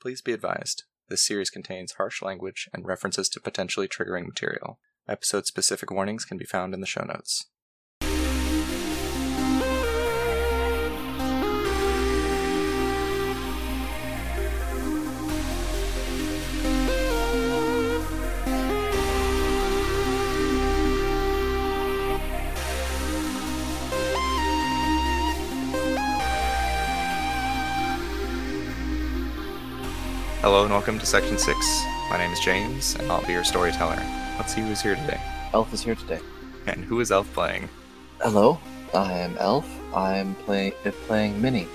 Please be advised this series contains harsh language and references to potentially triggering material. Episode specific warnings can be found in the show notes. Hello and welcome to Section 6. My name is James, and I'll be your storyteller. Let's see who's here today. Elf is here today. And who is Elf playing? Hello, I am Elf. I'm play, uh, playing Minnie,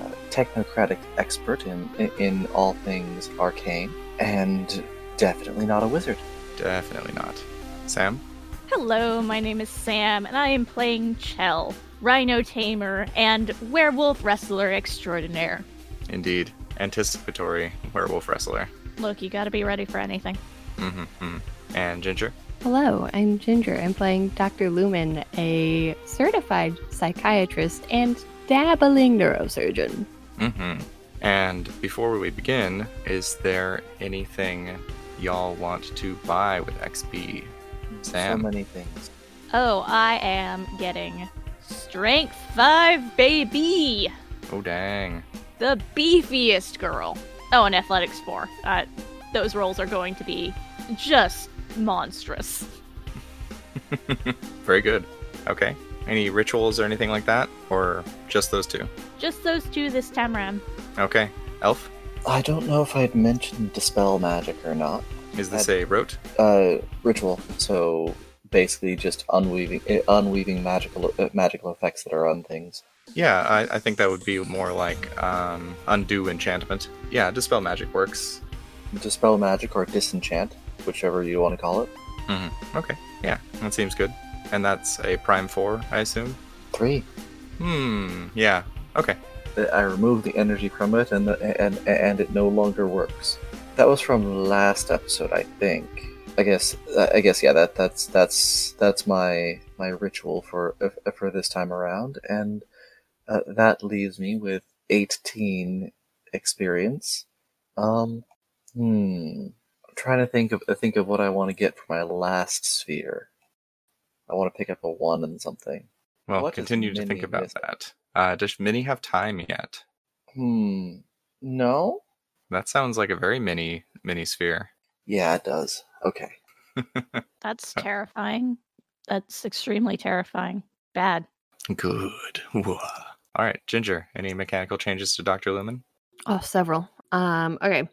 a technocratic expert in, in all things arcane, and definitely not a wizard. Definitely not. Sam? Hello, my name is Sam, and I am playing Chell, Rhino Tamer, and Werewolf Wrestler Extraordinaire. Indeed. Anticipatory werewolf wrestler. Look, you gotta be ready for anything. Mm-hmm. And Ginger? Hello, I'm Ginger. I'm playing Dr. Lumen, a certified psychiatrist and dabbling neurosurgeon. Mm-hmm. And before we begin, is there anything y'all want to buy with XP? Sam? So many things. Oh, I am getting Strength 5, baby! oh, dang. The beefiest girl. Oh, and Athletics 4. Uh, those roles are going to be just monstrous. Very good. Okay. Any rituals or anything like that? Or just those two? Just those two this time around. Okay. Elf? I don't know if I'd mentioned dispel magic or not. Is this a rote? Uh, ritual. So basically, just unweaving uh, unweaving magical uh, magical effects that are on things. Yeah, I, I think that would be more like um, undo enchantment. Yeah, dispel magic works. Dispel magic or disenchant, whichever you want to call it. Okay. Yeah, that seems good. And that's a prime four, I assume. Three. Hmm. Yeah. Okay. I- I remove the energy from it, and the, and and it no longer works. That was from last episode, I think. I guess uh, I guess yeah. That that's that's that's my my ritual for uh, for this time around, and uh, that leaves me with eighteen experience. Um, hmm. I'm trying to think of think of what I want to get for my last sphere. I want to pick up a one and something. Well, What does continue to think Minnie about miss? that. Uh, does Minnie have time yet? Hmm. No. That sounds like a very mini mini sphere. Yeah, it does. Okay. That's Uh, terrifying. That's extremely terrifying. Bad. Good. All right, Ginger. Any mechanical changes to Doctor Lumen? Oh, several. Um, okay.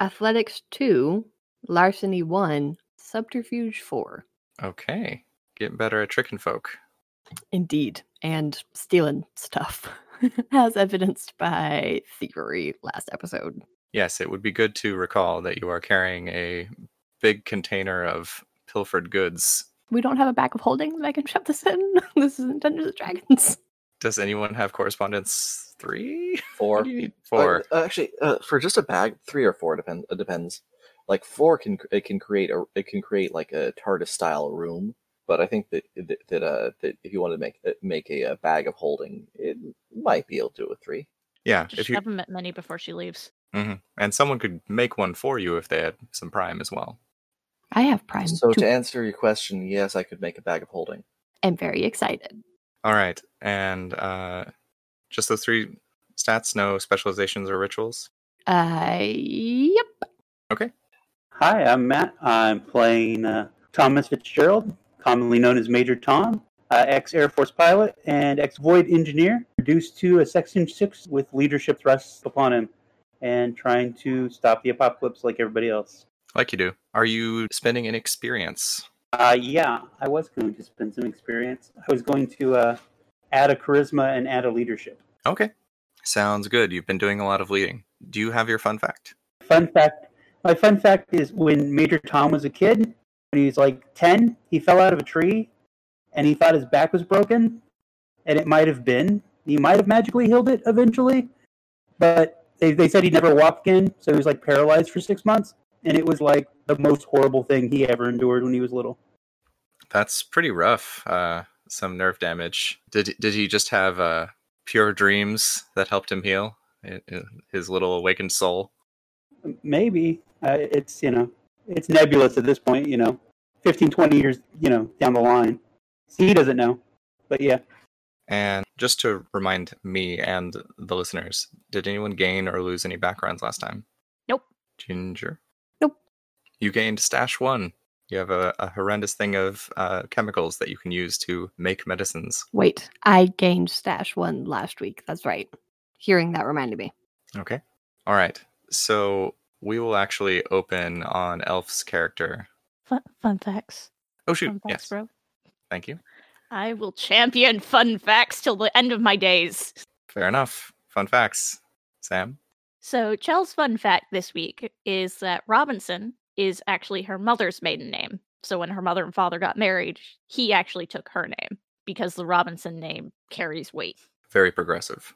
Athletics 2, Larceny 1, Subterfuge 4. Okay. Getting better at tricking folk. Indeed. And stealing stuff, as evidenced by Thievery last episode. Yes, it would be good to recall that you are carrying a big container of pilfered goods. We don't have a bag of holding that I can shove this in. this isn't Dungeons and Dragons. Does anyone have correspondence three? Four. What do you need? Four. Uh, actually, uh, for just a bag, three or four depends. It depends. Like four can it can create a it can create like a TARDIS style room. But I think that that, that uh that if you wanted to make uh, make a, uh bag of holding, it might be able to do it with three. yeah. Just If you shove 'em at Minnie before she leaves. and someone could make one for you if they had some prime as well. I have Prime so 2. to answer your question, yes, I could make a bag of holding. I'm very excited. All right, and uh, just those three stats. No specializations or rituals. Uh, yep. Hi, I'm Matt. I'm playing uh, Thomas Fitzgerald, commonly known as Major Tom, uh, ex Air Force pilot and ex Void engineer, reduced to a Section 6 with leadership thrust upon him and trying to stop the apocalypse like everybody else. Like you do. Are you spending an experience? Uh, yeah, I was going to spend some experience. I was going to uh, add a charisma and add a leadership. Okay, sounds good. You've been doing a lot of leading. Do you have your fun fact? Fun fact my fun fact is when Major Tom was a kid, when he was like 10, he fell out of a tree and he thought his back was broken. And it might have been. He might have magically healed it eventually. But they, they said he never walked again. So he was like paralyzed for six months. And it was like the most horrible thing he ever endured when he was little. That's pretty rough. Uh, some nerve damage. Did did he just have uh, pure dreams that helped him heal I- I- his little awakened soul? maybe uh, it's you know it's nebulous at this point. You know, 15, 20 years you know down the line. See, he doesn't know, but yeah. And just to remind me and the listeners, did anyone gain or lose any backgrounds last time? Nope. Ginger? Nope. You gained stash one. You have a, a horrendous thing of uh, chemicals that you can use to make medicines. Wait, I gained stash one last week. That's right. Hearing that reminded me. Okay. All right. So we will actually open on Elf's character. Fun, fun facts. Oh, shoot. Fun facts, Yes. bro. Thank you. I will champion fun facts till the end of my days. Fair enough. Fun facts. Sam? So, Chell's fun fact this week is that Robinson is actually her mother's maiden name. So, when her mother and father got married, he actually took her name because the Robinson name carries weight. Very progressive.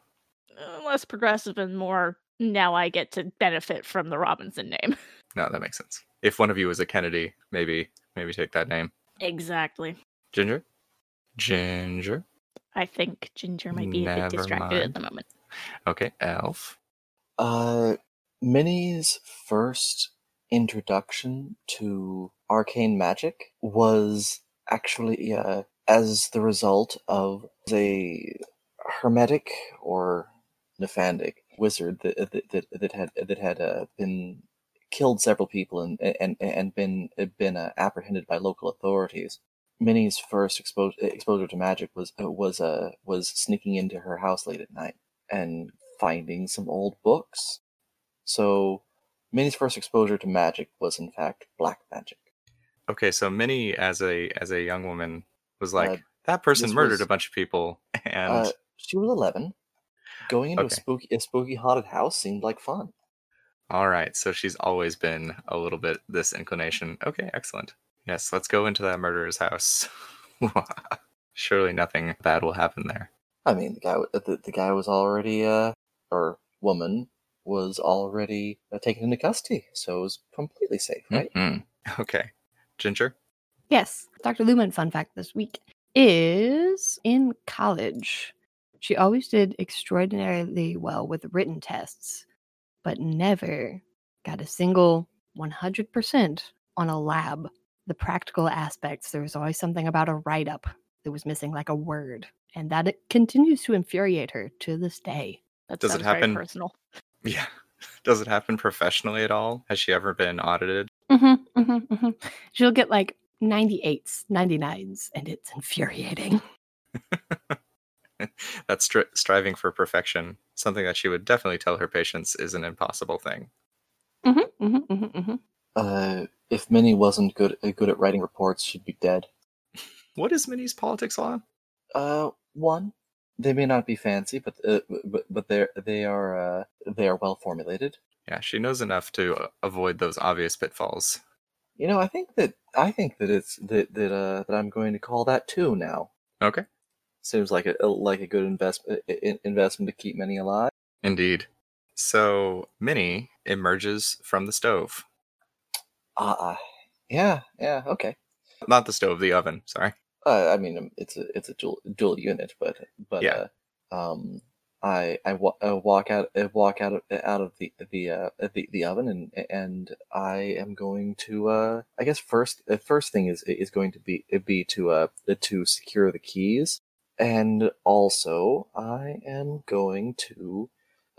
Uh, Less progressive and more, now I get to benefit from the Robinson name. No, that makes sense. If one of you is a Kennedy, maybe maybe take that name. Exactly. Ginger? Ginger. I think Ginger might be a bit Never distracted at mind. the moment. Okay, Elf. Uh, Minnie's first introduction to arcane magic was actually uh, as the result of a hermetic or nefandic wizard that that, that, that had that had uh, been killed several people and and and been been uh, apprehended by local authorities. Minnie's first expo- exposure to magic was was uh, was sneaking into her house late at night and finding some old books. So, Minnie's first exposure to magic was, in fact, black magic. Okay, so Minnie, as a as a young woman, was like Uh, that person this murdered was- a bunch of people, and Uh, she was 11. Going into Okay. a, spooky, a spooky haunted house seemed like fun. all right, so she's always been a little bit this inclination. Okay, excellent. Yes, let's go into that murderer's house. Surely nothing bad will happen there. I mean, the guy, w- the, the guy was already, uh, or woman, was already uh, taken into custody, so it was completely safe, right? Mm. Okay, Ginger. Yes. Dr. Lumen, fun fact this week is in college. She always did extraordinarily well with written tests, but never got a single 100% on a lab. The practical aspects, there was always something about a write up that was missing, like a word. And that it continues to infuriate her to this day. That Does it sounds very happen? personal. Yeah. Does it happen professionally at all? Has she ever been audited? Mm-hmm, mm-hmm, mm-hmm. She'll get like 98s, 99s, and it's infuriating. That's stri- striving for perfection. Something that she would definitely tell her patients is an impossible thing. Mm-hmm, mm-hmm, mm-hmm, mm-hmm. Uh, if Minnie wasn't good, uh, good at writing reports, she'd be dead. What is Minnie's politics law? Uh, one, they may not be fancy, but, uh, but, but they're, they are, uh, they are well formulated. Yeah, she knows enough to uh, avoid those obvious pitfalls. You know, I think that I think that it's that that uh, that I'm going to call that too now. Okay. Seems like a like a good investment investment to keep many alive. Indeed. So Minnie emerges from the stove. Uh, uh yeah, yeah, okay. Not the stove, the oven, sorry. Uh, I mean, um, it's a it's a dual dual unit, but but Yeah. uh, um, I I, wa- I walk out I walk out of, out of the the uh, the the oven and and I am going to uh I guess first the first thing is is going to be be to uh to secure the keys and also I am going to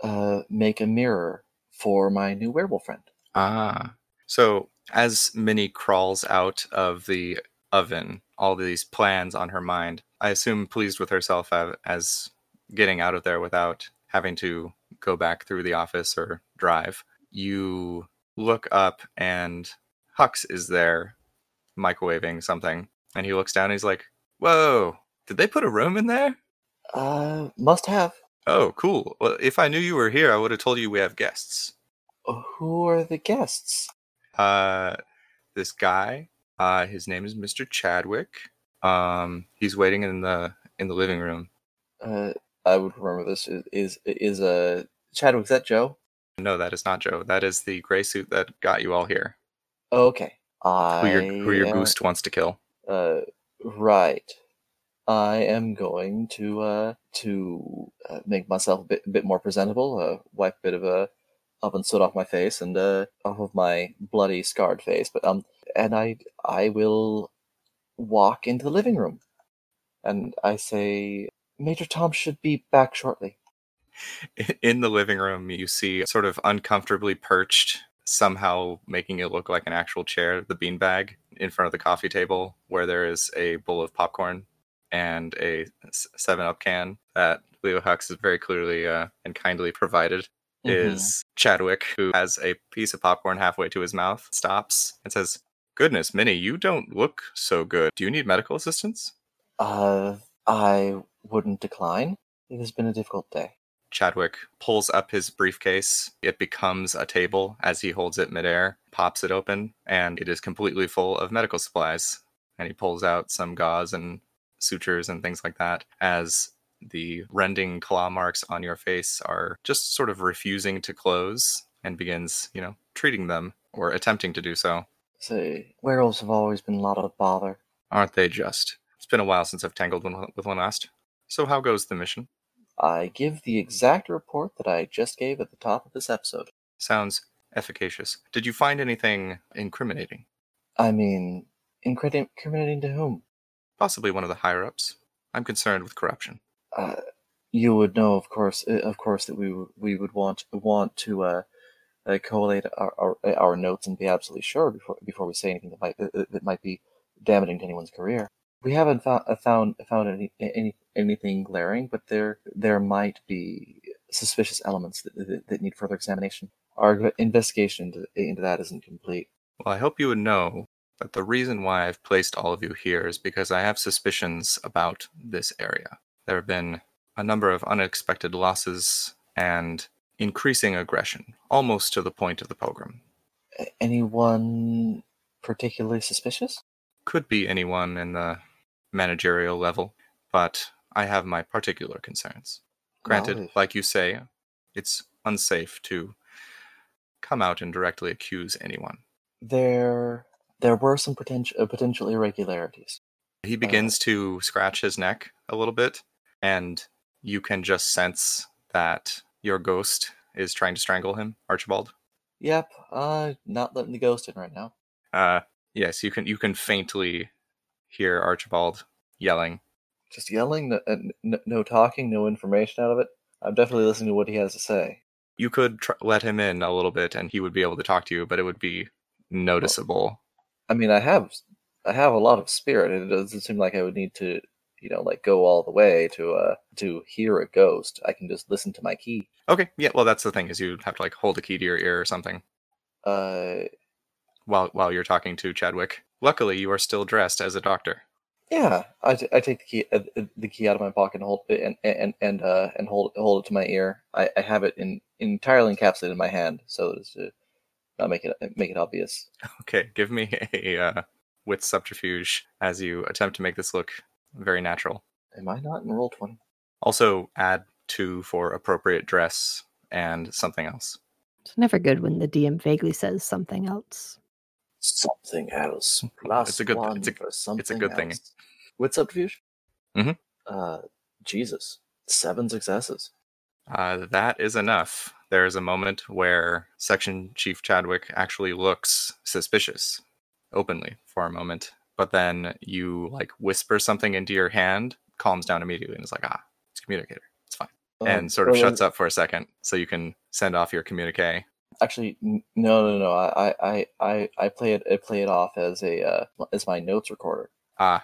uh make a mirror for my new werewolf friend. Ah. So as Minnie crawls out of the oven, all these plans on her mind, I assume pleased with herself a- as getting out of there without having to go back through the office or drive. You look up and Hux is there microwaving something. And he looks down and he's like, Whoa, did they put a room in there? Uh, must have. Oh, cool. Well, if I knew you were here, I would have told you we have guests. Who are the guests? Uh, this guy, uh, his name is Mr. Chadwick. Um, he's waiting in the in the living room. uh, I would remember this is is is uh, Chadwick. Is that Joe? No, that is not Joe. That is the gray suit that got you all here. Oh, okay. Who I your who your goose wants to kill? Uh, right. I am going to uh, to uh, make myself a bit, bit more presentable. A uh, wipe a bit of a up and stood off my face and uh, off of my bloody scarred face. But um, and I I will walk into the living room, and I say, Major Tom should be back shortly. In the living room, you see sort of uncomfortably perched, somehow making it look like an actual chair, the beanbag in front of the coffee table where there is a bowl of popcorn and a s- 7 Up can that Leo Hux is very clearly uh, and kindly provided. Mhm. Is Chadwick, who has a piece of popcorn halfway to his mouth, stops and says, Goodness, Minnie, you don't look so good. Do you need medical assistance? Uh, I wouldn't decline. It has been a difficult day. Chadwick pulls up his briefcase. It becomes a table as he holds it midair, pops it open, and it is completely full of medical supplies. And he pulls out some gauze and sutures and things like that as the rending claw marks on your face are just sort of refusing to close and begins, you know, treating them or attempting to do so. So werewolves have always been a lot of bother. Aren't they just? It's been a while since I've tangled one- with one last. So, how goes the mission? I give the exact report that I just gave at the top of this episode. Sounds efficacious. Did you find anything incriminating? I mean, incred- incriminating to whom? possibly one of the higher ups. I'm concerned with corruption. Uh, you would know, of course, uh, of course, that we w- we would want want to uh, uh, collate our, our our notes and be absolutely sure before before we say anything that might that- that that might be damaging to anyone's career. We haven't found found found any, any anything glaring, but there there might be suspicious elements that, that, that need further examination. Our investigation into, into that isn't complete. Well, I hope you would know that the reason why I've placed all of you here is because I have suspicions about this area. There have been a number of unexpected losses and increasing aggression, almost to the point of the pogrom. A- Anyone particularly suspicious? Could be anyone in the managerial level, but I have my particular concerns. Granted, Well, like you say, it's unsafe to come out and directly accuse anyone. there there were some potential uh, potential irregularities. He begins to scratch his neck a little bit, and you can just sense that your ghost is trying to strangle him, Archibald. Yep, uh, not letting the ghost in right now. Uh, yes, you can. You can faintly hear Archibald yelling. Just yelling, no, uh, no, no talking, no information out of it. I'm definitely listening to what he has to say. You could tr- let him in a little bit, and he would be able to talk to you, but it would be noticeable. I mean, I have I have a lot of spirit, and it doesn't seem like I would need to, you know, like go all the way to uh to hear a ghost. I can just listen to my key. Okay, yeah. Well, that's the thing is you'd have to like hold a key to your ear or something Uh, while while you're talking to Chadwick. Luckily, you are still dressed as a doctor. yeah, I, t- I take the key uh, uh, the key out of my pocket and hold and and and uh and hold hold it to my ear. I, I have it in entirely encapsulated in my hand, so as to not make it make it obvious. Okay, give me a uh, wit subterfuge as you attempt to make this look very natural. Am I not in roll twenty? Also, add two for appropriate dress and something else. It's never good when the DM vaguely says something else. Something else. it's a good. one It's a, for something. good thing. else. What's subterfuge? Mhm. Uh, Jesus, seven successes. uh, that is enough. There is a moment where Section Chief Chadwick actually looks suspicious, openly for a moment, but then you like whisper something into your hand, calms down immediately, and is like, ah, it's communicator, it's fine, Uh, Oh, and sort of shuts up for a second so you can send off your communique. Actually, n- no, no, no. I, I, I, I play it. I play it off as a uh, as my notes recorder. Ah,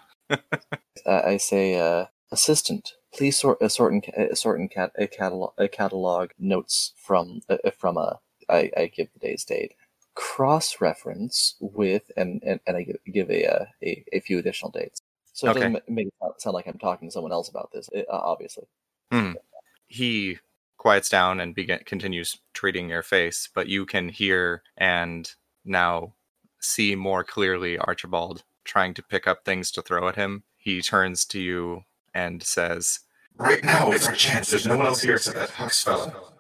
I, I say, uh, assistant, please sort uh, sort and ca- uh, sort and cat a catalog a catalog notes from uh, uh, from a I, I give the day's date cross reference with and, and and I give, give a, uh, a a few additional dates. So it Okay. doesn't ma- make it sound- sound like I'm talking to someone else about this. uh, obviously, he quiets down and begin continues treating your face, but you can hear and now see more clearly Archibald trying to pick up things to throw at him. He turns to you and says, "Right now is our chance. There's no one else here except that Hux fellow."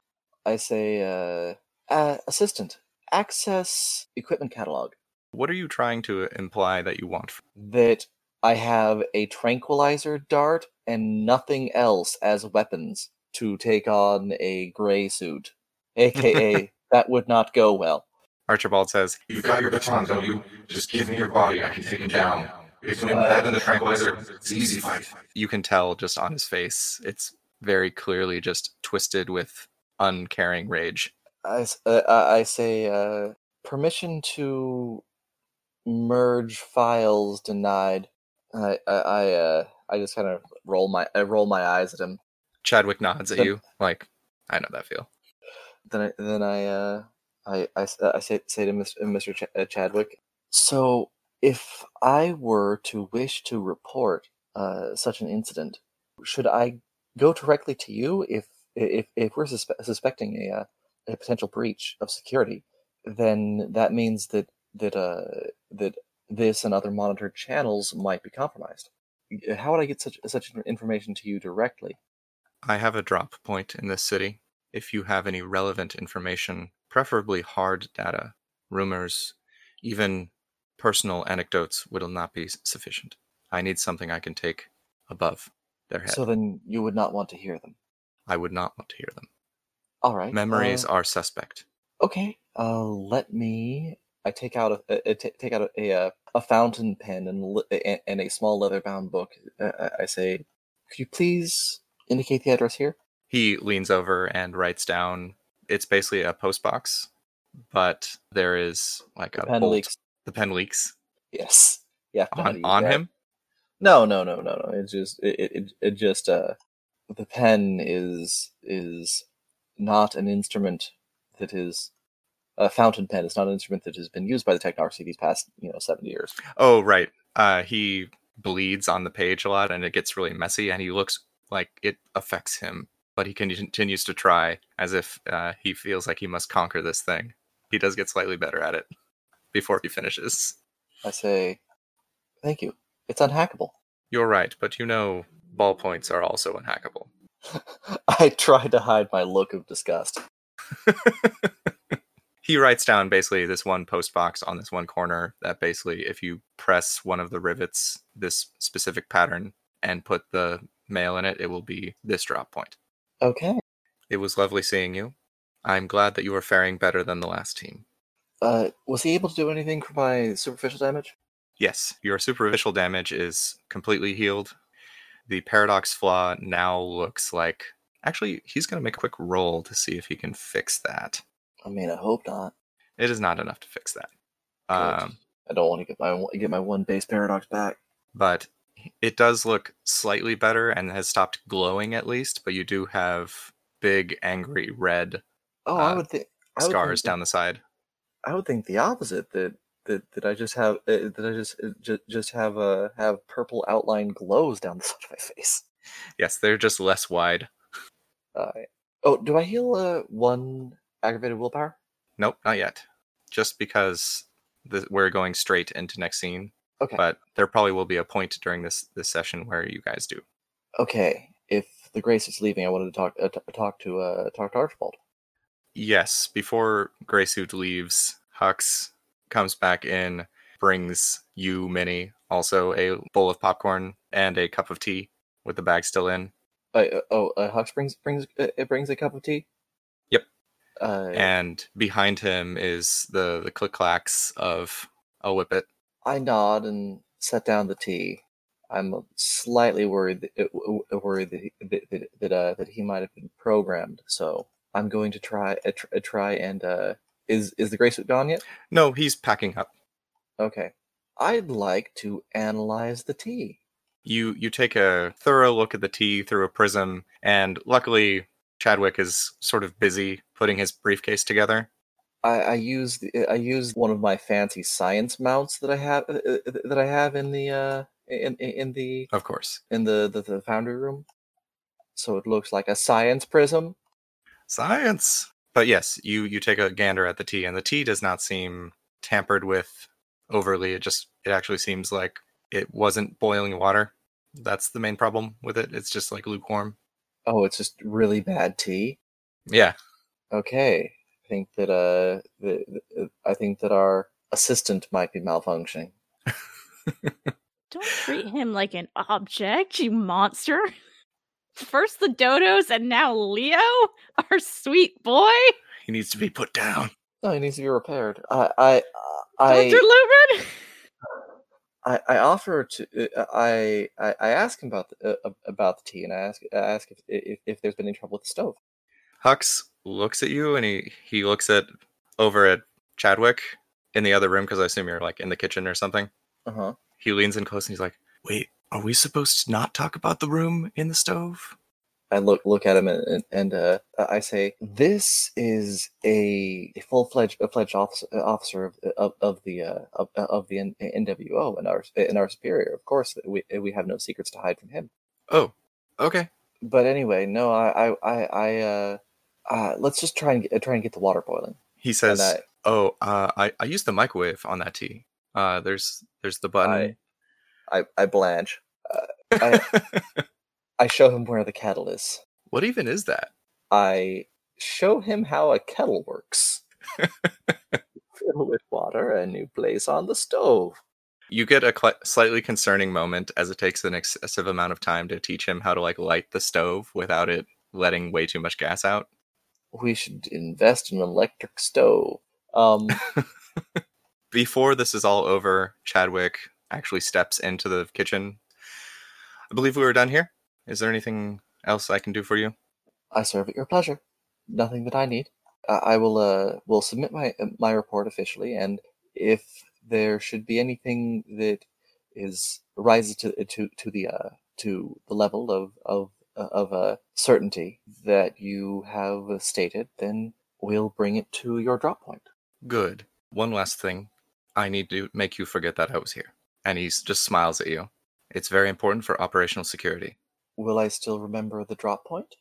I say, uh, uh, assistant, access equipment catalog What are you trying to imply that you want? that I have a tranquilizer dart and nothing else as weapons to take on a gray suit, aka That would not go well. Archibald says, You've got your batons, don't you? Just give me your body. I can take him down. Between that and the tranquilizer, it's an easy fight. you can tell just on his face, it's very clearly just twisted with uncaring rage. I, s- uh, I I say uh, permission to merge files denied. I I I, uh, I just kind of roll my I roll my eyes at him. Chadwick nods at Yep. you, like, I know that feel. Then I then I uh, I, I s- I say say to Mis- uh, Mr. Ch- uh, Chadwick. So if I were to wish to report uh, such an incident, should I go directly to you if if if we're suspe- suspecting a uh, a potential breach of security? Then that means that that uh, that this and other monitored channels might be compromised. How would I get such such information to you directly? I have a drop point in this city. If you have any relevant information, preferably hard data, rumors, even personal anecdotes will not be s- sufficient. I need something I can take above their head. So then you would not want to hear them. I would not want to hear them. All right. Memories uh, are suspect. okay uh let me i take out a, a, a ta- take out a, a a fountain pen and li- and, and a small leather bound book uh, I- i say could you please indicate the address here He leans over and writes down it's basically a post box, but there is like a pen bolt- leaks e, the pen leaks yes yeah no, on, you- on yeah. him. no no no no no it's just it, it- it, it just uh the pen is is not an instrument that is a fountain pen is not an instrument that has been used by the technocracy these past you know 70 years Oh, right. Uh, he bleeds on the page a lot and it gets really messy and he looks like it affects him, but he con- continues to try as if uh, he feels like he must conquer this thing. He does get slightly better at it before he finishes. i say thank you it's unhackable You're right, but you know ballpoints are also unhackable. I tried to hide my look of disgust. he writes down basically this one post box on this one corner that basically if you press one of the rivets this specific pattern and put the mail in it it will be this drop point Okay. it was lovely seeing you i'm glad that you are faring better than the last team Uh, was he able to do anything for my superficial damage? yes your superficial damage is completely healed the paradox flaw now looks like actually he's going to make a quick roll to see if he can fix that I mean, I hope not. it is not enough to fix that Good. um, I don't want to get my get my one base paradox back. but it does look slightly better and has stopped glowing at least. But you do have big, angry red Oh, Uh, I would think I would scars think, down the side. I would think the opposite that that, that I just have uh, that I just just, just have uh, have purple outline glows down the side of my face. Yes, they're just less wide. Uh, oh, do I heal uh, one aggravated willpower? Nope, not yet. Just because th- we're going straight into next scene, Okay. but there probably will be a point during this this session where you guys do. Okay. If the grace is leaving, I wanted to talk uh, t- talk to uh, talk to Archibald. Yes, before Greysuit leaves, Hux comes back in, brings you, Minnie, also a bowl of popcorn and a cup of tea with the bag still in. Uh, uh, oh, uh, Hux brings brings uh, it brings a cup of tea. Yep. Uh, and behind him is the the click clacks of a whippet. I nod and set down the tea. I'm slightly worried that, uh, w- w- worried that he, that that that, uh, that he might have been programmed. So I'm going to try uh, tr- uh, try and uh, is is the gray suit gone yet? No, he's packing up. Okay. I'd like to analyze the tea. You you take a thorough look at the tea through a prism, and luckily Chadwick is sort of busy putting his briefcase together. I, I use the- I use one of my fancy science mounts that I have uh, uh, that I have in the uh, in in- in the Of course, in the, the, the foundry room. So it looks like a science prism. science. But yes, you you take a gander at the tea, and the tea does not seem tampered with overly. It just it actually seems like it wasn't boiling water. That's the main problem with it. It's just like lukewarm. Oh, it's just really bad tea. Yeah, Okay, I think that uh, the, the, I think that our assistant might be malfunctioning. Don't treat him like an object, you monster. First the dodos and now Leo, our sweet boy. He needs to be put down. No, it Oh, needs to be repaired. I, I, I, Dr. Lumen! I, I offer to uh, I, I I ask him about the, uh, about the tea and I ask I ask if, if if there's been any trouble with the stove. Hux looks at you and he he looks at over at Chadwick in the other room because I assume you're like in the kitchen or something. Uh huh. He leans in close and he's like, "Wait, are we supposed to not talk about the room in the stove?" I look look at him and and, and uh, I say, "This is a full fledged a fledged officer, officer of, of of the uh, of, of the N- NWO and our and our superior. Of course, we we have no secrets to hide from him. Oh, okay. But anyway, no, I I I, I uh, uh, let's just try and get, try and get the water boiling. He says, and I, "Oh, uh, I I used the microwave on that tea. Uh, there's there's the button. I I blanch. I- I show him where the kettle is. what even is that? I show him how a kettle works. Fill with water and you place on the stove. You get a cl- slightly concerning moment as it takes an excessive amount of time to teach him how to like light the stove without it letting way too much gas out. We should invest in an electric stove. Um, Before this is all over, Chadwick actually steps into the kitchen. I believe we were done here. Is there anything else I can do for you? I serve at your pleasure. Nothing that I need. I, I will uh will submit my my report officially, and if there should be anything that is rises to to to the uh to the level of of of uh, certainty that you have stated, then we'll bring it to your drop point. Good. One last thing. I need to make you forget that I was here. And he just smiles at you. It's very important for operational security. Will I still remember the drop point?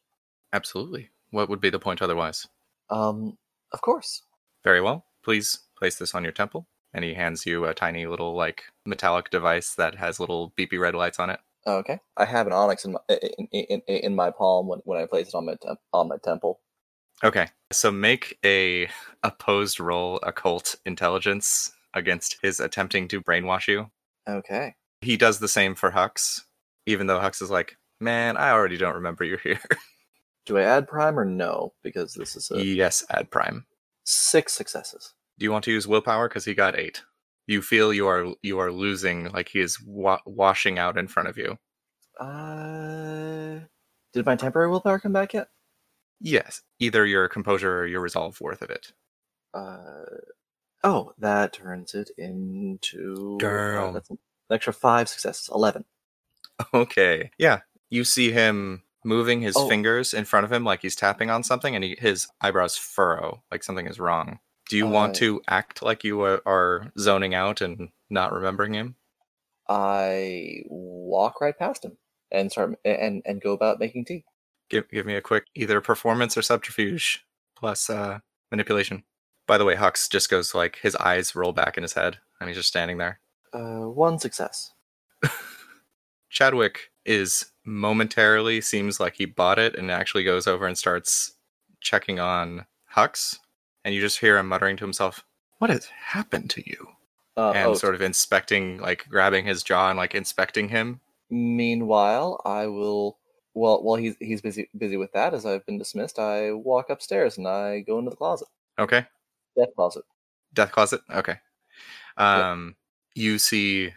Absolutely. What would be the point otherwise? Um, of course. Very well. Please place this on your temple. And he hands you a tiny little, like, metallic device that has little beepy red lights on it. Oh, Okay, I have an onyx in my in, in, in, in my palm when, when I place it on my temp- on my temple. Okay. So make a opposed roll occult intelligence against his attempting to brainwash you. Okay. He does the same for Hux, even though Hux is like, man, I already don't remember you're here. Do I add prime or no? Because this is a yes, add prime. six successes. Do you want to use willpower? Because he got eight. You feel you are you are losing, like he is wa- washing out in front of you. Uh, did my temporary willpower come back yet? Yes, either your composure or your resolve worth of it. Uh, oh, that turns it into Damn. Uh, that's an extra five successes. Eleven. Okay. Yeah. You see him moving his Oh. fingers in front of him like he's tapping on something and he, his eyebrows furrow like something is wrong. Do you want Uh, to act like you are, are zoning out and not remembering him? I walk right past him and start and and go about making tea. Give, give me a quick either performance or subterfuge plus uh, manipulation. By the way, Hux just goes like his eyes roll back in his head and he's just standing there. Uh, one success. Chadwick is momentarily seems like he bought it and actually goes over and starts checking on Hux. And you just hear him muttering to himself, What has happened to you? Uh, and oh, sort of inspecting, like grabbing his jaw and like inspecting him. Meanwhile, I will. Well, while he's he's busy busy with that, as I've been dismissed, I walk upstairs and I go into the closet, Okay. death closet. Death closet. Okay. Um, You see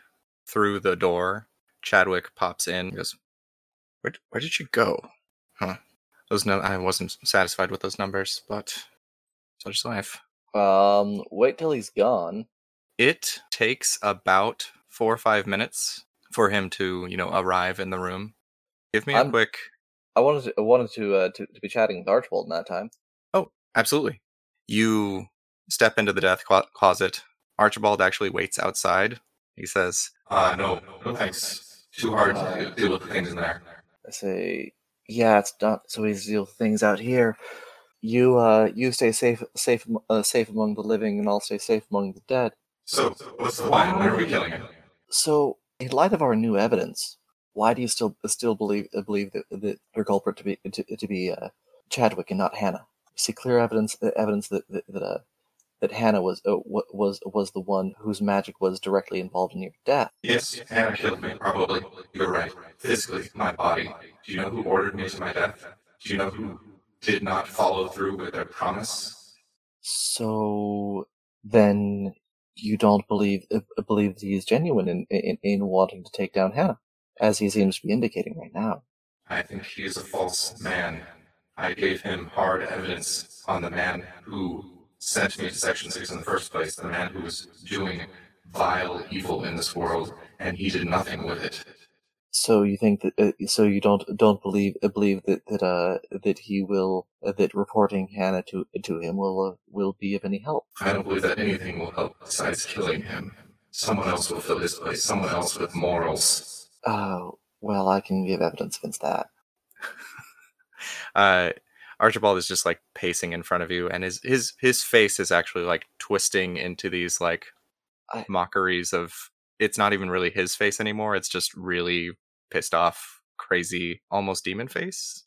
through the door, Chadwick pops in. He goes, where, where did you go? Huh. Those no- I wasn't satisfied with those numbers, but such is life. Um, wait till he's gone. it takes about four or five minutes for him to you know arrive in the room give me a I'm- quick I wanted to I wanted to uh, to, to be chatting with Archibald in that time. absolutely you step into the death clo- closet archibald actually waits outside he says Uh, no, no thanks. Too hard to deal with the things in there. I say, yeah, it's not so easy to deal with things out here. You uh, you stay safe safe am- uh, safe among the living, and I'll stay safe among the dead. So, what's the plan? When are we killing him? So, in light of our new evidence, why do you still still believe uh, believe that, that your culprit to be to, to be uh, Chadwick and not Hannah? You see clear evidence uh, evidence that that that, uh, that Hannah was uh, wa- was was the one whose magic was directly involved in your death. Yes, Hannah killed me, probably. You're right. Physically, my body. Do you know who ordered me to my death? Do you know who did not follow through with their promise? So then you don't believe uh, believe he is genuine in, in in wanting to take down Hannah, as he seems to be indicating right now. I think he is a false man. I gave him hard evidence on the man who sent me to Section 6 in the first place, the man who was doing vile evil in this world, and he did nothing with it. So you think that uh, so you don't don't believe uh, believe that that uh that he will uh, that reporting Hannah to to him will uh, will be of any help. I don't believe that anything will help besides killing him. Someone else will fill his place, someone else with morals. Uh, well, I can give evidence against that. uh, Archibald is just like pacing in front of you, and his his his face is actually like twisting into these like I- mockeries of. It's not even really his face anymore. It's just really pissed off, crazy, almost demon face.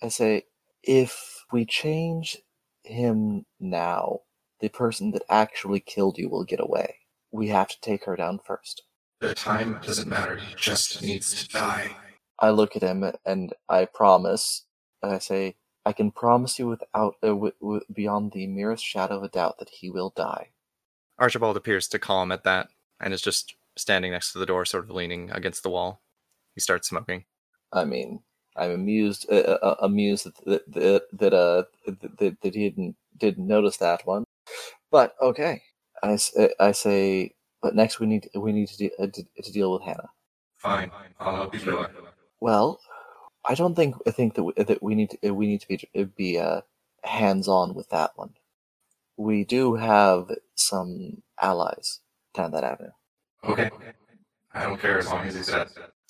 I say, if we change him now, the person that actually killed you will get away. We have to take her down first. The time doesn't matter, he just needs to die. I look at him and I promise, and I say, I can promise you without uh, w- w- beyond the merest shadow of a doubt that he will die. Archibald appears to calm at that and is just standing next to the door, sort of leaning against the wall. He starts smoking. I mean, I'm amused, uh, uh, uh, amused that that that uh that, that he didn't didn't notice that one. But okay, I, s- uh, I say, but next we need we need to de- uh, to, to deal with Hannah. Fine, I'll help you kill her. Well, I don't think I think that we, that we need to, uh, we need to be uh, be uh, hands on with that one. We do have some allies down that avenue. Okay. I don't care as long as he's dead.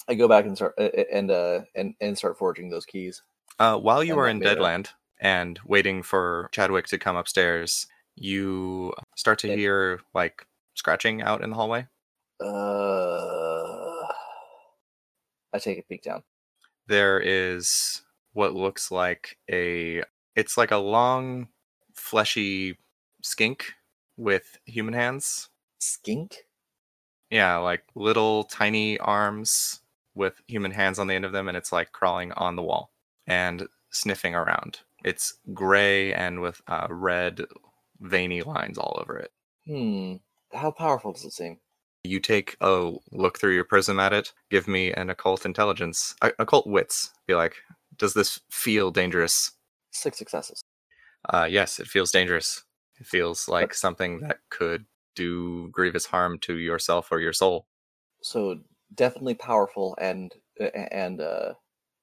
I go back and start uh, uh, and uh and and start forging those keys. Uh, while you And are that in made it. Deadland and waiting for Chadwick to come upstairs, you start to It- hear like scratching out in the hallway. Uh, I take a peek down. There is what looks like a it's like a long fleshy skink with human hands. Skink. Yeah, like little tiny arms with human hands on the end of them, and it's like crawling on the wall and sniffing around. It's gray and with uh, red veiny lines all over it. Hmm. How powerful does it seem? You take a look through your prism at it. Give me an occult intelligence, uh, occult wits. Be like, does this feel dangerous? Six successes. Uh, yes, it feels dangerous. It feels like something that could do grievous harm to yourself or your soul. So definitely powerful and uh, and uh,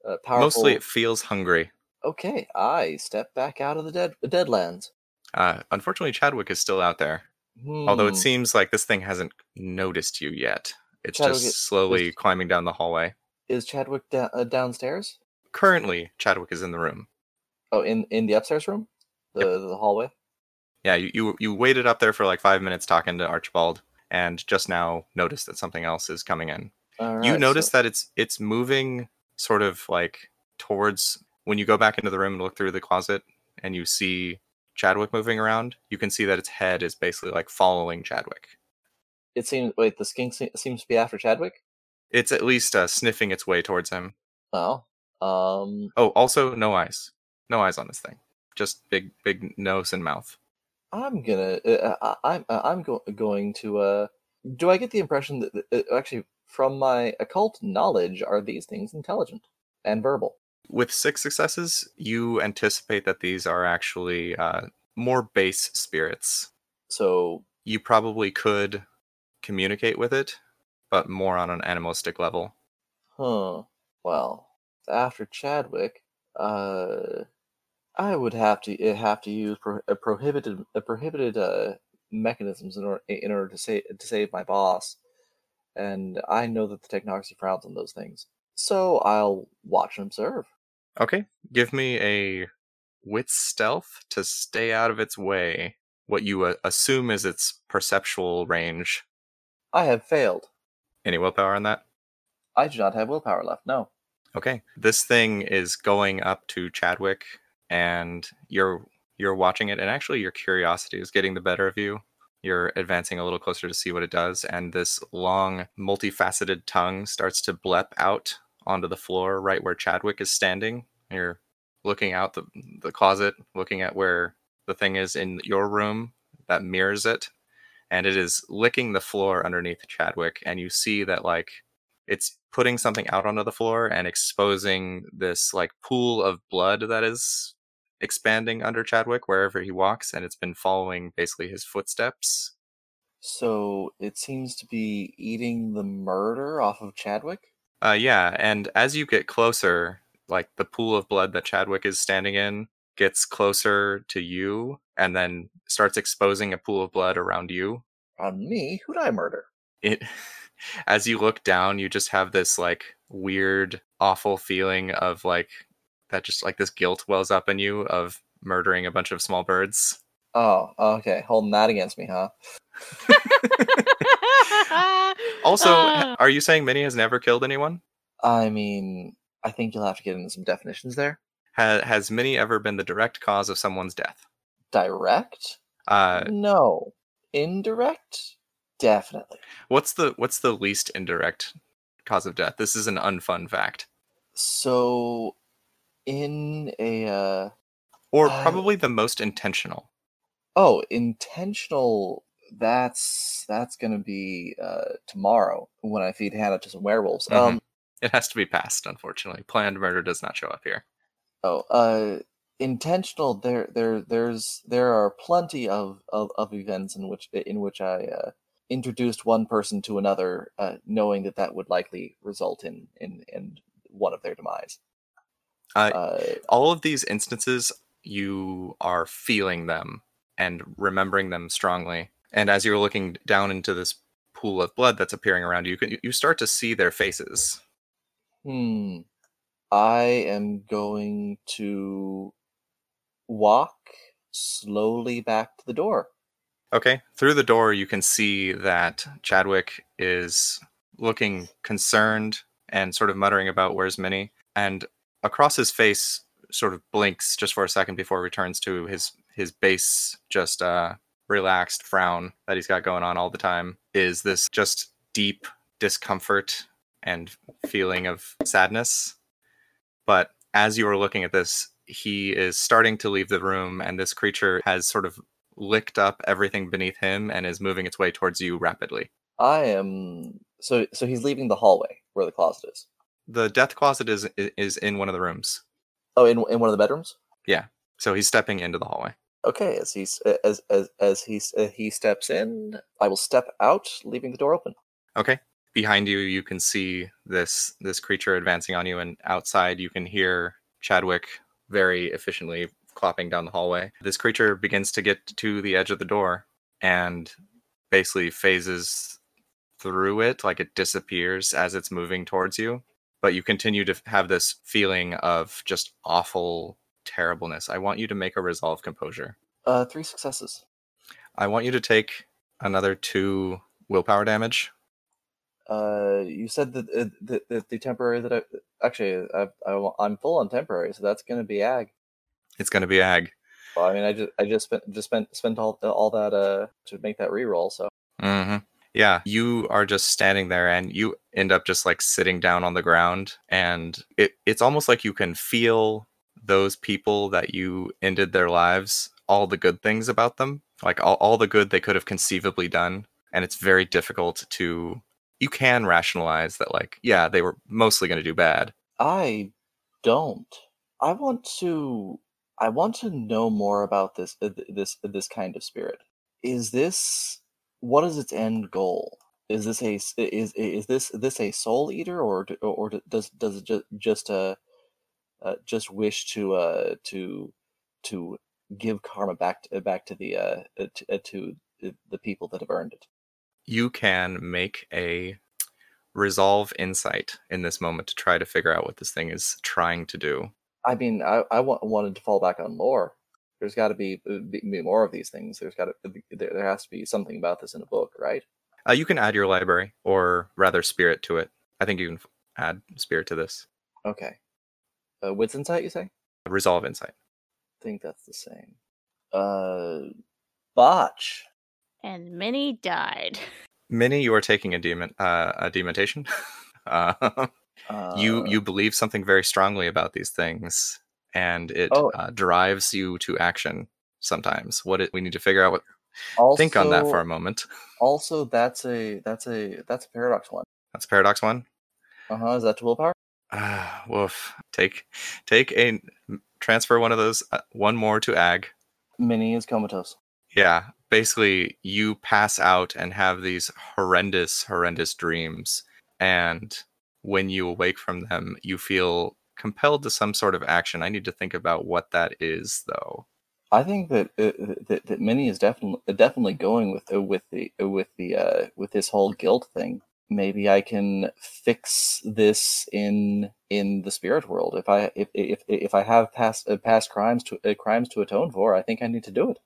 uh powerful. Mostly, it feels hungry. Okay, I step back out of the dead the deadlands. Uh, unfortunately, Chadwick is still out there. Although it Hmm. seems like this thing hasn't noticed you yet. It's Chadwick is- just slowly climbing down the hallway. is Chadwick da- uh, downstairs? Currently, Chadwick is in the room. Oh, in in the upstairs room, the the hallway. Yeah, you, you you waited up there for like five minutes talking to Archibald, and just now noticed that something else is coming in. you notice that it's it's moving sort of like towards when you go back into the room and look through the closet, and you see Chadwick moving around. You can see that its head is basically like following Chadwick. it seems. Wait, the skink se- seems to be after Chadwick. It's at least uh, sniffing its way towards him. Oh, um, Oh, also no eyes, no eyes on this thing. Just big big nose and mouth. I'm gonna. Uh, I, I'm uh, I'm go- going to. Uh, do I get the impression that uh, actually from my occult knowledge are these things intelligent and verbal? with six successes, you anticipate that these are actually uh, more base spirits. So You probably could communicate with it, but more on an animalistic level. Huh. Well, after Chadwick, uh, I would have to eh, have to use pro- a prohibited a prohibited uh, mechanisms in order in order to save to save my boss, and I know that the technocracy frowns on those things. So I'll watch and observe. Okay, give me a wit stealth to stay out of its way. What you uh, assume is its perceptual range. I have failed. Any willpower on that? I do not have willpower left. No. Okay. This thing is going up to Chadwick and you're you're watching it and actually your curiosity is getting the better of you. You're advancing a little closer to see what it does and this long multifaceted tongue starts to blep out onto the floor right where Chadwick is standing. You're looking out the the closet, looking at where The thing is in your room that mirrors it, and it is licking the floor underneath Chadwick, and you see that like it's putting something out onto the floor and exposing this like pool of blood that is expanding under Chadwick wherever he walks, and it's been following basically his footsteps. So it seems to be eating the murder off of Chadwick. Uh, yeah, and as you get closer, like the pool of blood that Chadwick is standing in gets closer to you and then starts exposing a pool of blood around you. On me, who'd I murder? It as you look down, you just have this like weird, awful feeling of like that just like this guilt wells up in you of murdering a bunch of small birds. Oh, okay. Holding that against me, huh? Also, Ah. are you saying Minnie has never killed anyone? I mean, I think you'll have to get into some definitions there. Ha- has Minnie ever been the direct cause of someone's death? Direct? Uh, Mm. no. Indirect? Definitely. what's the what's the least indirect cause of death? This is an unfun fact, So, in a uh, or Uh, probably the most intentional. oh, intentional. That's that's gonna be uh, tomorrow when I feed Hannah to some werewolves. Mhm. Um, It has to be passed, unfortunately. Planned murder does not show up here. Oh, uh, intentional. There, there, there's there are plenty of, of, of events in which in which I uh, introduced one person to another, uh, knowing that that would likely result in in, in one of their demise. Uh, Uh, all of these instances you are feeling them and remembering them strongly and as you're looking down into this pool of blood that's appearing around you you can- you start to see their faces hmm. I am going to walk slowly back to the door. okay through the door you can see that chadwick is looking concerned and sort of muttering about where's minnie and across his face sort of blinks just for a second before returns to his his base just uh relaxed frown that he's got going on all the time is this just deep discomfort and feeling of sadness but as you are looking at this he is starting to leave the room and this creature has sort of licked up everything beneath him and is moving its way towards you rapidly I am so so. He's leaving the hallway where the closet is. the death closet is is in one of the rooms Oh, in in one of the bedrooms. so he's stepping into the hallway Okay, as he s- as as as he s- uh, he steps in, I will step out, leaving the door open. Okay. Behind you, you can see this this creature advancing on you, and outside, you can hear Chadwick very efficiently clopping down the hallway. This creature begins to get to the edge of the door and basically phases through it, like it disappears as it's moving towards you. But you continue to have this feeling of just awful terribleness. I want you to make a resolve composure. Uh, three successes. I want you to take another two willpower damage. Uh, you said that uh, the, the the temporary that I actually I, I wa- I'm full on temporary, so that's gonna be ag. It's going to be ag. Well, I mean, I just I just spent just spent spent all all that uh to make that reroll. So hmm Yeah, you are just standing there, and you end up just like sitting down on the ground, and it it's almost like you can feel those people that you ended their lives, all the good things about them, like all, all the good they could have conceivably done, and it's very difficult to. You can rationalize that, like, yeah, they were mostly going to do bad. I don't. I want to. I want to know more about this uh, th- this this kind of spirit. Is this what is its end goal? Is this a s- is is this this a soul eater or d- or d- does does it just just uh, uh just wish to uh to to give karma back to, back to the uh uh, t- uh, to the the people that have earned it? You can make a resolve insight in this moment to try to figure out what this thing is trying to do. I mean, I, I wa- wanted to fall back on lore. There's got to be, uh, be be more of these things. There's got to there, there has to be something about this in a book, right? Uh, you can add your library, or rather, spirit to it. I think you can f- add spirit to this. Okay. Uh, Wits insight, you say? I Resolve insight. think that's the same. Uh, botch. and Minnie died. Minnie, you are taking a demon, uh, a dementation. uh, Uh, you you believe something very strongly about these things, and it Oh. uh, drives you to action. sometimes. What it, we need to figure out what Also, think on that for a moment. Also, that's a that's a that's a paradox one. That's paradox one. Uh huh. Is that to willpower? Ah, woof. Take take a transfer one of those uh, one more to ag. Minnie is comatose. Yeah, basically you pass out and have these horrendous horrendous dreams and when you awake from them you feel compelled to some sort of action. I need to think about what that is though. I think that uh, that, that Minnie is definitely definitely going with uh, with the uh, with the uh, with this whole guilt thing. Maybe I can fix this in in the spirit world. If I if if if I have past uh, past crimes to uh, crimes to atone for, I think I need to do it.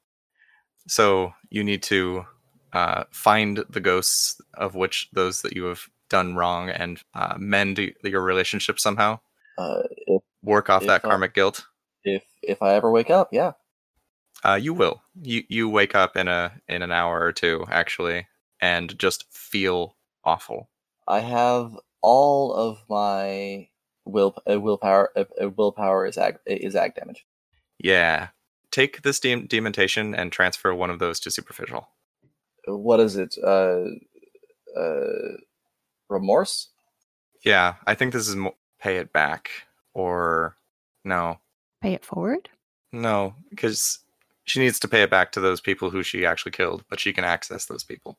So you need to uh, find the ghosts of which those that you have done wrong and uh, mend y- your relationship somehow. Uh, if Work off that If I- karmic guilt. if if I ever wake up, yeah. Uh, you will. You you wake up in a in an hour or two actually, and just feel awful. I have all of my will uh, willpower uh, uh, willpower is ag is ag damage. Yeah. Take this dem- dementation and transfer one of those to superficial. What is it? Uh, uh, remorse. Yeah, I think this is mo- pay it back or no, Pay it forward. no, because she needs to pay it back to those people who she actually killed, but she can access those people,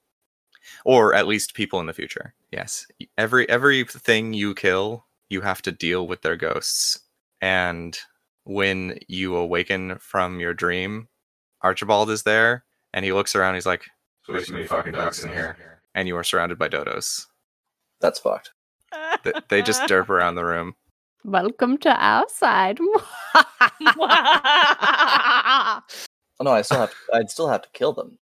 or at least people in the future. Yes, every everything you kill, you have to deal with their ghosts, and when you awaken from your dream, Archibald is there, and he looks around. He's like, There's way too many fucking ducks in here. and you are surrounded by dodos. That's fucked. They, they just derp around the room. Welcome to our side. Oh, no, I still have. To, I'd still have to kill them.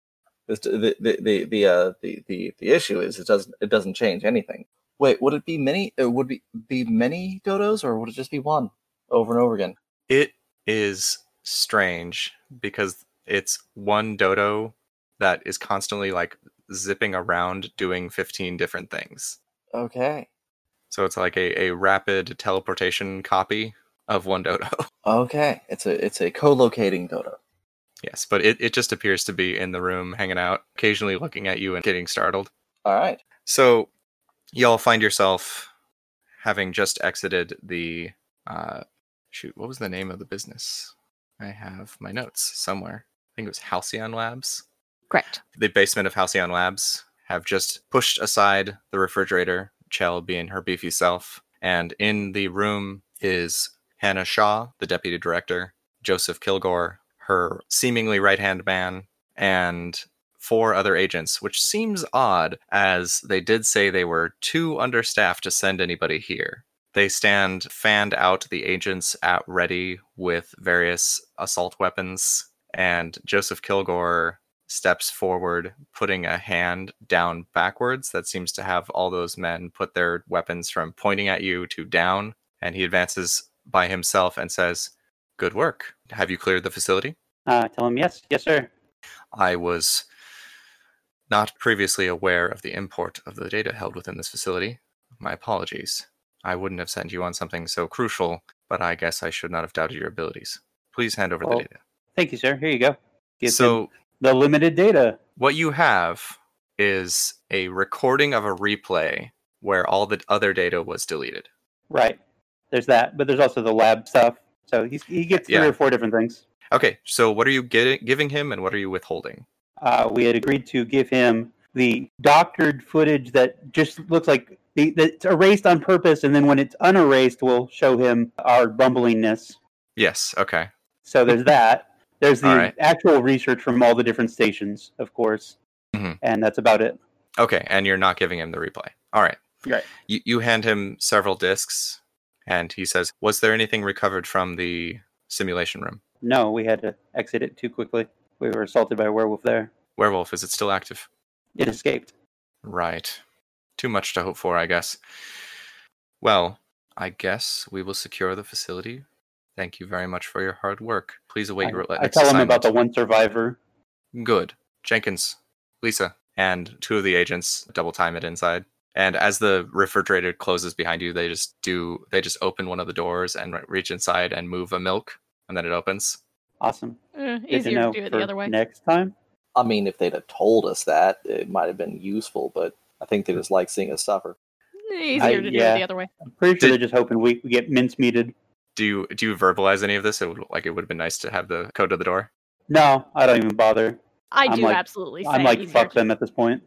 This, the the the the, uh, the the the issue is it doesn't it doesn't change anything. Wait, would it be many? It would be be many dodos, or would it just be one over and over again? It is strange because it's one dodo that is constantly like zipping around doing 15 different things. Okay, So it's like a, a rapid teleportation copy of one dodo. okay. It's a it's a co-locating dodo. yes, but it, it just appears to be in the room hanging out, occasionally looking at you and getting startled. All right. So y'all find yourself having just exited the uh shoot, what was the name of the business? I have my notes somewhere. I think it was Halcyon Labs. Correct. the basement of Halcyon Labs have just pushed aside the refrigerator, Chell being her beefy self. And in the room is Hannah Shaw, the deputy director, Joseph Kilgore, her seemingly right hand man, and four other agents, which seems odd as they did say they were too understaffed to send anybody here. They stand fanned out, the agents at ready with various assault weapons, and Joseph Kilgore steps forward, putting a hand down backwards. That seems to have all those men put their weapons from pointing at you to down. And he advances by himself and says, Good work. Have you cleared the facility? Uh, tell him yes, yes, sir. I was not previously aware of the import of the data held within this facility. My apologies. I wouldn't have sent you on something so crucial, but I guess I should not have doubted your abilities. Please hand over Well, the data. Thank you, sir. Here you go. Gives him so, the limited data. what you have is a recording of a replay where all the other data was deleted. Right. There's that, but there's also the lab stuff. So he's, he gets three Yeah. or four different things. Okay, so what are you getting, giving him and what are you withholding? Uh, we had agreed to give him the doctored footage that just looks like the, that's erased on purpose, and then when it's unerased, we'll show him our bumblingness. Yes, okay. So there's that. There's the All right. actual research from all the different stations, of course, Mhm. and that's about it. Okay, and you're not giving him the replay. All right. Right. You, you hand him several discs and he says, Was there anything recovered from the simulation room? No, we had to exit it too quickly. We were assaulted by a werewolf there. Werewolf, is it still active? It escaped. Right. Too much to hope for, I guess. Well, I guess we will secure the facility. Thank you very much for your hard work. Please await your I, I next tell him assignment. about the one survivor. Good. Jenkins, Lisa, and two of the agents double time it inside. And as the refrigerator closes behind you, they just do they just open one of the doors and re- reach inside and move a milk, and then it opens. Awesome. Eh, Good to easier to, know do it for the other way. Next time. I mean, if they'd have told us that, it might have been useful, but I think they just like seeing us suffer. Easier to do yeah. it the other way. I'm pretty sure Did- they're just hoping we, we get mincemeated. Do you do you verbalize any of this? It would, like it would have been nice to have the code to the door. No, I don't even bother. I I'm do like- absolutely. Say I'm like, easier fuck to- them at this point.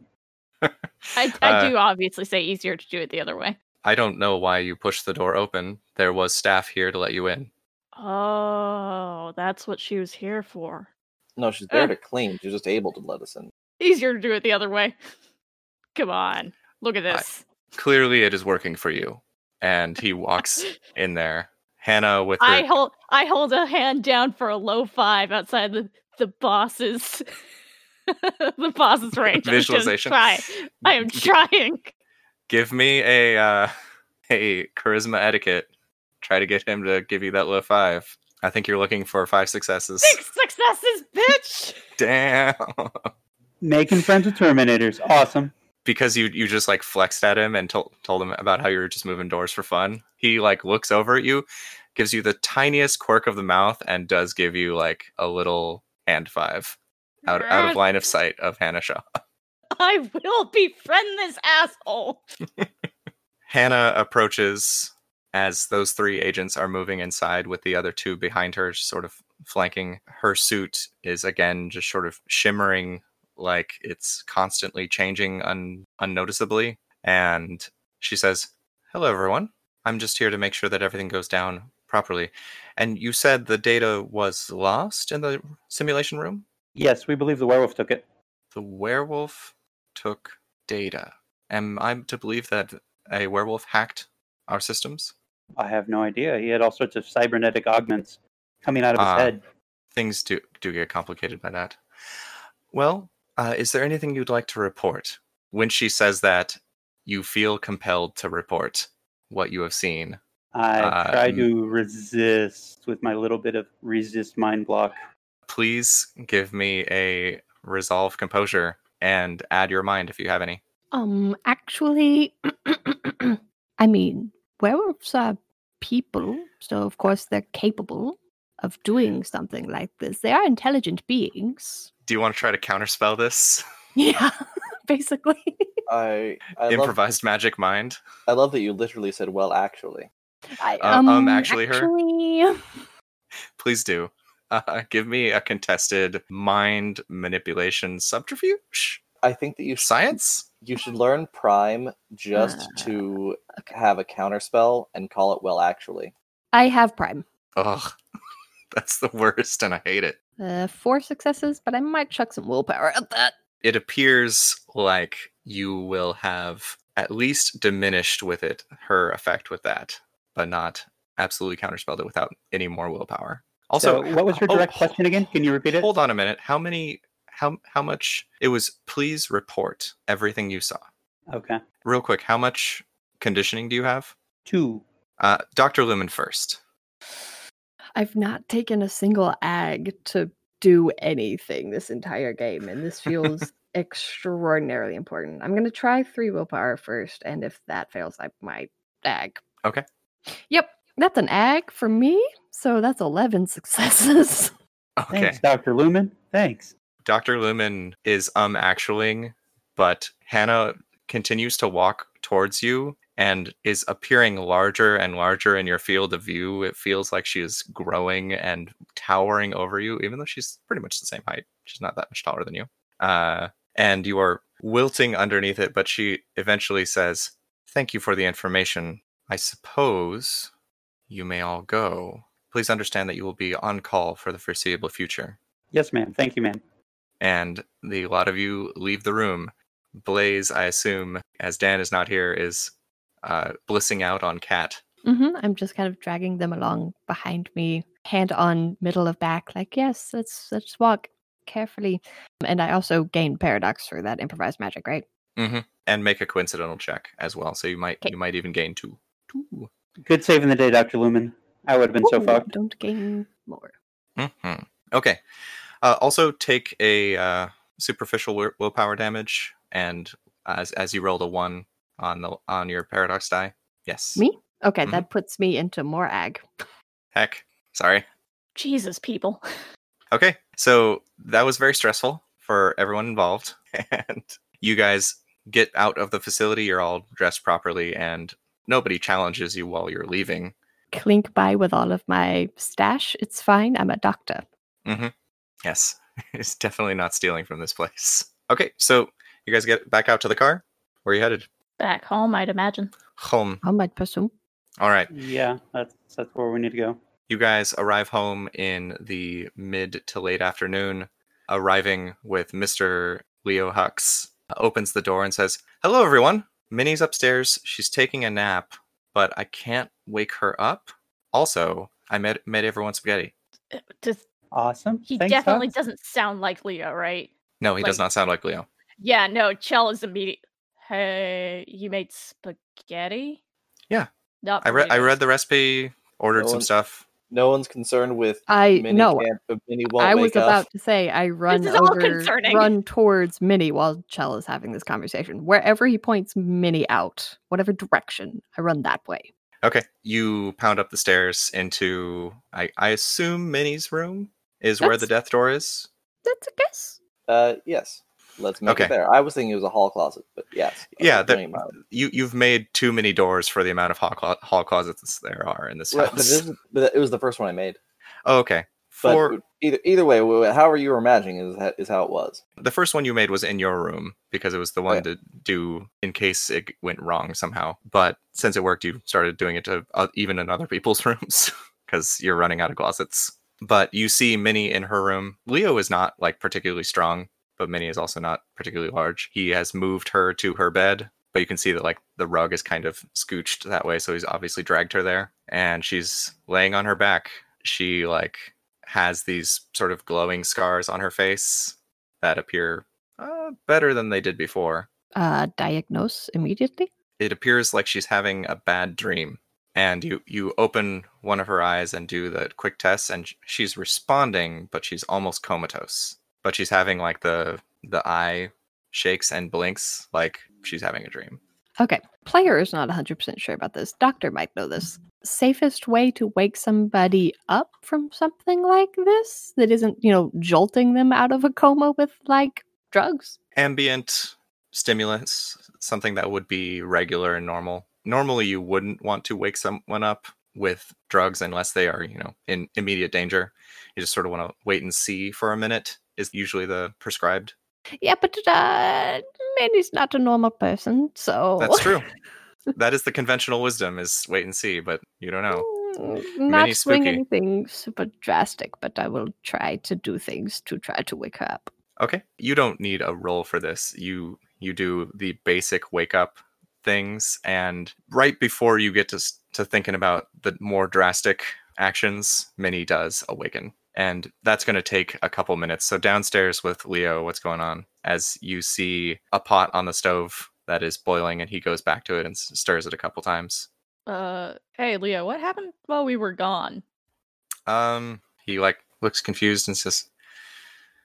I, I Uh, do obviously say easier to do it the other way. I don't know why you pushed the door open. There was staff here to let you in. Oh, that's what she was here for. No, she's there Eh. to clean. She's just able to let us in. Easier to do it the other way. Come on, look at this. Clearly, it is working for you. And he walks in there. Hannah with her I hold I hold a hand down for a low five outside the the boss's the boss's range. I'm gonna Visualization. Try. I am G- trying. give me a uh, a charisma etiquette. Try to get him to give you that low five. I think you're looking for five successes. Six successes, bitch. Damn. Making friends with Terminators. Awesome. because you you just like flexed at him and told told him about how you were just moving doors for fun. He like looks over at you, gives you the tiniest quirk of the mouth, and does give you like a little hand five out out of line of sight of Hannah Shaw. I will befriend this asshole. Hannah approaches as those three agents are moving inside with the other two behind her, sort of flanking. Her suit is again just sort of shimmering like it's constantly changing un- unnoticeably. And she says, Hello, everyone. I'm just here to make sure that everything goes down properly. And you said the data was lost in the simulation room? Yes, we believe the werewolf took it. The werewolf took data. Am I to believe that a werewolf hacked our systems? I have no idea. He had all sorts of cybernetic augments coming out of his Ah. head. Things do do get complicated by that. Well, uh, is there anything you'd like to report? When she says that, you feel compelled to report what you have seen. I Uh, try mm. to resist with my little bit of resist mind block. Please give me a resolve composure and add your mind if you have any. Um, actually, I mean, werewolves are people, so of course they're capable of doing something like this. They are intelligent beings. Do you want to try to counterspell this Yeah, basically. I I love, improvised magic mind? I love that you literally said, "Well, actually." I, Uh, um, actually her? actually- please do. Uh, give me a contested mind manipulation subterfuge I think that you should, science. you should learn Prime just Uh, to okay. have a counterspell and call it "Well, actually." I have prime. Ugh, that's the worst, and I hate it. Uh, four successes, but I might chuck some willpower at that. It appears like you will have at least diminished with it her effect with that, but not absolutely counterspelled it without any more willpower. Also, so, what was your oh, direct ho- question again? Can you repeat it? hold on a minute. How many? How how much? It was. Please report everything you saw. Okay. Real quick, how much conditioning do you have? Two. Uh, Dr. Lumen first. I've not taken a single ag to do anything this entire game, and this feels extraordinarily important. I'm going to try three willpower first, and if that fails, I might ag. Okay. Yep, that's an ag for me. So that's 11 successes. Okay. Thanks, Dr. Lumen. Thanks. Dr. Lumen is um actualing, but Hannah continues to walk towards you and is appearing larger and larger in your field of view. It feels like she is growing and towering over you, even though she's pretty much the same height. She's not that much taller than you. Uh, and you are wilting underneath it, but she eventually says, Thank you for the information. I suppose you may all go. Please understand that you will be on call for the foreseeable future Yes, ma'am. Thank you, ma'am. and the lot of you leave the room. Blaze, I assume, as Dan is not here, is uh, blissing out on cat. hmm I'm just kind of dragging them along behind me, hand on middle of back, like, yes, let's let's walk carefully. And I also gained paradox for that improvised magic, right? And make a coincidental check as well. So you might Okay. you might even gain two. Two. Good saving the day, Dr. Lumen. I would have been so Ooh, fucked. Don't gain more. Mm-hmm. Okay. Uh, also take a uh, superficial wi- willpower damage, and as as you rolled a one on the on your paradox die. Yes. Me? Okay, Mm-hmm. Mhm. that puts me into more ag. Heck. Sorry. Jesus, people. Okay. So that was very stressful for everyone involved. And you guys get out of the facility. You're all dressed properly, and nobody challenges you while you're leaving. Clink by with all of my stash. It's fine. I'm a doctor. Yes, it's definitely not stealing from this place. Okay. So you guys get back out to the car. Where are you headed? Back home, I'd imagine. Home. I might pursue. All right. Yeah, that's that's where we need to go. You guys arrive home in the mid to late afternoon, arriving with Mr. Leo Hux. uh, Opens the door and says, Hello, everyone. Minnie's upstairs. She's taking a nap, but I can't wake her up. Also, I made, made everyone spaghetti. Uh, Does, Awesome. he Thanks, definitely Hux. doesn't sound like Leo, right? No, he does Like- not sound like Leo. Yeah, no, Chell is immediate. Hey, you made spaghetti? Yeah. Not I, read I read potatoes. the recipe, ordered No some one- stuff. No one's concerned with I Minnie no. can't- uh, Minnie won't I was wake up. about to say I run is all over, concerning. run towards Minnie while Chell is having this conversation. Wherever he points Minnie out, whatever direction, I run that way. Okay. You pound up the stairs into, I, I assume, Minnie's room is where the death door is. That's a guess. Uh, yes. Let's make Okay. it there. I was thinking it was a hall closet, but yes. I Yeah, was there- thinking about it. You, you've made too many doors for the amount of hall, clo- hall closets there are in this Right, house. but this, is- but it was the first one I made. Oh, okay. But For either either way, wh- wh- however you were imagining is ho- is how it was. the first one you made was in your room because it was the one yeah. to do in case it went wrong somehow. But since it worked, you started doing it to uh, even in other people's rooms because you're running out of closets. But you see Minnie in her room. Leo is not like particularly strong, but Minnie is also not particularly large. He has moved her to her bed, but you can see that like the rug is kind of scooched that way, so he's obviously dragged her there. And she's laying on her back. She like has these sort of glowing scars on her face that appear uh, better than they did before. Uh, diagnose immediately. It appears like she's having a bad dream, and you you open one of her eyes and do the quick test, and sh- she's responding, but she's almost comatose. But she's having like the the eye shakes and blinks like she's having a dream. Okay. Player is not 100% sure about this. Doctor might know this. Safest way to wake somebody up from something like this that isn't, you know, jolting them out of a coma with like drugs. ambient stimulants, something that would be regular and normal. Normally, you wouldn't want to wake someone up with drugs unless they are, you know, in immediate danger. You just sort of want to wait and see for a minute, is usually the prescribed. Yeah, but uh, Mandy's not a normal person, so. That's true. that is the conventional wisdom is wait and see, but you don't know. Mm, Many Not doing spooky. anything super drastic, but I will try to do things to try to wake her up. Okay. You don't need a roll for this. You you do the basic wake up things and right before you get to s- to thinking about the more drastic actions, Minnie does awaken. And that's going to take a couple minutes. So downstairs with Leo, what's going on? As you see a pot on the stove that is boiling and he goes back to it and s- stirs it a couple times. Uh, hey, Leo, what happened while we were gone? Um he like looks confused and says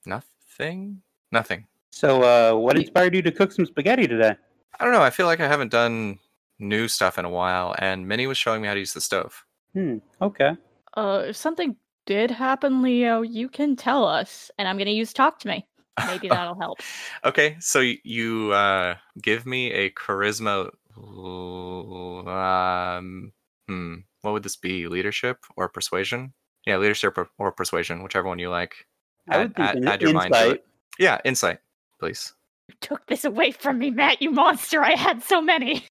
nothing. Nothing. So, uh, what Ye- inspired you to cook some spaghetti today? I don't know. I feel like I haven't done new stuff in a while, and Minnie was showing me how to use the stove. Hmm. Okay. Uh, if something did happen, Leo, you can tell us, and I'm gonna use talk to me. Maybe that'll help. okay, so y- you uh, give me a charisma. l- Um, hmm, what would this be? Leadership or persuasion? Yeah, leadership or, or persuasion, whichever one you like. I would think add, an add your mind to insight. it. Yeah, insight, please. You took this away from me, Matt. You monster! I had so many.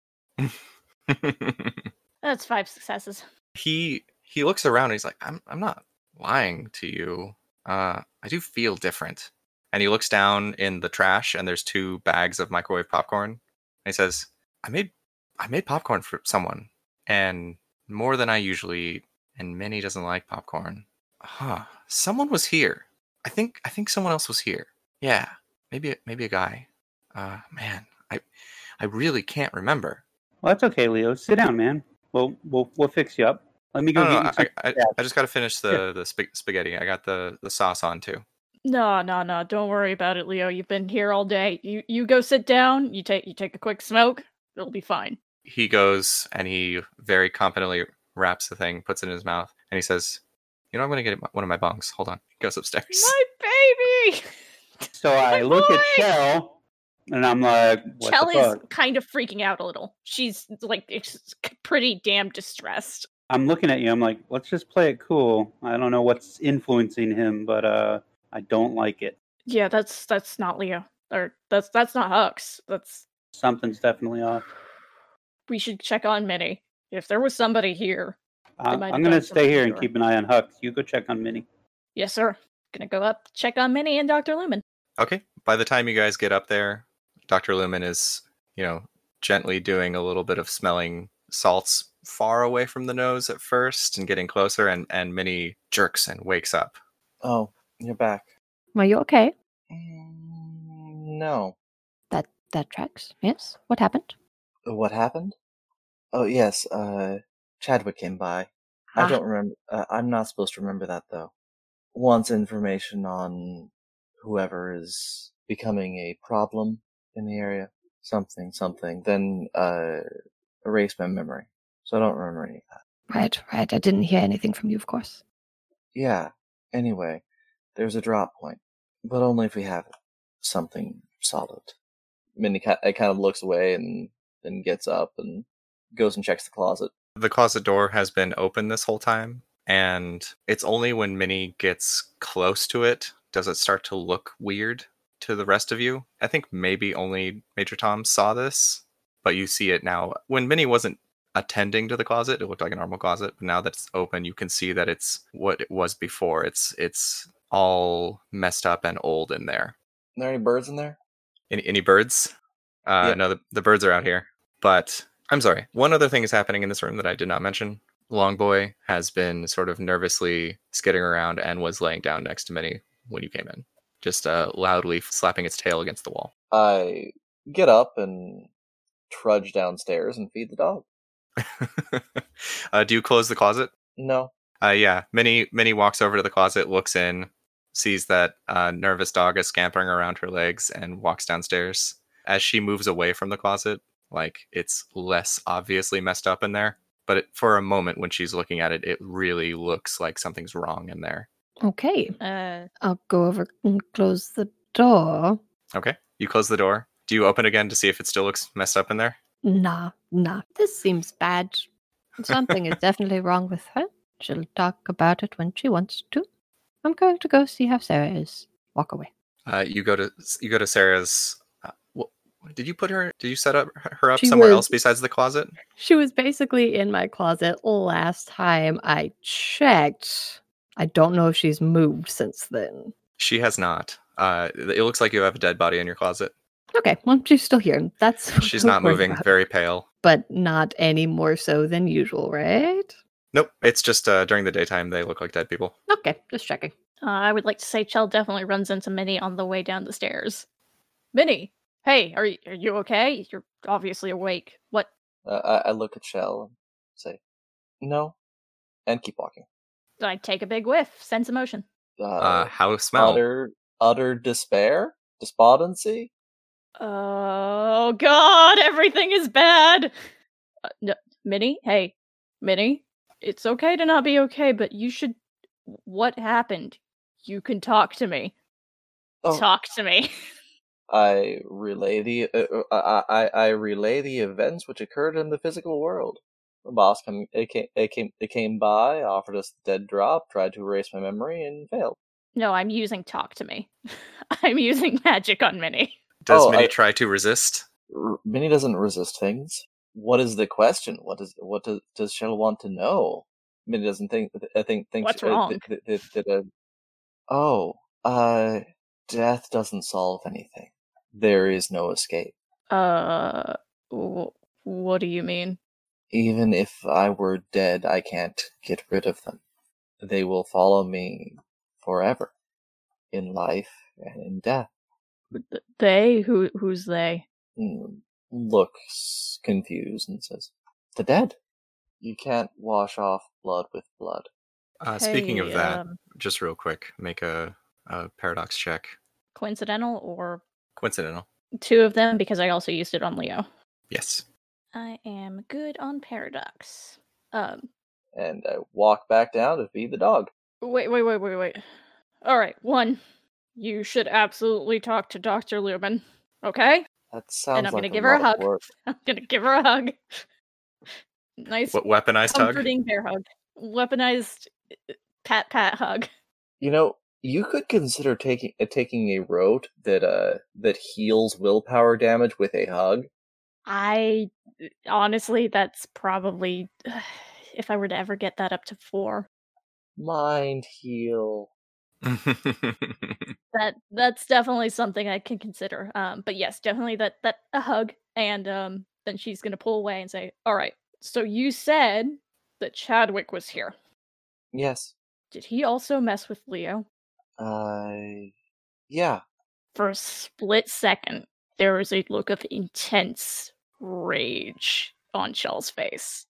That's five successes. he he looks around and he's like i'm i'm not lying to you uh i do feel different and he looks down in the trash and there's two bags of microwave popcorn and he says i made i made popcorn for someone and more than i usually eat and minnie doesn't like popcorn huh someone was here i think i think someone else was here yeah maybe maybe a guy uh man i i really can't remember Well, that's okay, Leo. Sit down, man. We'll we'll we'll fix you up. Let me go No, no, get you I, some. I, Yeah. I just got to finish the the sp- spaghetti. I got the the sauce on too. No, no, no. Don't worry about it, Leo. You've been here all day. You you go sit down. You take you take a quick smoke. It'll be fine. He goes and he very competently wraps the thing, puts it in his mouth, and he says, You know, I'm gonna get one of my bongs. Hold on. Goes upstairs. My baby. So I look at boy! Shell, and I'm like, what Chell the is fuck? kind of freaking out a little. She's like ex- pretty damn distressed. I'm looking at you. I'm like, let's just play it cool. I don't know what's influencing him, but uh, I don't like it. Yeah, that's that's not Leo. Or that's that's not Hux. That's Something's definitely off. we should check on Minnie. If there was somebody here. I, might have I'm gonna done stay something here to and her. keep an eye on Huck. You go check on Minnie. Yes, sir. Gonna go up, check on Minnie and Dr. Lumen. Okay. By the time you guys get up there, Dr. Lumen is, you know, gently doing a little bit of smelling salts far away from the nose at first and getting closer and and Minnie jerks and wakes up. Oh, you're back. Are you okay? Mm, No. That that tracks. Yes. What happened? What happened? Oh yes, uh, Chadwick came by. I Ah. don't remember. Uh, I'm not supposed to remember that though. Wants information on whoever is becoming a problem in the area. Something, something. Then uh, erase my memory. So I don't remember any of that. Right, right. I didn't hear anything from you, of course. Yeah. Anyway, there's a drop point, but only if we have something solid. Minnie ki- uh, kind of looks away and then gets up and goes and checks the closet. The closet door has been open this whole time, and it's only when Minnie gets close to it does it start to look weird to the rest of you. I think maybe only Major Tom saw this, but you see it now. When Minnie wasn't attending to the closet, it looked like a normal closet, but now that it's open, you can see that it's what it was before. It's it's all messed up and old in there. Are there any birds in there? Any any birds? Uh, Yeah. No, the, the birds are out here. But I'm sorry. One other thing is happening in this room that I did not mention. Long boy has been sort of nervously skidding around and was laying down next to Minnie when you came in, just uh, loudly slapping its tail against the wall. I get up and trudge downstairs and feed the dog. uh, do you close the closet? No. Uh, yeah, Minnie. Minnie walks over to the closet, looks in, sees that uh, nervous dog is scampering around her legs, and walks downstairs. As she moves away from the closet, like it's less obviously messed up in there. But it, for a moment, when she's looking at it, it really looks like something's wrong in there. Okay. Uh I'll go over and close the door. Okay, you close the door. Do you open again to see if it still looks messed up in there? Nah, nah. This seems bad. Something is definitely wrong with her. She'll talk about it when she wants to. I'm going to go see how Sarah is. Walk away. Uh, you go to you go to Sarah's. Uh, wh- did you put her? Did you set up her up She somewhere was- else besides the closet? She was basically in my closet last time I checked. I don't know if she's moved since then. She has not. Uh, it looks like you have a dead body in your closet. Okay, well, she's still here. That's what She's I'm Oh not worried moving, about. very pale. but not any more so than usual, right? Nope, it's just uh, during the daytime they look like dead people. Okay, just checking. Uh, I would like to say Chell definitely runs into Minnie on the way down the stairs. Minnie, hey, are you, are you okay? You're obviously awake. What? Uh, I, I look at Shell and say, no, and keep walking. I take a big whiff, sense emotion. Uh, Uh, how smell? utter, utter despair? Despondency? Oh God, everything is bad. Uh, no, Minnie, hey, Minnie, it's okay to not be okay, but you should. What happened? You can talk to me. Oh, Talk to me. I relay the uh, uh, I, I I relay the events which occurred in the physical world. The boss come it came it came it came by, offered us the dead drop, tried to erase my memory, and failed. no, I'm using talk to me. I'm using magic on Minnie. Does Oh, Minnie I- try to resist? R- Minnie doesn't resist things. What is the question? What is what does does Shell want to know? Minnie doesn't think. I think thinks. What's uh, wrong? th- th- th- th- uh, oh, uh, death doesn't solve anything. There is no escape. Uh, wh- what do you mean? Even if I were dead, I can't get rid of them. They will follow me forever, in life and in death. Th- They? Who? Who's they? Mm, Looks confused and says, "The dead. You can't wash off blood with blood." Uh, speaking of Hey, that, um, just real quick, make a, a paradox check. coincidental or Coincidental. two of them because I also used it on Leo. Yes. I am good on paradox. Um, and I walk back down to feed the dog. Wait, wait, wait, wait, wait. All right, one. You should absolutely talk to Dr. Lumen. Okay? That sounds like I'm gonna give her a lot of hug. work. I'm going to give her a hug. Nice What weaponized hug? comforting bear hug. Weaponized uh, pat pat hug. You know, you could consider taking uh, taking a road that uh that heals willpower damage with a hug. I honestly that's probably if I were to ever get that up to 4. Mind heal. that that's definitely something I can consider. Um, but yes, definitely that that a hug, and um, then she's gonna pull away and say, "All right, so you said that Chadwick was here. Yes. Did he also mess with Leo Uh. Yeah. for a split second? There was a look of intense rage on Shell's face,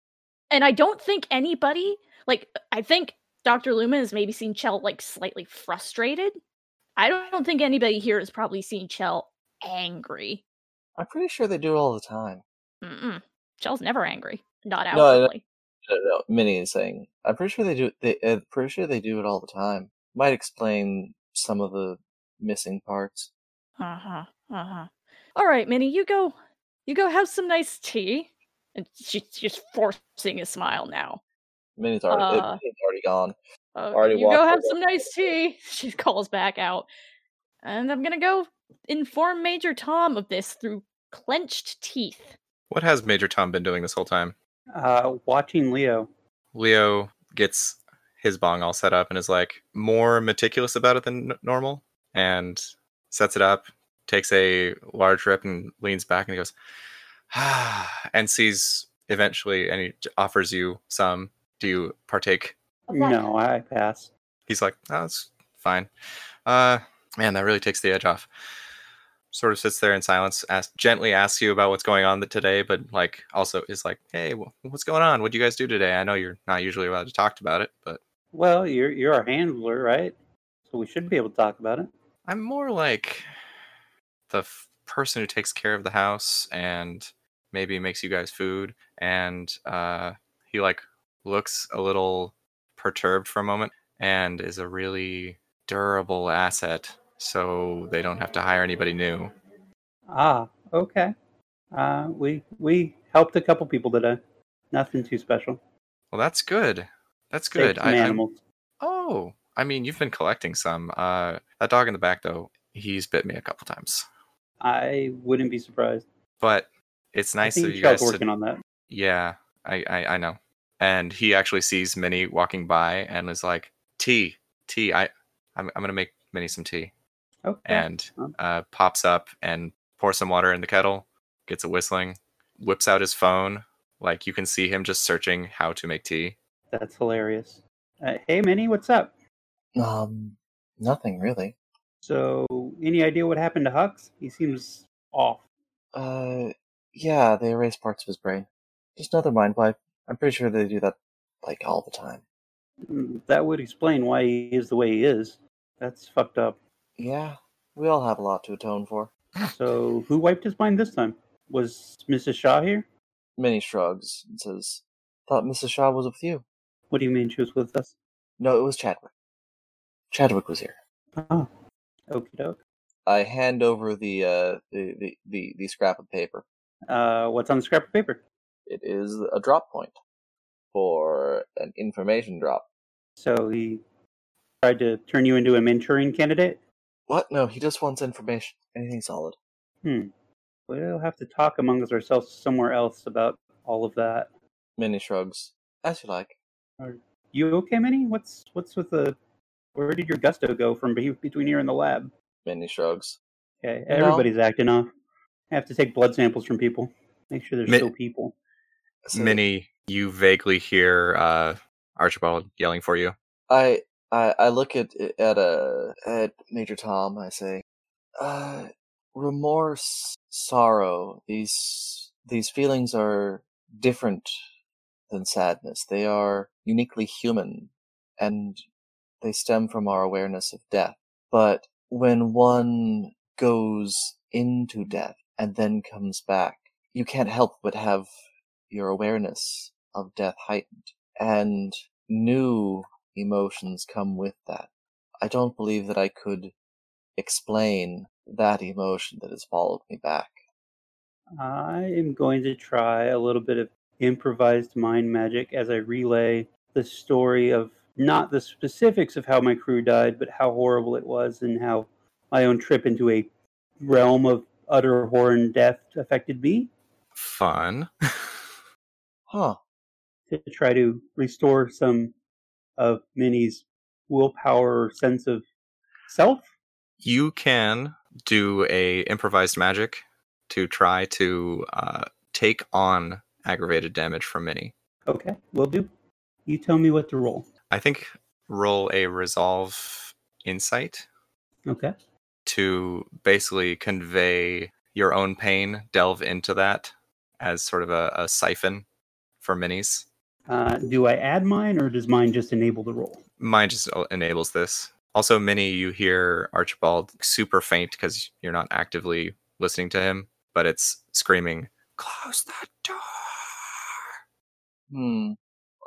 and I don't think anybody like I think Doctor Lumen has maybe seen Chell like slightly frustrated. I don't think anybody here has probably seen Chell angry. I'm pretty sure they do it all the time. Mm-mm. Chell's never angry. Not No, I- outwardly. No, no, Minnie is saying. I'm pretty sure they do. They uh, pretty sure they do it all the time. Might explain some of the missing parts. Uh Uh-huh, huh. Uh huh. All right, Minnie, you go. You go have some nice tea. And she's just forcing a smile now. Minnie's already, uh, Uh. Minnie's already gone. Uh, Already you go walked have away. some nice tea. She calls back out, and I'm gonna go inform Major Tom of this through clenched teeth. what has Major Tom been doing this whole time? Uh, watching Leo. Leo gets his bong all set up and is like more meticulous about it than n- normal and sets it up, takes a large rip and leans back and he goes, ah, and sees eventually and he j- offers you some. Do you partake? No, I pass. He's like, oh, that's fine. Uh, man, that really takes the edge off. Sort of sits there in silence, asks, gently asks you about what's going on today, but like also is like, hey, wh- what's going on? What'd you guys do today? I know you're not usually allowed to talk about it, but Well, you're you're our handler, right? So we should be able to talk about it. I'm more like the f- person who takes care of the house and maybe makes you guys food. And uh, he like looks a little perturbed for a moment and is a really durable asset, so they don't have to hire anybody new. Ah, okay. Uh, we we helped a couple people today. Nothing too special. Well, that's good. That's good. Saved some I, I'm- animals. oh, I mean, you've been collecting some. Uh, that dog in the back though, he's bit me a couple times, I wouldn't be surprised. but it's nice I of think you guys Shell's to working on that. Yeah, I, I I know. And he actually sees Minnie walking by and is like, "Tea, tea. I I'm I'm gonna make Minnie some tea." Okay. And Um. uh, pops up and pours some water in the kettle, gets it whistling, whips out his phone. Like you can see him just searching how to make tea. That's hilarious. Uh, hey, Minnie, what's up? Um, nothing really. So, any idea what happened to Hux? He seems off. Uh, yeah, they erase parts of his brain. Just another mind wipe. I'm pretty sure they do that like all the time. Mm, That would explain why he is the way he is. That's fucked up. Yeah, we all have a lot to atone for. So, who wiped his mind this time? Was Mrs. Shaw here? Minnie shrugs and says, "Thought Mrs. Shaw was with you. What do you mean she was with us? No, it was Chadwick. Chadwick was here." Oh, okie doke. I hand over the uh the the, the, the scrap of paper. Uh, what's on the scrap of paper? It is a drop point for an information drop. So he tried to turn you into a Manchurian candidate. What? No, he just wants information. Anything solid. We'll have to talk amongst ourselves somewhere else about all of that. Minnie shrugs. As you like. You okay, Minnie? What's what's with the? Where did your gusto go from be- between here and the lab? Minnie shrugs. Okay, No. everybody's acting off. I have to take blood samples from people. Make sure there's Mi- still people. So Minnie, you vaguely hear uh, Archibald yelling for you. I I I look at at uh at Major Tom. I say, uh, remorse, sorrow. These these feelings are different than sadness. They are uniquely human, and they stem from our awareness of death. But when one goes into death and then comes back, you can't help but have your awareness of death heightened and new emotions come with that. I don't believe that I could explain that emotion that has followed me back. I am going to try a little bit of improvised mind magic as I relay the story of not the specifics of how my crew died, but how horrible it was and how my own trip into a realm of utter horror and death affected me Fun. Huh. to try to restore some of Minnie's willpower or sense of self. you can do a improvised magic to try to uh, take on aggravated damage from Minnie. Okay, will do. You tell me what to roll. I think roll a resolve insight Okay. to basically convey your own pain, delve into that as sort of a, a siphon for minis. Uh, do I add mine or does mine just enable the roll? Mine just o- enables this. Also, Minnie, you hear Archibald super faint because you're not actively listening to him, but it's screaming, Close the door! Hmm.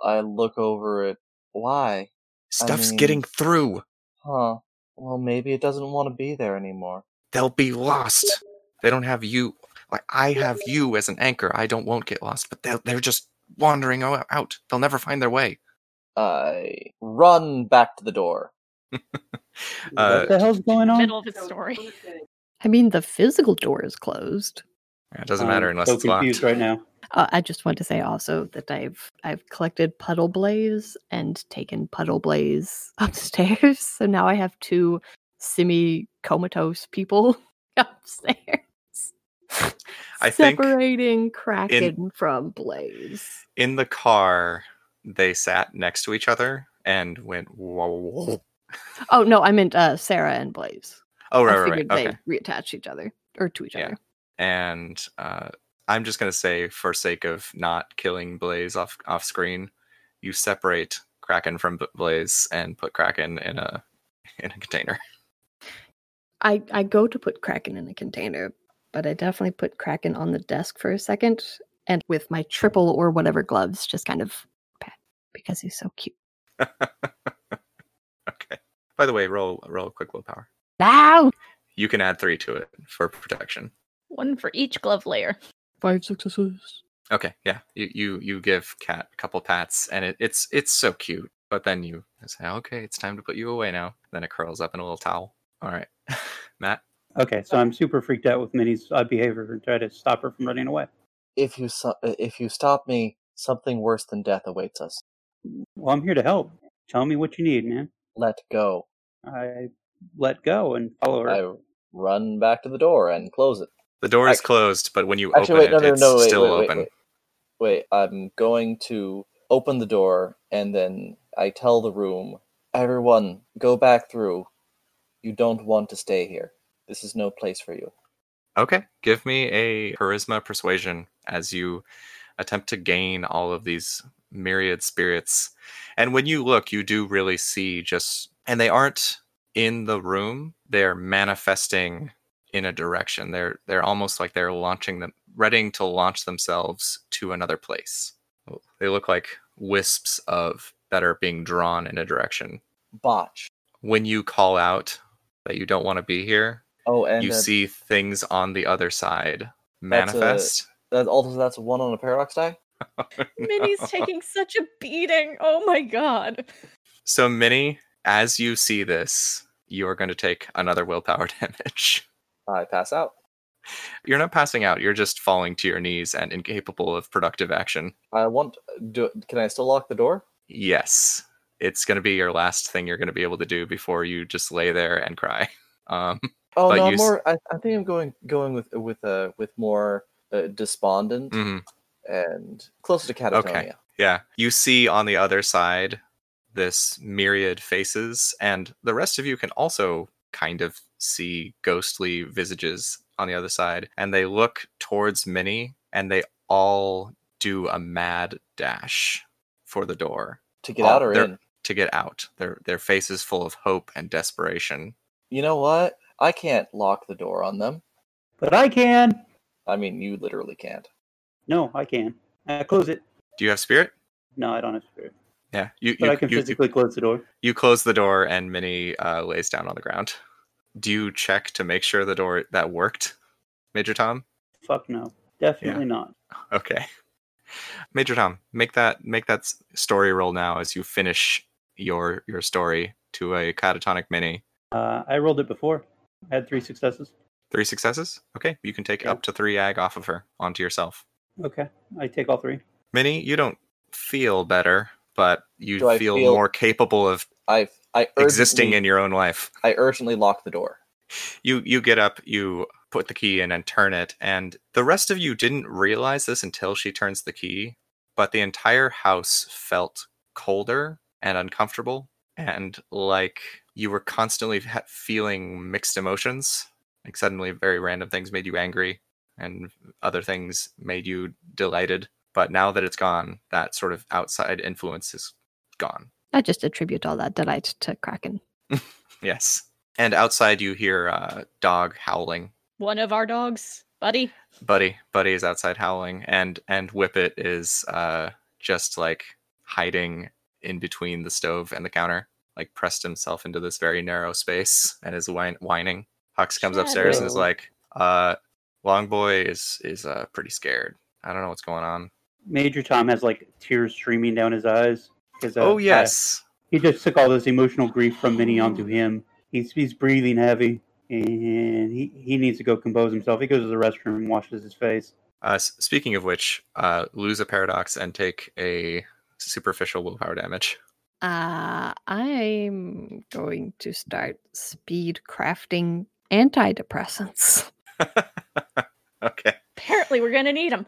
I look over it. Why? Stuff's mean- getting through! Huh. Well, maybe it doesn't want to be there anymore. they'll be lost. They don't have you. Like I have you as an anchor. I don't won't get lost, but they're they're just wandering o- out. They'll never find their way. I run back to the door. Uh, what the hell's going on? Middle of its story. I mean, the physical door is closed. It doesn't matter I'm unless so it's confused locked. right now. Uh, I just want to say also that I've I've collected puddle blaze and taken puddle blaze upstairs, so now I have two semi comatose people upstairs, I think separating Kraken from Blaze. In the car, they sat next to each other and went whoa. whoa. Oh no, I meant uh, Sarah and Blaze. Oh right, I right, right. figured Okay. they reattached each other or to each Yeah. other. And uh, I'm just gonna say, for sake of not killing Blaze off off screen, you separate Kraken from B- Blaze and put Kraken in a in a container. I, I go to put Kraken in a container, but I definitely put Kraken on the desk for a second and with my triple or whatever gloves, just kind of pat because he's so cute. okay. By the way, roll roll a quick willpower. Now! You can add three to it for protection. One for each glove layer. Five successes. Okay, yeah. You you you give Cat a couple pats, and it, it's it's so cute. But then you say, okay, it's time to put you away now. Then it curls up in a little towel. All right, Matt. Okay, so I'm super freaked out with Minnie's odd behavior and try to stop her from running away. If you so- if you stop me, something worse than death awaits us. Well, I'm here to help. Tell me what you need, man. Let go. I let go and follow her. I run back to the door and close it. The door is Ac- closed, but when you Actually, wait, open it, no, no, it's no, wait, still wait, wait, open. wait. Wait, I'm going to open the door and then I tell the room, everyone, go back through. You don't want to stay here. This is no place for you. Okay, give me a charisma persuasion as you attempt to gain all of these myriad spirits. And when you look, you do really see just, and they aren't in the room, they're manifesting in a direction. They're they're almost like they're launching them, readying to launch themselves to another place. They look like wisps of that are being drawn in a direction. Botch. When you call out that you don't want to be here, Oh, and you uh, see things on the other side That's a- manifest. that, also that's one on a paradox die? Minnie's taking such a beating. Oh my god. So, Minnie, as you see this, you are going to take another willpower damage. I pass out. You're not passing out, you're just falling to your knees and incapable of productive action. I want. Do, can I still lock the door? Yes, it's going to be your last thing you're going to be able to do before you just lay there and cry. Um, Oh But no, you I'm s- more. I, I think I'm going going with with uh with more uh, despondent mhm. and closer to catatonia. Yeah. You see on the other side this myriad faces, and the rest of you can also kind of see ghostly visages on the other side. And they look towards Minnie, and they all do a mad dash for the door To get Oh, out or they're- in. to get out. Their their faces full of hope and desperation. You know what? I can't lock the door on them. but I can. I mean, you literally can't. No, I can. I close it. Do you have spirit? No, I don't have spirit. Yeah, you but you, I can you, physically close the door. you close the door and Minnie uh, lays down on the ground. Do you check to make sure the door that worked, Major Tom? Fuck no, definitely not. Okay. Major Tom, make that make that s- story roll now as you finish your your story to a catatonic mini. Uh, I rolled it before. I had three successes. Three successes? Okay, you can take Yeah. up to 3 ag off of her onto yourself. Okay, I take all three. Mini, you don't feel better, but you Do I feel, feel- more capable of I I urgently, existing in your own life. I urgently lock the door. you you get up you put the key in and turn it and the rest of you didn't realize this until she turns the key but the entire house felt colder and uncomfortable and like you were constantly ha- feeling mixed emotions like suddenly very random things made you angry and other things made you delighted but now that it's gone that sort of outside influence is gone I just attribute all that delight to Kraken. yes and outside you hear uh, dog howling One of our dogs, buddy. buddy buddy is outside howling and and whippet is uh just like hiding in between the stove and the counter like pressed himself into this very narrow space and is whine- whining hux comes upstairs and is Shadow. like uh long boy is is uh pretty scared i don't know what's going on Major Tom has like tears streaming down his eyes. 'cause, uh, oh I- yes he just took all this emotional grief from Minnie onto him. He's he's breathing heavy, and he, he needs to go compose himself. He goes to the restroom and washes his face. uh s- speaking of which uh lose a paradox and take a superficial willpower damage Uh, I'm going to start speed crafting antidepressants. okay Apparently, we're gonna need him.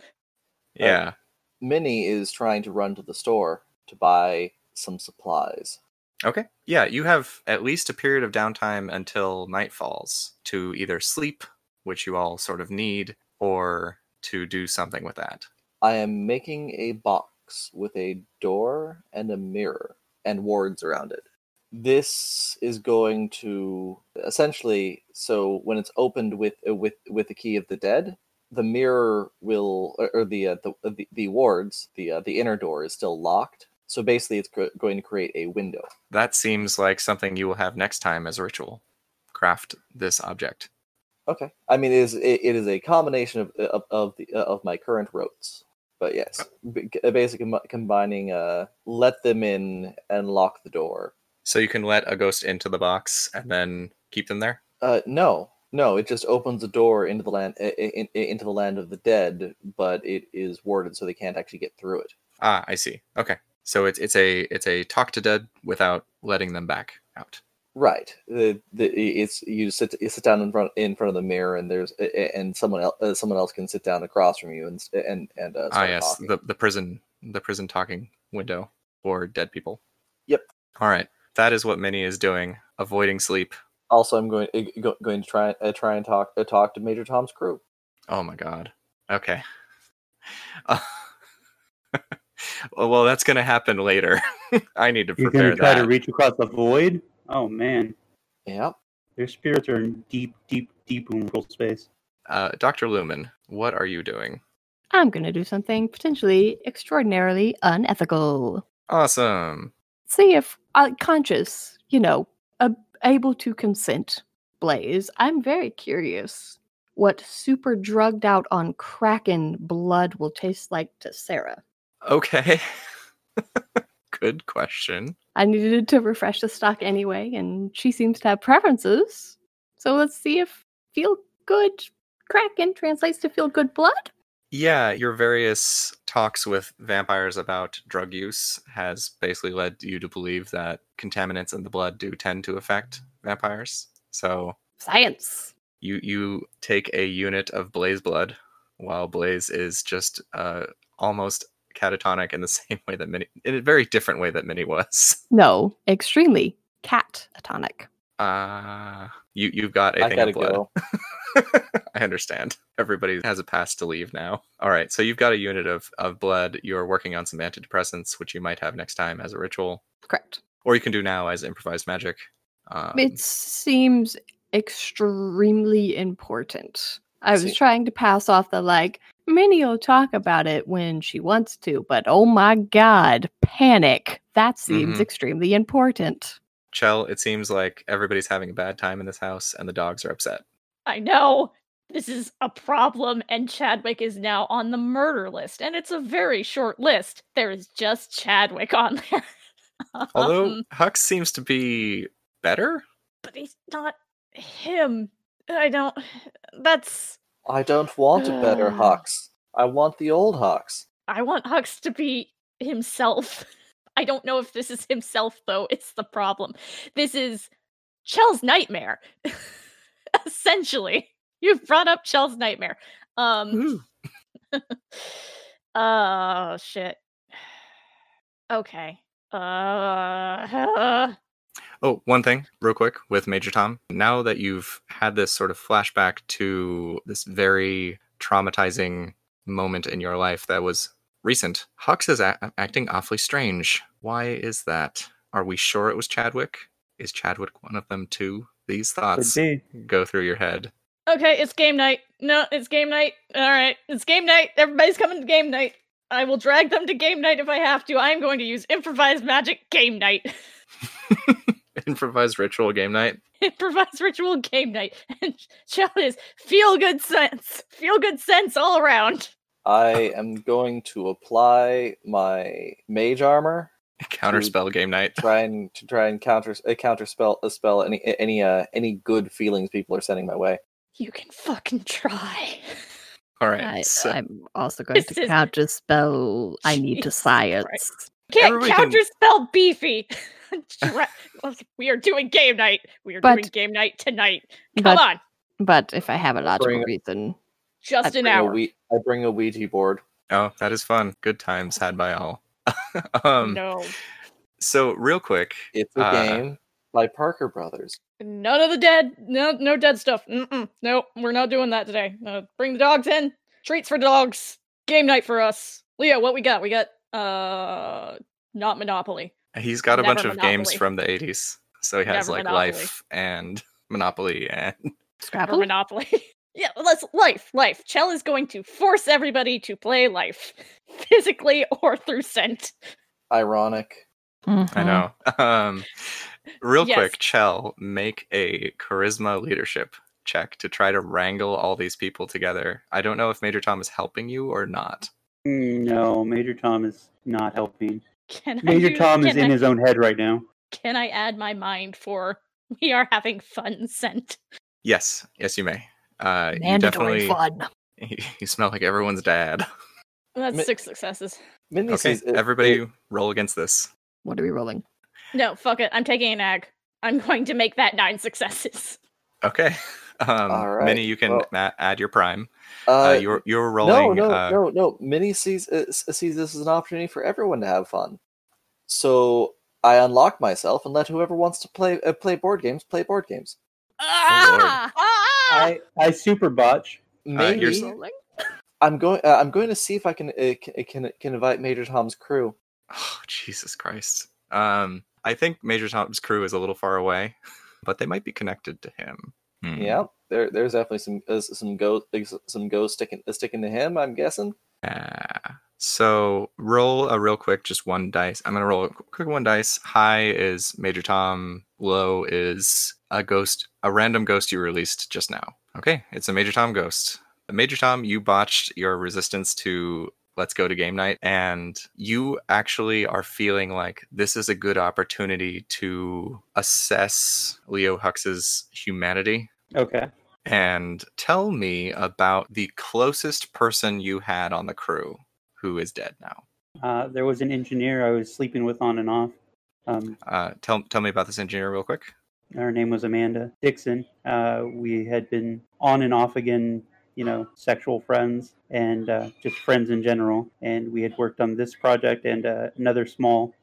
yeah Minnie is trying to run to the store to buy some supplies. Okay. Yeah, you have at least a period of downtime until night falls to either sleep, which you all sort of need, or to do something with that. I am making a box with a door and a mirror and wards around it. This is going to essentially so when it's opened with uh, with with the key of the dead, the mirror will or, or the, uh, the the the wards the uh, the inner door is still locked. So basically, it's gr- going to create a window. That seems like something you will have next time as a ritual. Craft this object. Okay, I mean it is it, it is a combination of of of, the, uh, of my current routes, but yes, b- uh, basically com- combining uh let them in and lock the door. So you can let a ghost into the box and then keep them there? Uh, no, no, it just opens the door into the land i- i- i- into the land of the dead, but it is warded so they can't actually get through it. Ah, I see. Okay. So it's it's a it's a talk to dead without letting them back out. Right. The, the it's you sit you sit down in front in front of the mirror and there's and someone else uh, someone else can sit down across from you and s- and and uh, ah start yes talking. the, the prison the prison talking window for dead people Yep. all right that is what minnie is doing avoiding sleep Also, I'm going uh, go- going to try uh, try and talk uh, talk to Major Tom's crew. oh my god okay Uh, well that's gonna happen later i need to You're going prepare to try that to reach across the void. Oh man, Yep. their spirits are in deep, deep, deep umbral space. uh, dr lumen what are you doing I'm going to do something potentially extraordinarily unethical. awesome see if uh, conscious, you know, a able to consent. Blaze, I'm very curious what super drugged out on Kraken blood will taste like to Sarah. okay good question I needed to refresh the stock anyway, and she seems to have preferences. So let's see if feel good Kraken translates to feel good blood. yeah your various talks with vampires about drug use has basically led you to believe that contaminants in the blood do tend to affect vampires so Science. you you take a unit of blaze blood while blaze is just uh almost catatonic in the same way that many in a very different way that many was No, extremely cat atonic. uh you you've got a I thing gotta of blood go. I understand. Everybody has a pass to leave now. All right, so you've got a unit of, of blood. You're working on some antidepressants, which you might have next time as a ritual, Correct. or you can do now as improvised magic. Um, it seems extremely important. I was See- trying to pass off the like, Minnie will talk about it when she wants to, but oh my god, panic. That seems Mhm. extremely important. Chell, it seems like everybody's having a bad time in this house and the dogs are upset. I know this is a problem, and Chadwick is now on the murder list, and it's a very short list. There is just Chadwick on there. Although Um, Hux seems to be better. but he's not him. I don't. That's. I don't want a better Ugh. Hux. I want the old Hux. I want Hux to be himself. I don't know if this is himself, though. It's the problem. This is Chell's nightmare. Essentially, you've brought up Chell's nightmare. Um. Oh shit. Okay. Uh, Oh, one thing, real quick, with Major Tom. Now that you've had this sort of flashback to this very traumatizing moment in your life that was recent, Hux is a- acting awfully strange. Why is that? Are we sure it was Chadwick? Is Chadwick one of them too? These Could thoughts be. go through your head. okay, it's game night. No, it's game night. All right, it's game night. Everybody's coming to game night. I will drag them to game night if I have to. I am going to use improvised magic game night. Improvised ritual game night. improvised ritual game night. And Chell is feel good sense. Feel good sense all around. I am going to apply my mage armor Counter spell game night. try and to try and counter uh, counter spell a spell any any uh any good feelings people are sending my way. You can fucking try. All I, right. so- I'm also going This to is- counter spell. I need to Jesus Christ. science. Can't Everybody can- counter spell beefy. Dra- we are doing game night. We are doing But- game night tonight. Come But on, but if I have a logical Bring it. reason, just an I bring a hour. Ouija- I bring a Ouija board. Oh, that is fun. Good times had by all. um, no, So, real quick, It's a Uh. game by Parker Brothers. none of the dead. No, no dead stuff. Mm-mm. No, we're not doing that today. Uh, bring the dogs in. Treats for dogs. Game night for us. Leo, what we got? We got uh, not Monopoly. he's got a bunch Never of games Monopoly. from the 80s. So, he has Never like Monopoly. Life and Monopoly and Or Scrabble. Monopoly. yeah, well, let's life, life. Chell is going to force everybody to play life, physically or through scent. Ironic. I Mm-hmm. know. Um, real Mm-hmm. Yes. quick, Chell, make a charisma leadership check to try to wrangle all these people together. I don't know if Major Tom is helping you or not. Mm, No, Major Tom is not helping. Can I Major use- Tom is can in I- his own head right now. Can I add my mind for we are having fun scent? Yes, yes, you may. Uh, you Mandatory definitely. fun. You smell like everyone's dad. That's Mi- six successes. Mindy Okay, sees it- everybody, it- roll against this. What are we rolling? No, fuck it. I'm taking an ag. I'm going to make that nine successes. Okay. Um, All right, Minnie, you can well- ma- add your prime. uh, Uh, you're you're rolling. no, no, uh, no, no. Minnie sees uh, s- sees this as an opportunity for everyone to have fun. So I unlock myself and let whoever wants to play uh, play board games play board games. Lord. Ah! ah! I, I super botch. you're Maybe I'm going. Uh, I'm going to see if I can uh, can, can can invite Major Tom's crew. Oh, Jesus Christ. Um, I think Major Tom's crew is a little far away, but they might be connected to him. Hmm. Yeah, there, there's definitely some uh, some go some go sticking uh, sticking to him. I'm guessing. Yeah. So roll a real quick, just one dice. I'm gonna roll a qu- quick one dice. High is Major Tom. Low is a ghost, a random ghost you released just now. Okay, it's a Major Tom ghost. Major Tom, you botched your resistance to Let's Go to Game Night, and you actually are feeling like this is a good opportunity to assess Leo Hux's humanity Okay. and tell me about the closest person you had on the crew who is dead now. Uh, there was an engineer I was sleeping with on and off. Um, Uh, tell tell me about this engineer real quick. her name was Amanda Dixon. Uh, we had been on and off again, you know, sexual friends and uh, just friends in general. And we had worked on this project and uh, another small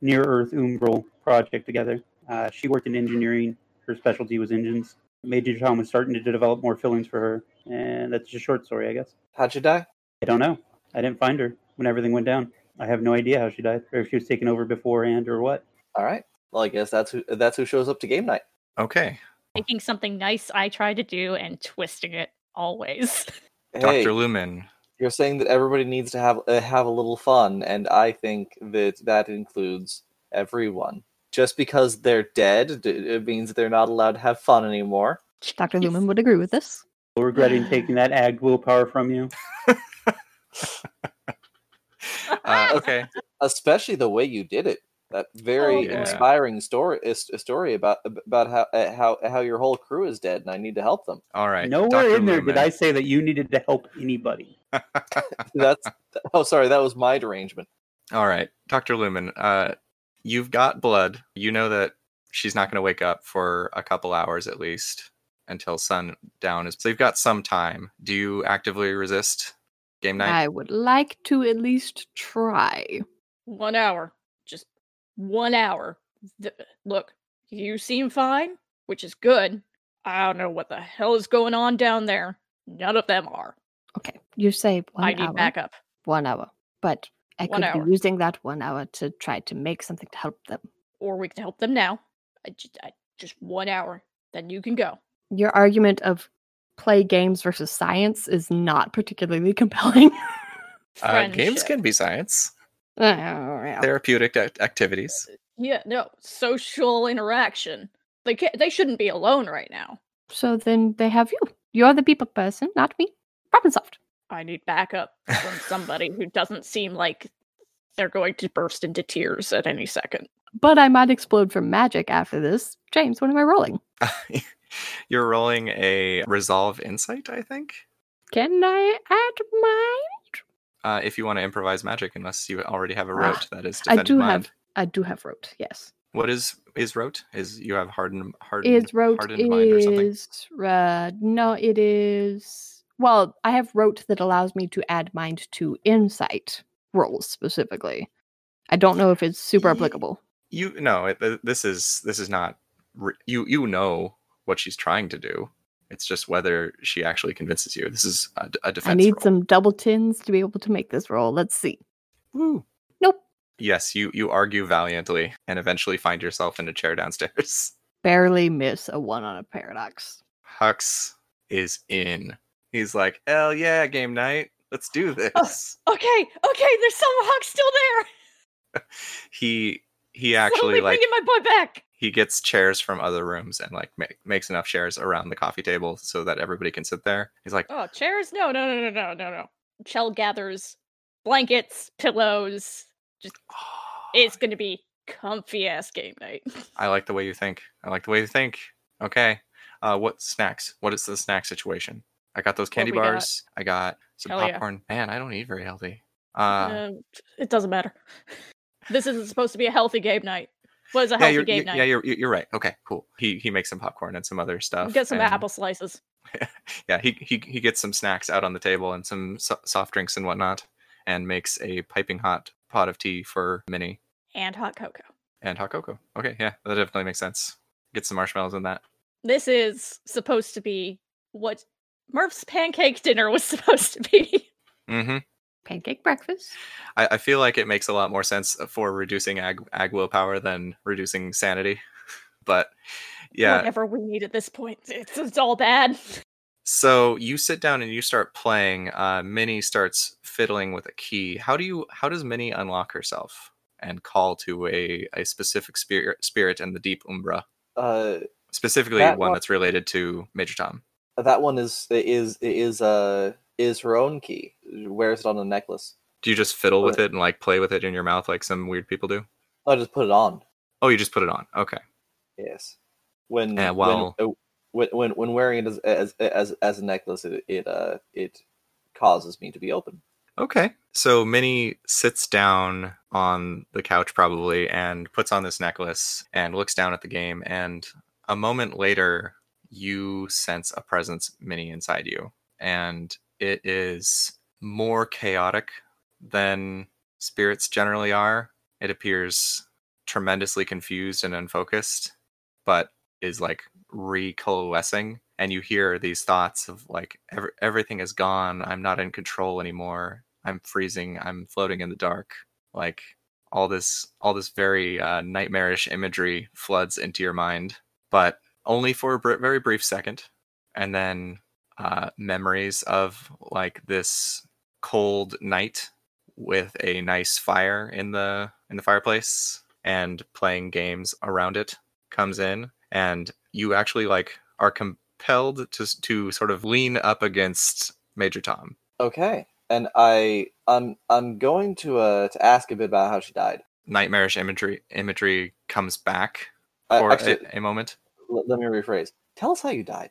near Earth Umbral project together. Uh, she worked in engineering, her specialty was engines. Major Tom was starting to develop more feelings for her. And that's just a short story, I guess. How'd you die? I don't know. I didn't find her when everything went down. I have no idea how she died, or if she was taken over beforehand, or what. All right. Well, I guess that's who that's who shows up to game night. Okay, Taking something nice I try to do and twisting it always. Hey, Dr. Lumen. you're saying that everybody needs to have uh, have a little fun, and I think that that includes everyone. Just because they're dead, d- it means they're not allowed to have fun anymore. Dr. Lumen would agree with this. regretting taking that ag willpower from you. Uh, okay. Especially the way you did it. That very boy. inspiring story is, a story about about how uh, how how your whole crew is dead and I need to help them. All right. Nowhere Dr. in there Lumen. did I say that you needed to help anybody. That's oh sorry, that was my derangement. All right, Dr. Lumen, uh, you've got blood. You know that she's not going to wake up for a couple hours at least until sundown is. So you've got some time. Do you actively resist game night? I would like to at least try. One hour. Just one hour. Th- look, you seem fine, which is good. I don't know what the hell is going on down there. None of them are. Okay, you say one I need hour. backup. One hour, but I One could hour. be using that one hour to try to make something to help them. Or we can help them now. I just, I, just one hour. Then you can go. Your argument of play games versus science is not particularly compelling. Uh, games Friendship. can be science, They're therapeutic act- activities. Yeah, no. Social interaction. They can't, they shouldn't be alone right now. So then they have you. You're the people person, not me. Robinsoft. I need backup from somebody who doesn't seem like they're going to burst into tears at any second. But I might explode from magic after this. James, what am I rolling? You're rolling a resolve insight, I think. Can I add mine? Uh, if you want to improvise magic, unless you already have a Ah, rote that is I defended do mind. have I do have rote, yes. What is is rote? Is you have hardened hardened Is rote hardened mind or something? is uh, no, it is well, I have rote that allows me to add mind to insight rolls specifically. I don't know if it's super Ye- applicable. you no it, th- this is this is not re- you you know what she's trying to do it's just whether she actually convinces you this is a, d- a defense I need roll. some double tins to be able to make this roll. Let's see. Woo. Nope. yes you you argue valiantly and eventually find yourself in a chair downstairs Barely miss a one on a paradox. hux is in he's like hell yeah game night let's do this Okay, okay, there's some hawk still there. he he actually Slowly like bringing my boy back. he gets chairs from other rooms and like ma- makes enough chairs around the coffee table so that everybody can sit there he's like Oh, chairs? No, no, no, no, no, no, no. Chell gathers blankets, pillows. "Oh, It's gonna be comfy ass game night. I like the way you think. I like the way you think. Okay. Uh, what snacks? What is the snack situation? I got those candy we got? bars. I got some Hell yeah. popcorn. Man, I don't eat very healthy. Uh, Um, it doesn't matter. This isn't supposed to be a healthy game night. What is a yeah, healthy you're, game you- night? yeah, you're you're right. Okay, cool. He he makes some popcorn and some other stuff. Get some and- apple slices. Yeah, he, he he gets some snacks out on the table and some so- soft drinks and whatnot, and makes a piping hot pot of tea for Minnie and hot cocoa. and hot cocoa. Okay, yeah, that definitely makes sense. Get some marshmallows in that. This is supposed to be what Murph's pancake dinner was supposed to be. Mm-hmm. Pancake breakfast. I, I feel like it makes a lot more sense for reducing ag, ag willpower than reducing sanity. But yeah, Whatever we need at this point. It's, it's all bad. so you sit down and you start playing. Uh, Minnie starts fiddling with a key. How do you? How does Minnie unlock herself and call to a a specific spirit spirit in the deep umbra, Uh, specifically That one one- that's related to Major Tom? that one is is is uh is her own key. Wears it on a necklace. Do you just fiddle with Right. it and like play with it in your mouth like some weird people do? I just put it on. Oh, you just put it on. Okay. Yes. When Yeah, well- when, uh, when when when wearing it as as as, as a necklace, it, it uh it causes me to be open. Okay. So Minnie sits down on the couch, probably, and puts on this necklace and looks down at the game. And a moment later, you sense a presence, Minnie, inside you. And it is more chaotic than spirits generally are. It appears tremendously confused and unfocused, but is like recoalescing. And you hear these thoughts of like, Ev- everything is gone. I'm not in control anymore. I'm freezing. I'm floating in the dark. Like all this, all this very uh, nightmarish imagery floods into your mind, but only for a br- very brief second. And then uh, memories of like this cold night with a nice fire in the in the fireplace and playing games around it comes in and you actually like are compelled to to sort of lean up against Major Tom. Okay. And I I'm I'm going to uh to ask a bit about how she died. Nightmarish imagery imagery comes back Uh, for actually, a, a moment. l- let me rephrase. Tell us how you died.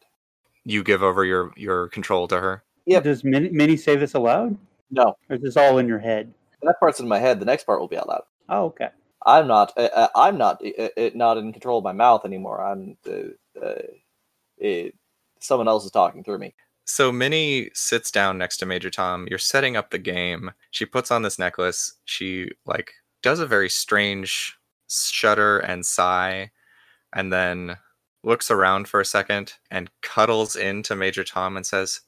You give over your your control to her. Yep. Does mini, mini say this aloud? No, Or is this all in your head? that part's in my head. The next part will be out loud. Oh, okay. I'm not. Uh, uh, I'm not. Uh, uh, not in control of my mouth anymore. I'm. Uh, uh, uh, someone else is talking through me. So Minnie sits down next to Major Tom. You're setting up the game. She puts on this necklace. She like does a very strange shudder and sigh and then looks around for a second and cuddles into Major Tom and says,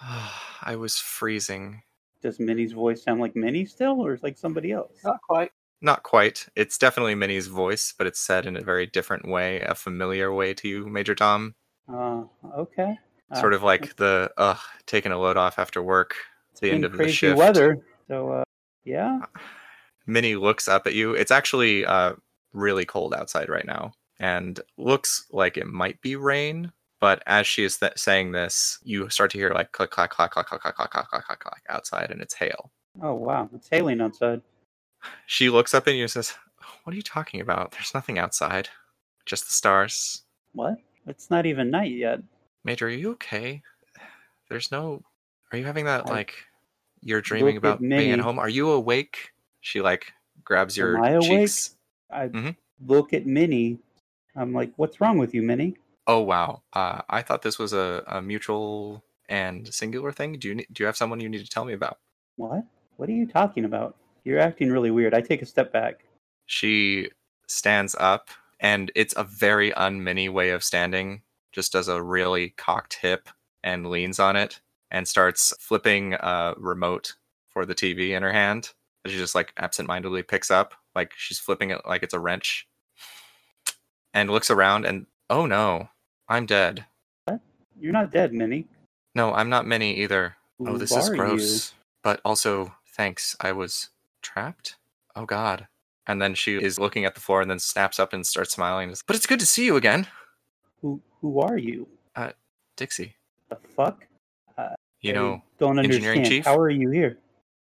"Ah, "I was freezing." Does Minnie's voice sound like Minnie still, or is it like somebody else? Not quite. Not quite. It's definitely Minnie's voice, but it's said in a very different way, a familiar way to you, Major Tom. Uh, okay. Uh, sort of like the ugh, taking a load off after work. It's the been end of crazy the shift. weather. So uh, yeah, Minnie looks up at you. It's actually uh, really cold outside right now and looks like it might be rain. But as she is th- saying this, you start to hear like click, clack, clack, clack, clack, clack, clack, clack, clack, clack, clack outside, and it's hail. Oh wow, it's hailing outside. She looks up at you and says, What are you talking about? There's nothing outside, just the stars. What? It's not even night yet. Major, are you okay? There's no. Are you having that I like? You're dreaming at about being at Minnie. home. Are you awake? She like grabs your Am I awake? cheeks. I Mhm. look at Minnie. I'm like, what's wrong with you, Minnie? Oh wow! Uh, I thought this was a, a mutual and singular thing. Do you ne- do you have someone you need to tell me about? What? What are you talking about? You're acting really weird. I take a step back. She stands up, and it's a very unmini way of standing. Just does a really cocked hip and leans on it, and starts flipping a remote for the TV in her hand. And she just like absentmindedly picks up, like she's flipping it like it's a wrench, and looks around, and oh no, I'm dead. You're not dead, Minnie. No, I'm not mini either. Oh, Who this is are you? gross. But also, thanks. I was trapped. Oh God. And then she is looking at the floor and then snaps up and starts smiling. But it's good to see you again, Who Who are you? Dixie. The fuck? You I know, don't engineering understand. chief? How are you here?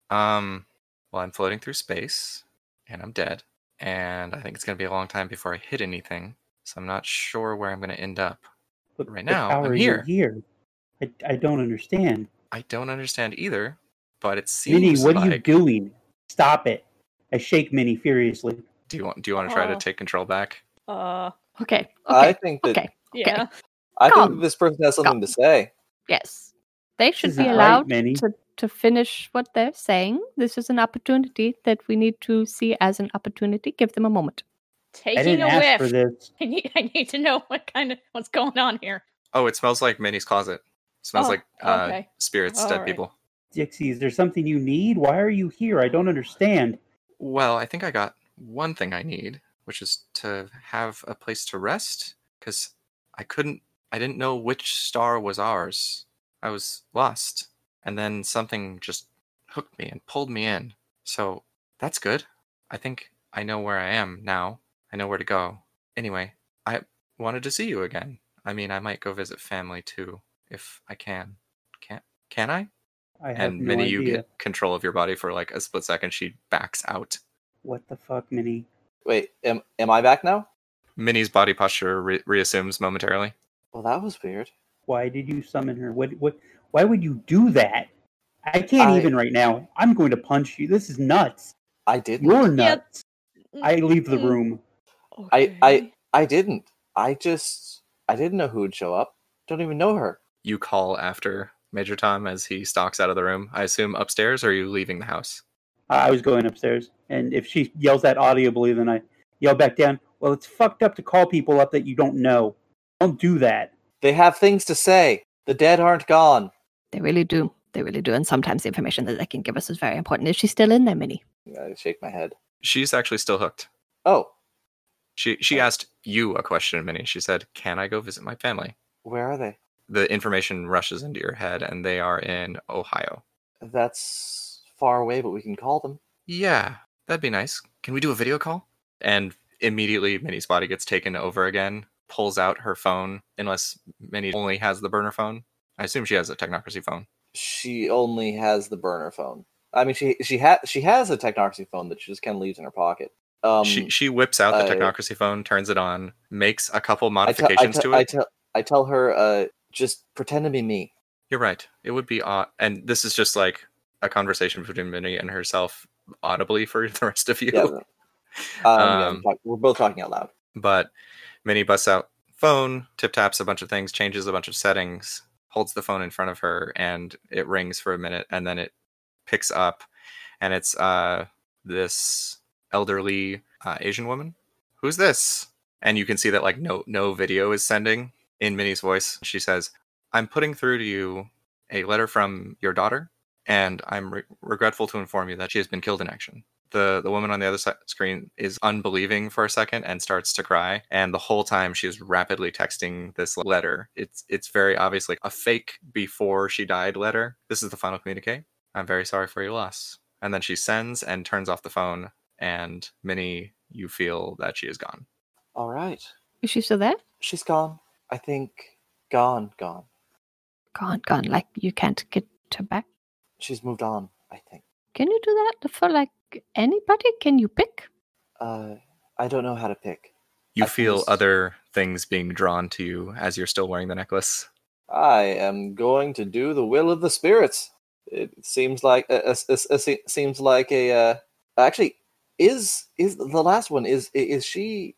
um, well, I'm floating through space and I'm dead. And I think it's going to be a long time before I hit anything. So I'm not sure where I'm going to end up. But, Right but now, how I'm are here. you here? I, I don't understand. I don't understand either, but it seems Minnie, what like... are you doing? Stop it. I shake Minnie furiously. Do you want, do you want to try to Oh. take control back? Uh, Okay. Okay. I think that okay. yeah. I think Come. that this person has something to say. Yes. They This should isn't be right, allowed Minnie. to, to finish what they're saying. This is an opportunity that we need to see as an opportunity. Give them a moment. I Taking didn't a ask whiff. for this. I need, I need to know what kind of what's going on here. Oh, it smells like Minnie's closet. smells Oh, like uh, okay. spirits, All dead right. people. Dixie, is there something you need? Why are you here? I don't understand. Well, I think I got one thing I need, which is to have a place to rest because I couldn't, I didn't know which star was ours. I was lost. And then something just hooked me and pulled me in. So that's good. I think I know where I am now. I know where to go. Anyway, I wanted to see you again. I mean, I might go visit family too if I can. Can can I? I have And no Minnie, idea. you get control of your body for like a split second. She backs out. What the fuck, Minnie? Wait, am am I back now? Minnie's body posture re- reassumes momentarily. Well, that was weird. Why did you summon her? What? What? Why would you do that? I can't I- even right now. I'm going to punch you. This is nuts. I didn't. You're nuts. I leave the room. Mm, I- I- I didn't. I just. I didn't know who'd show up. Don't even know her. You call after Major Tom as he stalks out of the room. I assume upstairs, or are you leaving the house? I I was going upstairs, and if she yells that audibly, then I yell back down. Well, it's fucked up to call people up that you don't know. Don't do that. They have things to say. The dead aren't gone. They really do. They really do. And sometimes the information that they can give us is very important. Is she still in there, Minnie? I shake my head. She's actually still hooked. Oh, She she asked you a question, Minnie. She said, "Can I go visit my family?" where are they? The information rushes into your head, and they are in Ohio. That's far away, but we can call them. Yeah, that'd be nice. Can we do a video call? And Immediately, Minnie's body gets taken over again. Pulls out her phone, unless Minnie only has the burner phone. I assume she has a technocracy phone. She only has the burner phone. I mean, she she has she has a technocracy phone that she just kind of leaves in her pocket. Um, she she whips out the I- technocracy phone, turns it on, makes a couple I tell- I modifications tell- to it. I tell I tell her, uh, just pretend to be me. You're right. It would be odd. And this is just like a conversation between Minnie and herself audibly for the rest of you. Yeah, um, yeah, Um, we're talk- we're both talking out loud. But Minnie busts out phone, tip taps a bunch of things, changes a bunch of settings, holds the phone in front of her, and it rings for a minute, and then it picks up, and it's uh this elderly uh, Asian woman. Who's this? And you can see that like no no video is sending in Minnie's voice. She says, "I'm putting through to you a letter from your daughter, and I'm re- regretful to inform you that she has been killed in action." the the woman on the other side screen is unbelieving for a second and starts to cry and the whole time she's rapidly texting this letter it's it's very obviously a fake before she died letter this is the final communique i'm very sorry for your loss and then she sends and turns off the phone and minnie you feel that she is gone All right, Is she still there? she's gone. I think gone, gone. Gone, gone. Like you can't get her back. She's moved on. I think. Can you do that for like anybody? Can you pick? Uh, I don't know how to pick. you I feel was- other things being drawn to you as you're still wearing the necklace I am going to do the will of the spirits. It seems like uh, uh, uh, uh, se- seems like a uh, actually is is the last one is i- is she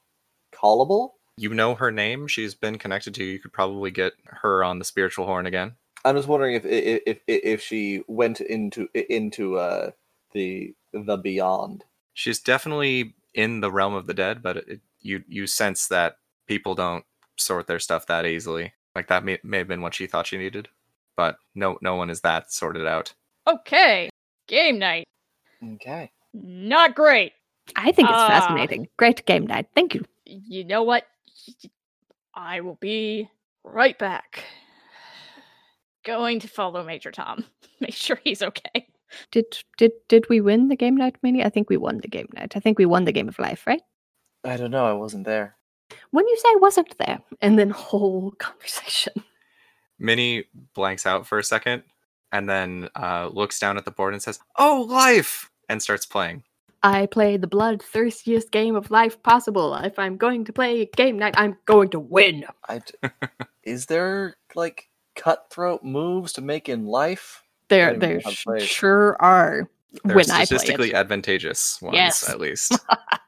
callable? you know her name she's been connected to you you could probably get her on the spiritual horn again I'm just wondering if if if, if she went into into uh, the the beyond. she's definitely in the realm of the dead but it, you you sense that people don't sort their stuff that easily like that may, may have been what she thought she needed but no no one is that sorted out Okay. Game night. Okay. Not great. I think it's Ah. fascinating. Great game night. Thank you. You know what? I will be right back. Going to follow Major Tom. Make sure he's okay. Did did did we win the game night, Minnie? I think we won the game night. I think we won the game of life, right? I don't know. I wasn't there. When you say wasn't there, and then whole conversation. minnie blanks out for a second and then uh, looks down at the board and says oh life and starts playing I play the bloodthirstiest game of life possible. If I'm going to play game night, I'm going to win. I d- is there like cutthroat moves to make in life? There, Wait a minute, there I'll sh- play it. sure are they're when I play statistically uh it. advantageous ones Yes. at least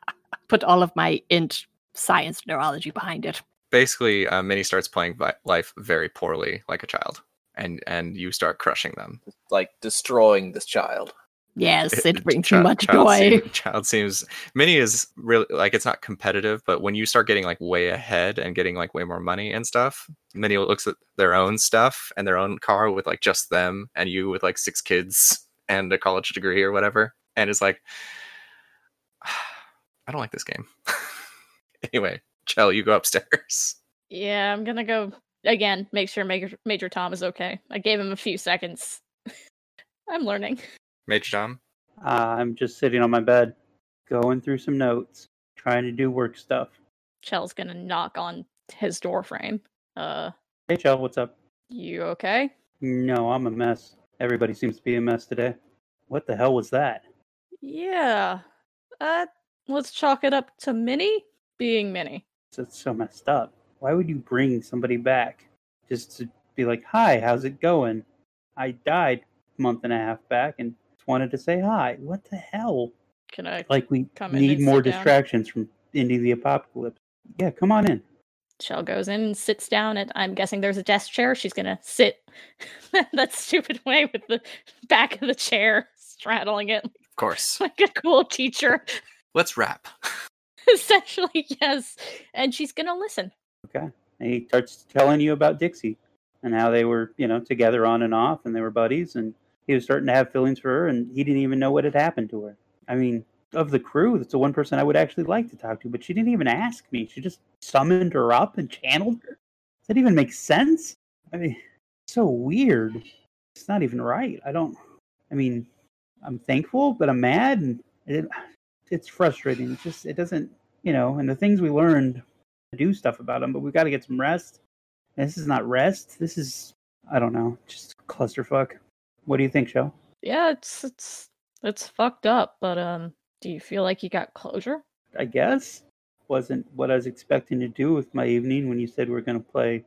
Put all of my int science neurology behind it. basically uh, minnie starts playing vi- life very poorly like a child and and you start crushing them Like destroying this child. Yes, it- it brings chi- me much child joy. seem- child seems mini is really like it's not competitive, but when you start getting like way ahead and getting like way more money and stuff, mini looks at their own stuff and their own car with like just them and you with like six kids and a college degree or whatever, and is like, I don't like this game. anyway, Chell, you go upstairs. Yeah, I'm gonna go again. Make sure Major Major Tom is okay. I gave him a few seconds. I'm learning. Major Tom, Uh, I'm just sitting on my bed, going through some notes, trying to do work stuff. Chell's gonna knock on his door frame. Uh, Hey, Chell, what's up? you okay? No, I'm a mess. Everybody seems to be a mess today. What the hell was that? Yeah. Uh, let's chalk it up to Minnie being Minnie. That's so messed up. Why would you bring somebody back just to be like, "Hi, how's it going? I died a month and a half back and just wanted to say hi." What the hell? Can I? Like we Come in need and more sit down. distractions from ending the apocalypse. Yeah, come on in. Chell goes in and sits down at. I'm guessing there's a desk chair. She's gonna sit that stupid way with the back of the chair straddling it of course. like a cool teacher. Let's wrap. Essentially, yes. And she's gonna listen. And he starts telling you about Dixie and how they were, you know, together on and off and they were buddies and he was starting to have feelings for her and he didn't even know what had happened to her. I mean, of the crew, that's the one person I would actually like to talk to, but she didn't even ask me. She just summoned her up and channeled her. Does that even make sense? I mean, so weird. It's not even right. I don't, I mean, I'm thankful, but I'm mad and it, it's frustrating. It just, it doesn't, you know, and the things we learned to do stuff about them, but we've got to get some rest. And this is not rest. This is, I don't know, just clusterfuck. What do you think, Shell? Yeah, it's it's it's fucked up, but um do you feel like you got closure? I guess wasn't what I was expecting to do with my evening when you said we are going to play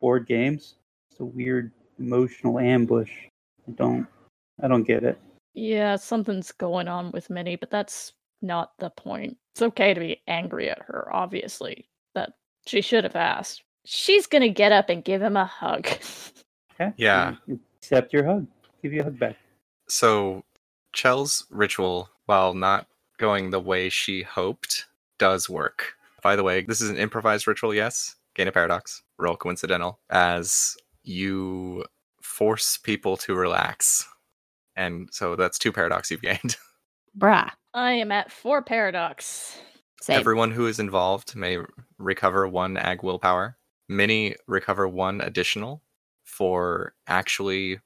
board games. It's a weird emotional ambush. I don't, I don't get it. Yeah, something's going on with Minnie, but that's not the point. It's okay to be angry at her, obviously. That she should have asked. She's gonna get up and give him a hug. Okay. Yeah. Accept your hug. Give you a hug back. So, Chell's ritual, while not going the way she hoped, does work. By the way, this is an improvised ritual, yes. Gain a paradox. Roll coincidental. As you force people to relax. And so that's two paradox you've gained. Bruh. I am at four paradox. Same. Everyone who is involved may recover one ag willpower. Many recover one additional for actually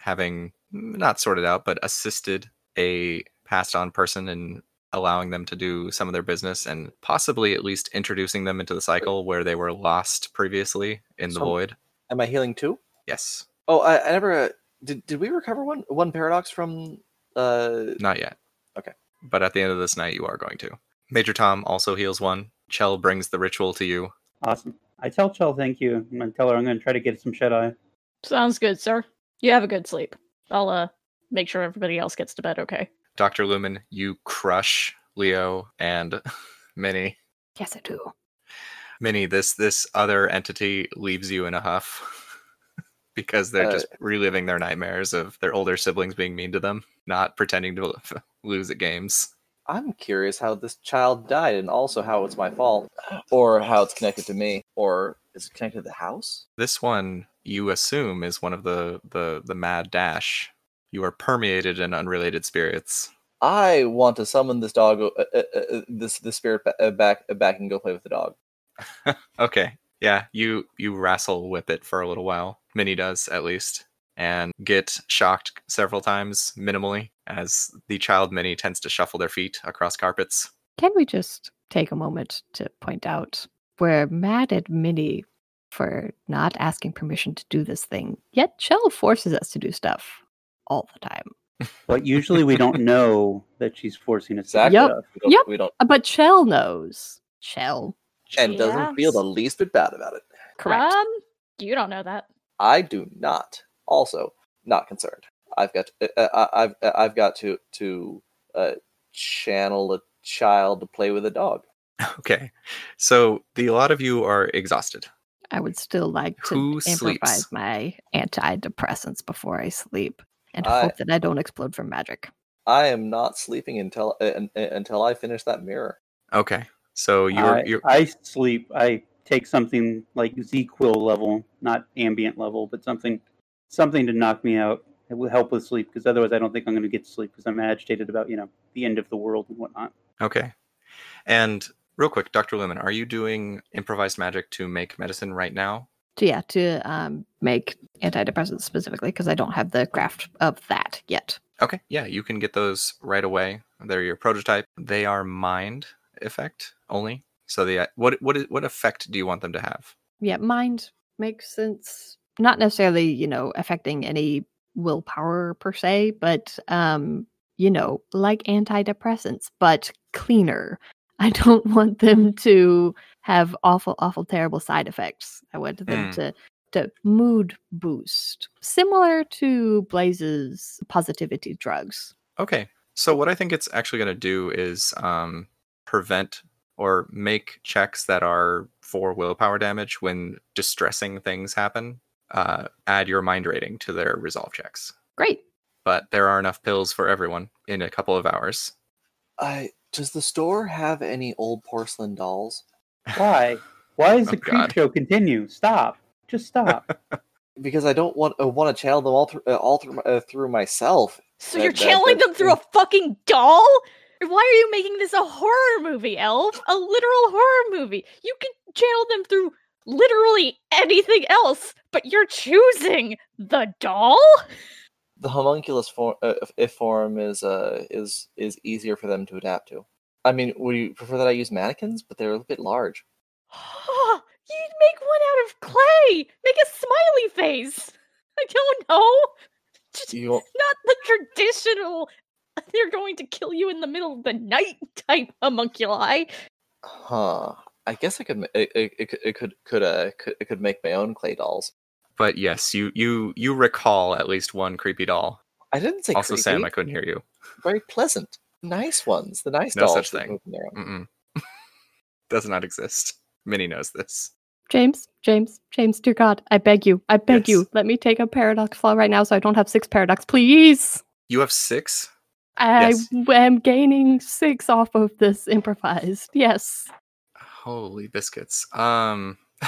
having not sorted out, but assisted a passed on person in allowing them to do some of their business and possibly at least introducing them into the cycle where they were lost previously in the So- void. Am I healing too? Yes, Oh, I, I never. Uh, did did we recover one one paradox from? Uh, not yet. Okay. But at the end of this night, you are going to. Major Tom also heals one. Chell brings the ritual to you. Awesome. I tell Chell thank you and I tell her I'm going to try to get some shut eye. Sounds good, sir. You have a good sleep. I'll uh make sure everybody else gets to bed okay. Dr. Lumen, you crush Leo and Minnie. Yes, I do. Minnie, this this other entity leaves you in a huff because they're Uh, just reliving their nightmares of their older siblings being mean to them, not pretending to lose at games. I'm curious how this child died, and also how it's my fault, or how it's connected to me, or is it connected to the house? This one you assume is one of the the the mad dash. You are permeated in unrelated spirits. I want to summon this dog, uh, uh, uh, this this spirit ba- uh, back uh, back and go play with the dog. Okay. Yeah, you you wrestle whip it for a little while. Minnie does at least, and get shocked several times minimally as the child Minnie tends to shuffle their feet across carpets. Can we just take a moment to point out we're mad at Minnie for not asking permission to do this thing, yet Chell forces us to do stuff all the time. But usually we don't know that she's forcing us. to do Exactly. Yep. stuff. We don't. Yep. We don't Uh, But Chell knows. Chell. and doesn't feel the Yes. least bit bad about it. Correct. Um, you don't know that. I do not. Also, not concerned. I've got uh, uh, I've uh, I've got to to uh, channel a child to play with a dog. Okay. So the a lot of you are exhausted. I would still like to Who improvise sleeps? my antidepressants before I sleep and I- hope that I don't explode from magic. I am not sleeping until uh, un- uh, until I finish that mirror. Okay. So you're I, you're I sleep. I take something like Z-Quil level, not ambient level, but something something to knock me out. It will help with sleep because otherwise I don't think I'm going to get to sleep because I'm agitated about you know the end of the world and whatnot. okay. And real quick, Dr. Lumen, are you doing improvised magic to make medicine right now? So yeah, to um, make antidepressants specifically because I don't have the craft of that yet. Okay. Yeah, you can get those right away. They're your prototype. They are mind effect only. So the what what is- what effect do you want them to have? Yeah, mind makes sense. Not necessarily, you know, affecting any willpower per se, but um, you know, like antidepressants, but cleaner. I don't want them to have awful, awful, terrible side effects. I want them Mm. to to mood boost, similar to Blaze's positivity drugs. Okay. So what I think it's actually going to do is um, prevent or make checks that are for willpower damage when distressing things happen. Uh, add your mind rating to their resolve checks. Great. But there are enough pills for everyone in a couple of hours. I does the store have any old porcelain dolls? Why? Why is Oh, the creep God. show continue? Stop. Just stop. Because I don't want uh, want to channel them all through uh, all through, uh, through myself. So That- you're that- channeling that- them through a fucking doll? Why are you making this a horror movie, Elf? A literal horror movie. You can channel them through literally anything else, but you're choosing the doll? The homunculus form uh, if- if form is uh is is easier for them to adapt to. I mean, would you prefer that I use mannequins? But they're a bit large. You'd make one out of clay. Make a smiley face. I don't know. Just You won't- Not the traditional. They're going to kill you in the middle of the night type homunculi. huh? I guess I could. ma- It, it, it could. It could. Could. Uh. Could, it could make my own clay dolls. But yes, you you you recall at least one creepy doll. I didn't say also, creepy. Sam, I couldn't hear you. Very pleasant, nice ones. The nice No dolls. such that thing. move on their own. Mm-mm. Does not exist. Minnie knows this. James, James, James, dear God, I beg you, I Yes. beg you, let me take a paradox flaw right now so I don't have six paradox, please. You have six. I Yes. w- am gaining six off of this improvised. Yes. Holy biscuits. Um.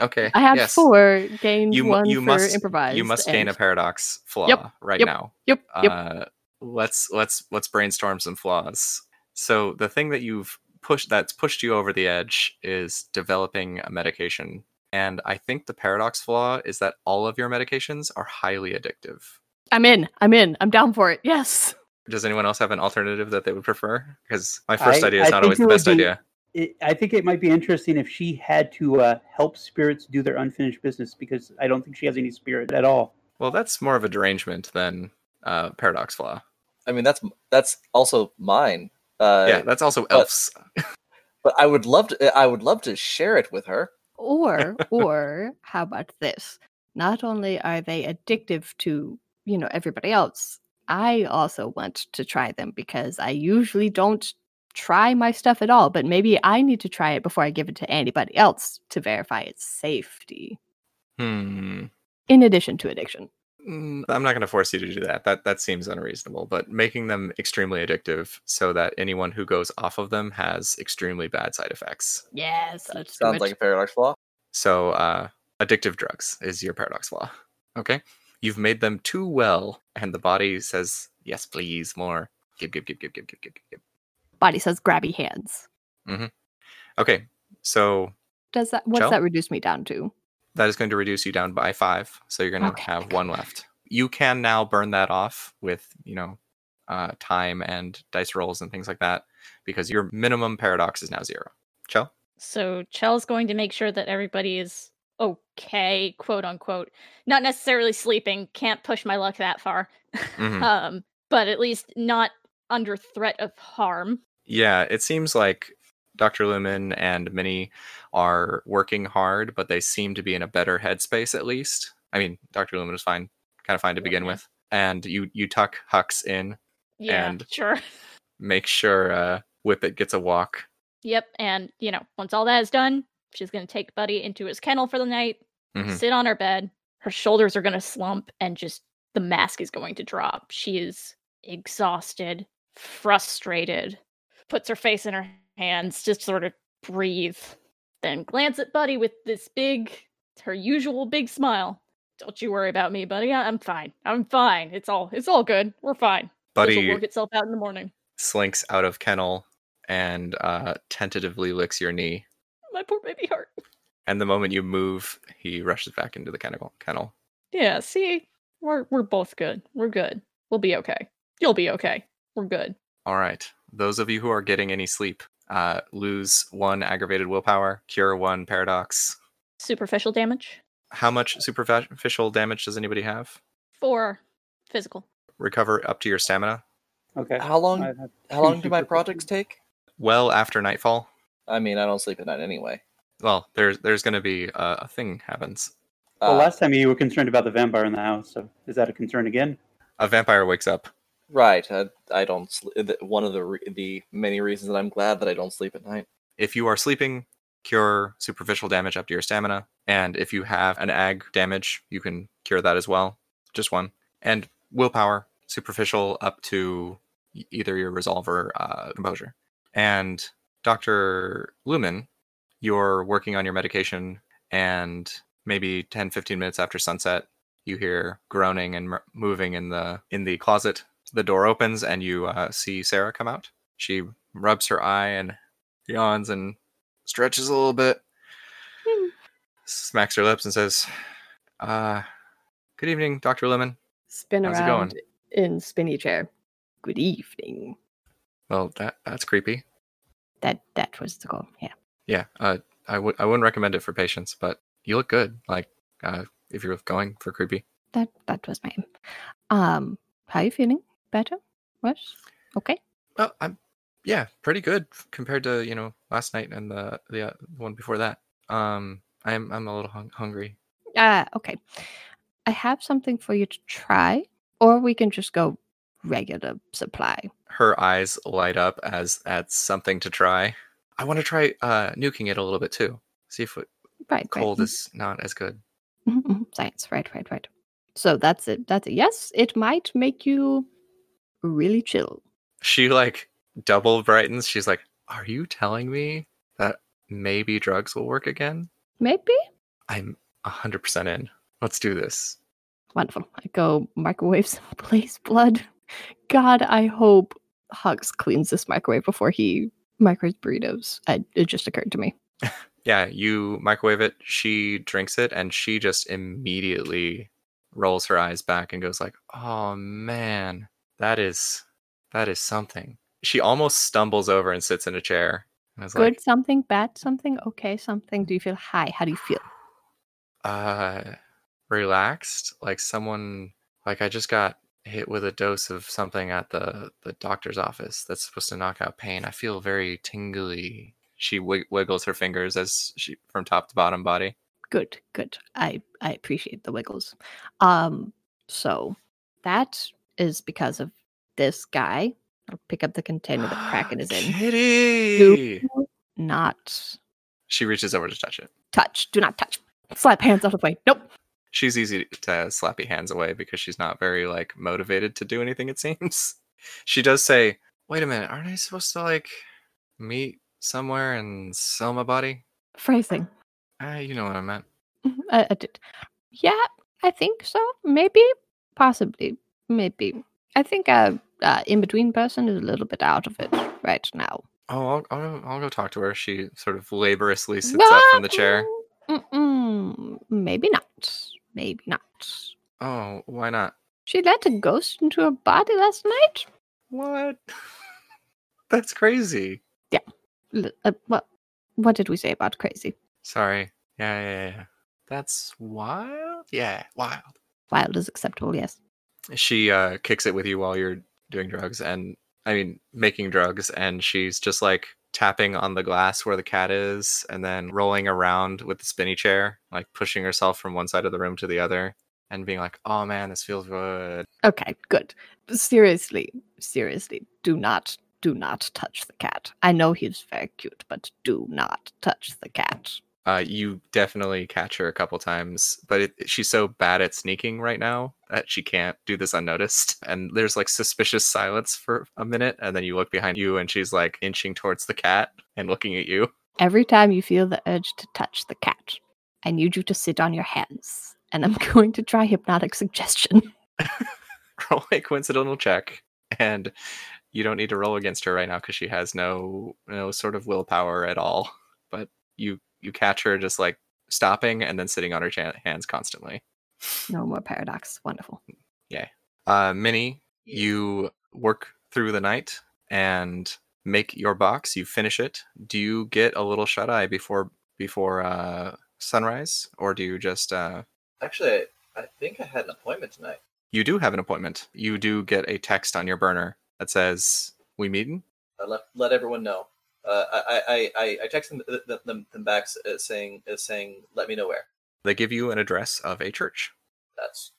okay. I had yes. four, gained You mu- one you for must improvised. You must gain and- a paradox flaw right yep, now. Yep, yep. Uh, let's let's let's brainstorm some flaws. So the thing that you've pushed that's pushed you over the edge is developing a medication. And I think the paradox flaw is that all of your medications are highly addictive. I'm in. I'm in. I'm down for it. Yes. Does anyone else have an alternative that they would prefer? Because my first I- idea is I not think always it the would best be- idea. It, I think it might be interesting if she had to uh, help spirits do their unfinished business because I don't think she has any spirit at all. Well, that's more of a derangement than uh, paradox flaw. I mean, that's that's also mine. Uh, yeah, that's also elf's. But I would love to. I would love to share it with her. Or, or how about this? Not only are they addictive to, you know, everybody else, I also want to try them because I usually don't try my stuff at all, but maybe I need to try it before I give it to anybody else to verify its safety, Hmm. in addition to addiction. Mm, I'm not going to force you to do that. That that seems unreasonable. But making them extremely addictive so that anyone who goes off of them has extremely bad side effects. Yes. Let's do Sounds it. like a paradox flaw. So uh, addictive drugs is your paradox flaw. Okay, you've made them too well, and the body says yes, please, more. Give, give, give, give, give, give, give, give, give. Body says grabby hands. Okay, so Does that, what's Shall? that reduce me down to? that is going to reduce you down by five. So you're going to Okay, have okay. one left. You can now burn that off with, you know, uh, time and dice rolls and things like that because your minimum paradox is now zero. Chell? So Chell's going to make sure that everybody is okay, quote unquote. Not necessarily sleeping. Can't push my luck that far. Hmm. Mhm. um, but at least not under threat of harm. Yeah, it seems like Dr. Lumen and Minnie are working hard, but they seem to be in a better headspace at least. I mean, Dr. Lumen is fine, kind of fine to begin with. And you you tuck Hux in, Yeah, And- sure. make sure uh, Whippet gets a walk. Yep. And, you know, once all that is done, she's going to take Buddy into his kennel for the night, Mhm. sit on her bed. Her shoulders are going to slump and just the mask is going to drop. She is exhausted, frustrated, puts her face in her hands, just sort of breathe, then glance at Buddy with this big, her usual big smile. Don't you worry about me, buddy. I- I'm fine. I'm fine. It's all it's all good. We're fine. This will Buddy work itself out in the morning. slinks out of kennel and uh, tentatively licks your knee. My poor baby heart. And the moment you move, he rushes back into the kennel. kennel. Yeah, see, we're we're both good. We're good. We'll be okay. You'll be okay. We're good. All right. Those of you who are getting any sleep, uh, lose one aggravated willpower, cure one paradox. Superficial damage How much superficial damage does anybody have? for physical. Recover up to your stamina? Okay. How long? I- I- How long do my superficial. projects take? Well, after nightfall. I mean, I don't sleep at night anyway. Well, there's there's going to be uh, a, a thing happens. Well, Uh, last time you were concerned about the vampire in the house, so is that a concern again? A vampire wakes up. Right. I, I don't. Sl- th- one of the re- the many reasons that I'm glad that I don't sleep at night. If you are sleeping, cure superficial damage up to your stamina. And if you have an ag damage, you can cure that as well. Just one. And willpower, superficial up to e- either your resolve or uh, composure. And Dr. Lumen, you're working on your medication, and maybe 10, 15 minutes after sunset, you hear groaning and mur- moving in the in the closet. The door opens, and you uh, see Sarah come out. She rubs her eye and yawns and stretches a little bit, Hmm. smacks her lips, and says, uh, "Good evening, Doctor Lemon. Spin How's it going? around in spinny chair. Good evening. Well, that that's creepy. That that was the goal. Yeah. Yeah, uh, I would I wouldn't recommend it for patients, but you look good. Like uh, if you're going for creepy, That that was my aim. Um, how you feeling? Better? Worse? Okay. oh, I'm yeah, pretty good f- compared to you know last night and the the uh, one before that. Um, I'm I'm a little hung- hungry. Uh okay. I have something for you to try, or we can just go regular supply. Her eyes light up as at something to try. I want to try uh, nuking it a little bit too. See if it, Right. cold right. is not as good. Mhm, mhm. Science, right, right, right. So that's it. That's it. Yes, it might make you really chill. She like double brightens. She's like, "Are you telling me that maybe drugs will work again?" Maybe. I'm 100% in. Let's do this. Wonderful. I go microwave some place blood. God, I hope Hugs cleans this microwave before he microwaves burritos. I, it just occurred to me. Yeah, you microwave it, she drinks it and she just immediately rolls her eyes back and goes like, "Oh man, that is that is something." She almost stumbles over and sits in a chair. And I was Good like, something, bad something, okay something. Do you feel high? How do you feel? "Uh, relaxed, like someone like I just got hit with a dose of something at the the doctor's office that's supposed to knock out pain. I feel very tingly." She wig- wiggles her fingers as she from top to bottom body. Good, good. I I appreciate the wiggles. Um, so that is because of this guy. I'll pick up the container that Kraken is in. Kitty! not She reaches over to touch it. touch. Do not touch. Slap hands out of the way. Nope. She's easy to slappy hands away because she's not very like motivated to do anything. It seems. She does say, "Wait a minute, aren't I supposed to like meet somewhere and sell my body?" Phrasing. Ah, you know what I meant. Mhm, I, I did. Yeah, I think so. Maybe, possibly, maybe. I think a uh, in between person is a little bit out of it right now. Oh, I'll, I'll, I'll go talk to her. She sort of laboriously sits up from the chair. Mm-mm, maybe not. Maybe not. Oh, why not? She let a ghost into her body last night. What? That's crazy. L- uh, what? What did we say about crazy? Sorry. Yeah, yeah, yeah. That's wild. Yeah, wild. Wild is acceptable. Yes. she uh kicks it with you while you're doing drugs and i mean making drugs and she's just like tapping on the glass where the cat is and then rolling around with the spinny chair like pushing herself from one side of the room to the other and being like oh man this feels good Okay, good. Seriously, seriously, do not, do not touch the cat. I know he's very cute, but do not touch the cat. uh you definitely catch her a couple times but it, she's so bad at sneaking right now that she can't do this unnoticed and there's like suspicious silence for a minute and then you look behind you and she's like inching towards the cat and looking at you Every time you feel the urge to touch the cat, I need you to sit on your hands, and I'm going to try hypnotic suggestion. roll a coincidental check and you don't need to roll against her right now because she has no no sort of willpower at all but you you catch her just like stopping and then sitting on her chan hands constantly No more paradox. Wonderful. uh minnie you work through the night and make your box you finish it do you get a little shut eye before before uh sunrise or do you just uh Actually, I, I think I had an appointment tonight. you do have an appointment you do get a text on your burner that says we meeting I let let everyone know. Uh, I, I, I, I texted them, them, them, them back s- uh, saying uh, saying let me know where. they give you an address of a church That's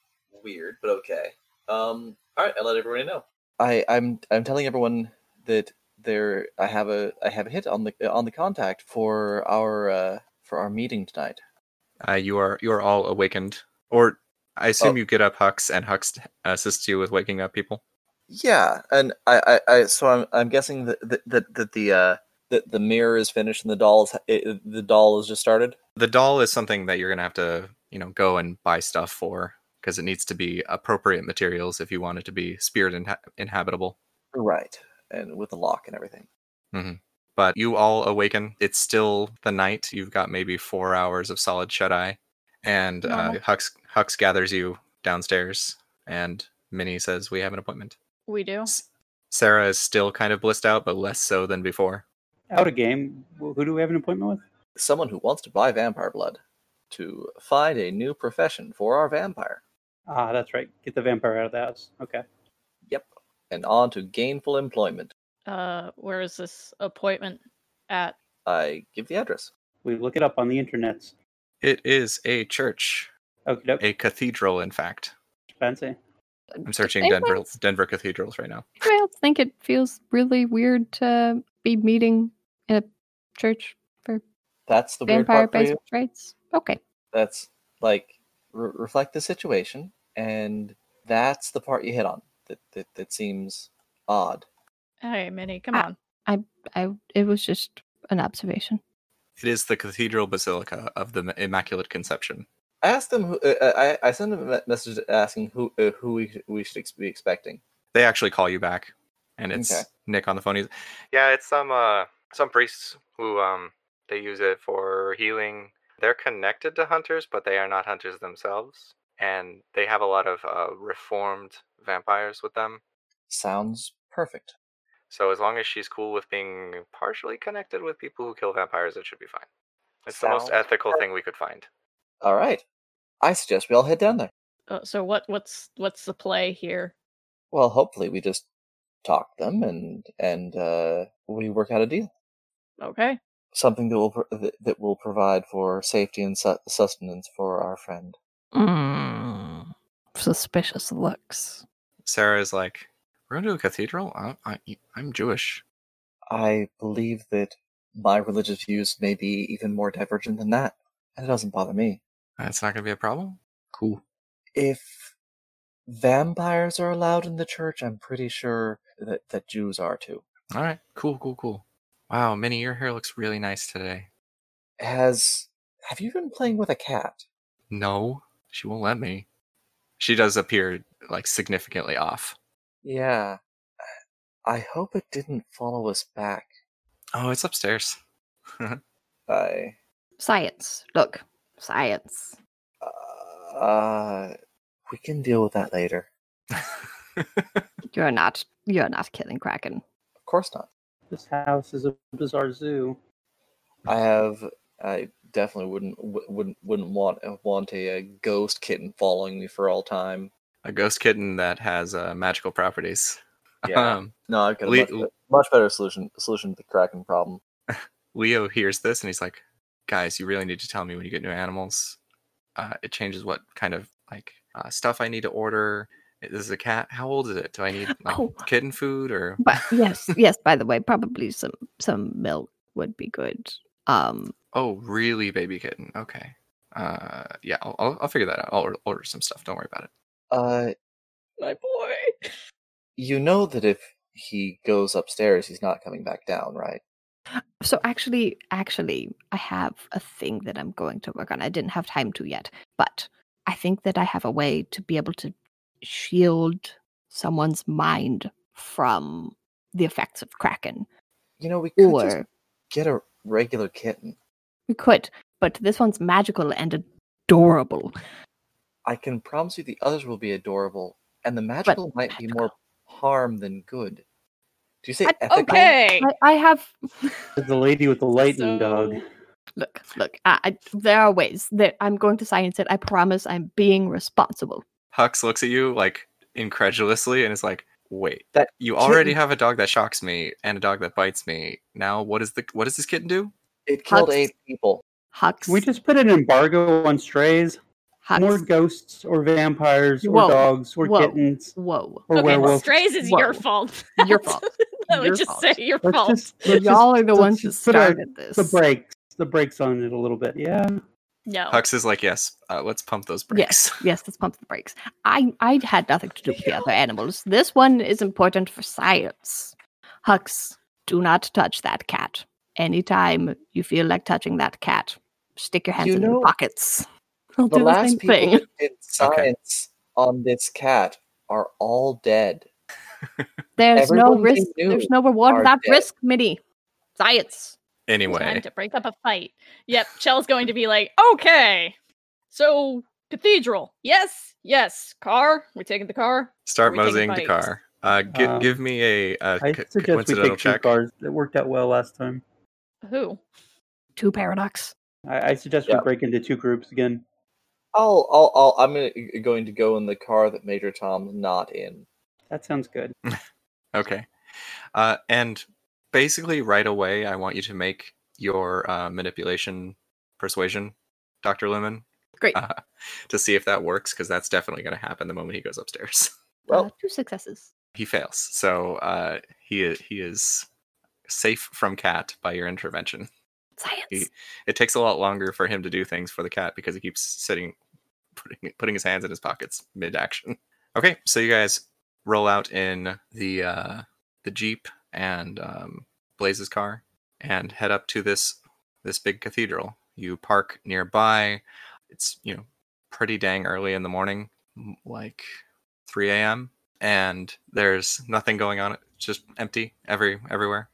weird, but okay. Um, all right, I let everybody know. I I'm I'm telling everyone that there I have a I have a hit on the uh, on the contact for our uh, for our meeting tonight. Uh, you are you are all awakened, or I assume Oh. you get up Hux, and Hux assists you with waking up people. Yeah, and I, I, I so I'm, I'm guessing that that that, that the uh, that the mirror is finished and the doll is it, the doll is just started. The doll is something that you're gonna have to you know go and buy stuff for because it needs to be appropriate materials if you want it to be spirit inha- inhabitable. Right, and with the lock and everything. But you all awaken. It's still the night. You've got maybe four hours of solid shut eye, and uh, Normal. Hux Hux gathers you downstairs, and Minnie says we have an appointment. We do. S- Sarah is still kind of blissed out, but less so than before. Oh. out of game, wh- who do we have an appointment with? Someone who wants to buy vampire blood to find a new profession for our vampire Ah, that's right. Get the vampire out of the house. Okay. and on to gainful employment. Uh, where is this appointment at? I give the address. We look it up on the internets. It is a church, Okay, doke. a cathedral, in fact. Fancy. I'm searching anyone Denver else- Denver cathedrals right now. Anybody else think it feels really weird to be meeting in a church That's the vampire weird part for based you. rights? Okay. That's like re- reflect the situation, and that's the part you hit on that that, that seems odd. Hey, Minnie, come Ah. on. I it was just an observation. It is the Cathedral Basilica of the Immaculate Conception. I asked them. Who, uh, I I sent them a me- message asking who uh, who we sh- we should ex- be expecting. They actually call you back, and it's Okay. Nick on the phone. He's, yeah, it's some uh some priests who um they use it for healing. They're connected to hunters, but they are not hunters themselves, and they have a lot of uh, reformed vampires with them. Sounds perfect. So as long as she's cool with being partially connected with people who kill vampires, it should be fine. It's the most Sounds ethical thing we could find. All right. I suggest we all head down there. Uh, so what? What's what's the play here? Well, hopefully we just talk them and and uh, we work out a deal. Okay. something that will pr- that- that will provide for safety and su- sustenance for our friend. Mm. Suspicious looks. Sarah's like, "We're going to a cathedral. I, I, I'm Jewish. I believe that my religious views may be even more divergent than that, and it doesn't bother me. That's not going to be a problem. Cool. If vampires are allowed in the church, I'm pretty sure that that Jews are too. All right. Cool. Cool. Cool. Wow, Minnie, your hair looks really nice today. Has have you been playing with a cat? No, she won't let me. She does appear like significantly off. Yeah. I hope it didn't follow us back. Oh, it's upstairs. I Science. Look. Science. uh, we can deal with that later. You're not you're not killing Kraken. Of course not. This house is a bizarre zoo. I have. I definitely wouldn't wou- wouldn't wouldn't want want a, uh ghost kitten following me for all time. a ghost kitten that has uh, magical properties. Um, no, I've got a Le- much, be- much better solution solution to the kraken problem. Leo hears this and he's like, "Guys, you really need to tell me when you get new animals. Uh, it changes what kind of like uh, stuff I need to order. This is a cat. How old is it? Do I need like Oh. kitten food or?" But yes, yes, by the way, probably some some milk would be good. Um Oh, really, baby kitten? Okay. Uh, yeah, I'll, I'll, I'll figure that out. I'll order, order some stuff. Don't worry about it. Uh, My boy. you know that if he goes upstairs, he's not coming back down, right? so actually actually I have a thing that I'm going to work on. I didn't have time to yet, but I think that I have a way to be able to shield someone's mind from the effects of Kraken. You know, we could Or just get a regular kitten. we could, but this one's magical and adorable. I can promise you, the others will be adorable, and the magical might be more harm than good. Do you say I- ethical? Okay. I, I have The lady with the lightning dog. So- look, look. I, I, there are ways that I'm going to science it. I promise. I'm being responsible. Hux looks at you like incredulously and is like, "Wait, That you kitten- already have a dog that shocks me and a dog that bites me. Now, what is the what does this kitten do? It killed Hugs. eight people. Hux, Can we just put an embargo on strays? Hux. More ghosts or vampires or Whoa, dogs or whoa. kittens Whoa, or okay, werewolves. strays is your Whoa. fault. your fault. I would Your just fault. say your Let's fault. just- let's Y'all just- are the let's ones who just put our- started this. the brakes. The brakes on it a little bit. Yeah. no. Hux is like, "Yes, uh, let's pump those brakes." Yes, yes. Let's pump the brakes. I, I had nothing to do with the other animals. This one is important for science. Hux, do not touch that cat. Anytime you feel like touching that cat, stick your hands You in know- your pockets. I'll the do the last same people thing. who did science on this cat are all dead. There's no Everyone they risk. There's knew no reward are without dead. risk, Minnie. Science. Anyway, Time to break up a fight. Yep, Shell's going to be like, okay. So cathedral. Yes, yes. Car. We're taking the car. start we taking moseying the bikes? car. Uh, gi- Uh, give me a, a I co- suggest we coincidental take two check. cars. That worked out well last time. Who? Two paradox. I, I suggest Yeah. we break into two groups again. I'll, I'll, I'll I'm gonna- going to go in the car that Major Tom's not in. That sounds good. Okay. Uh, and basically, right away, I want you to make your uh, manipulation persuasion, Dr. Lumen. Great. Uh, to see if that works, because that's definitely going to happen the moment he goes upstairs. Well- Uh, two successes. he fails. So uh, he i- he is safe from cat by your intervention. Science. He- It takes a lot longer for him to do things for the cat because he keeps sitting, putting, putting his hands in his pockets mid action. Okay, so you guys roll out in the uh, the jeep and um, Blaze's car and head up to this this big cathedral. You park nearby. It's you know pretty dang early in the morning, m- like 3 a.m. And there's nothing going on. It's just empty every everywhere.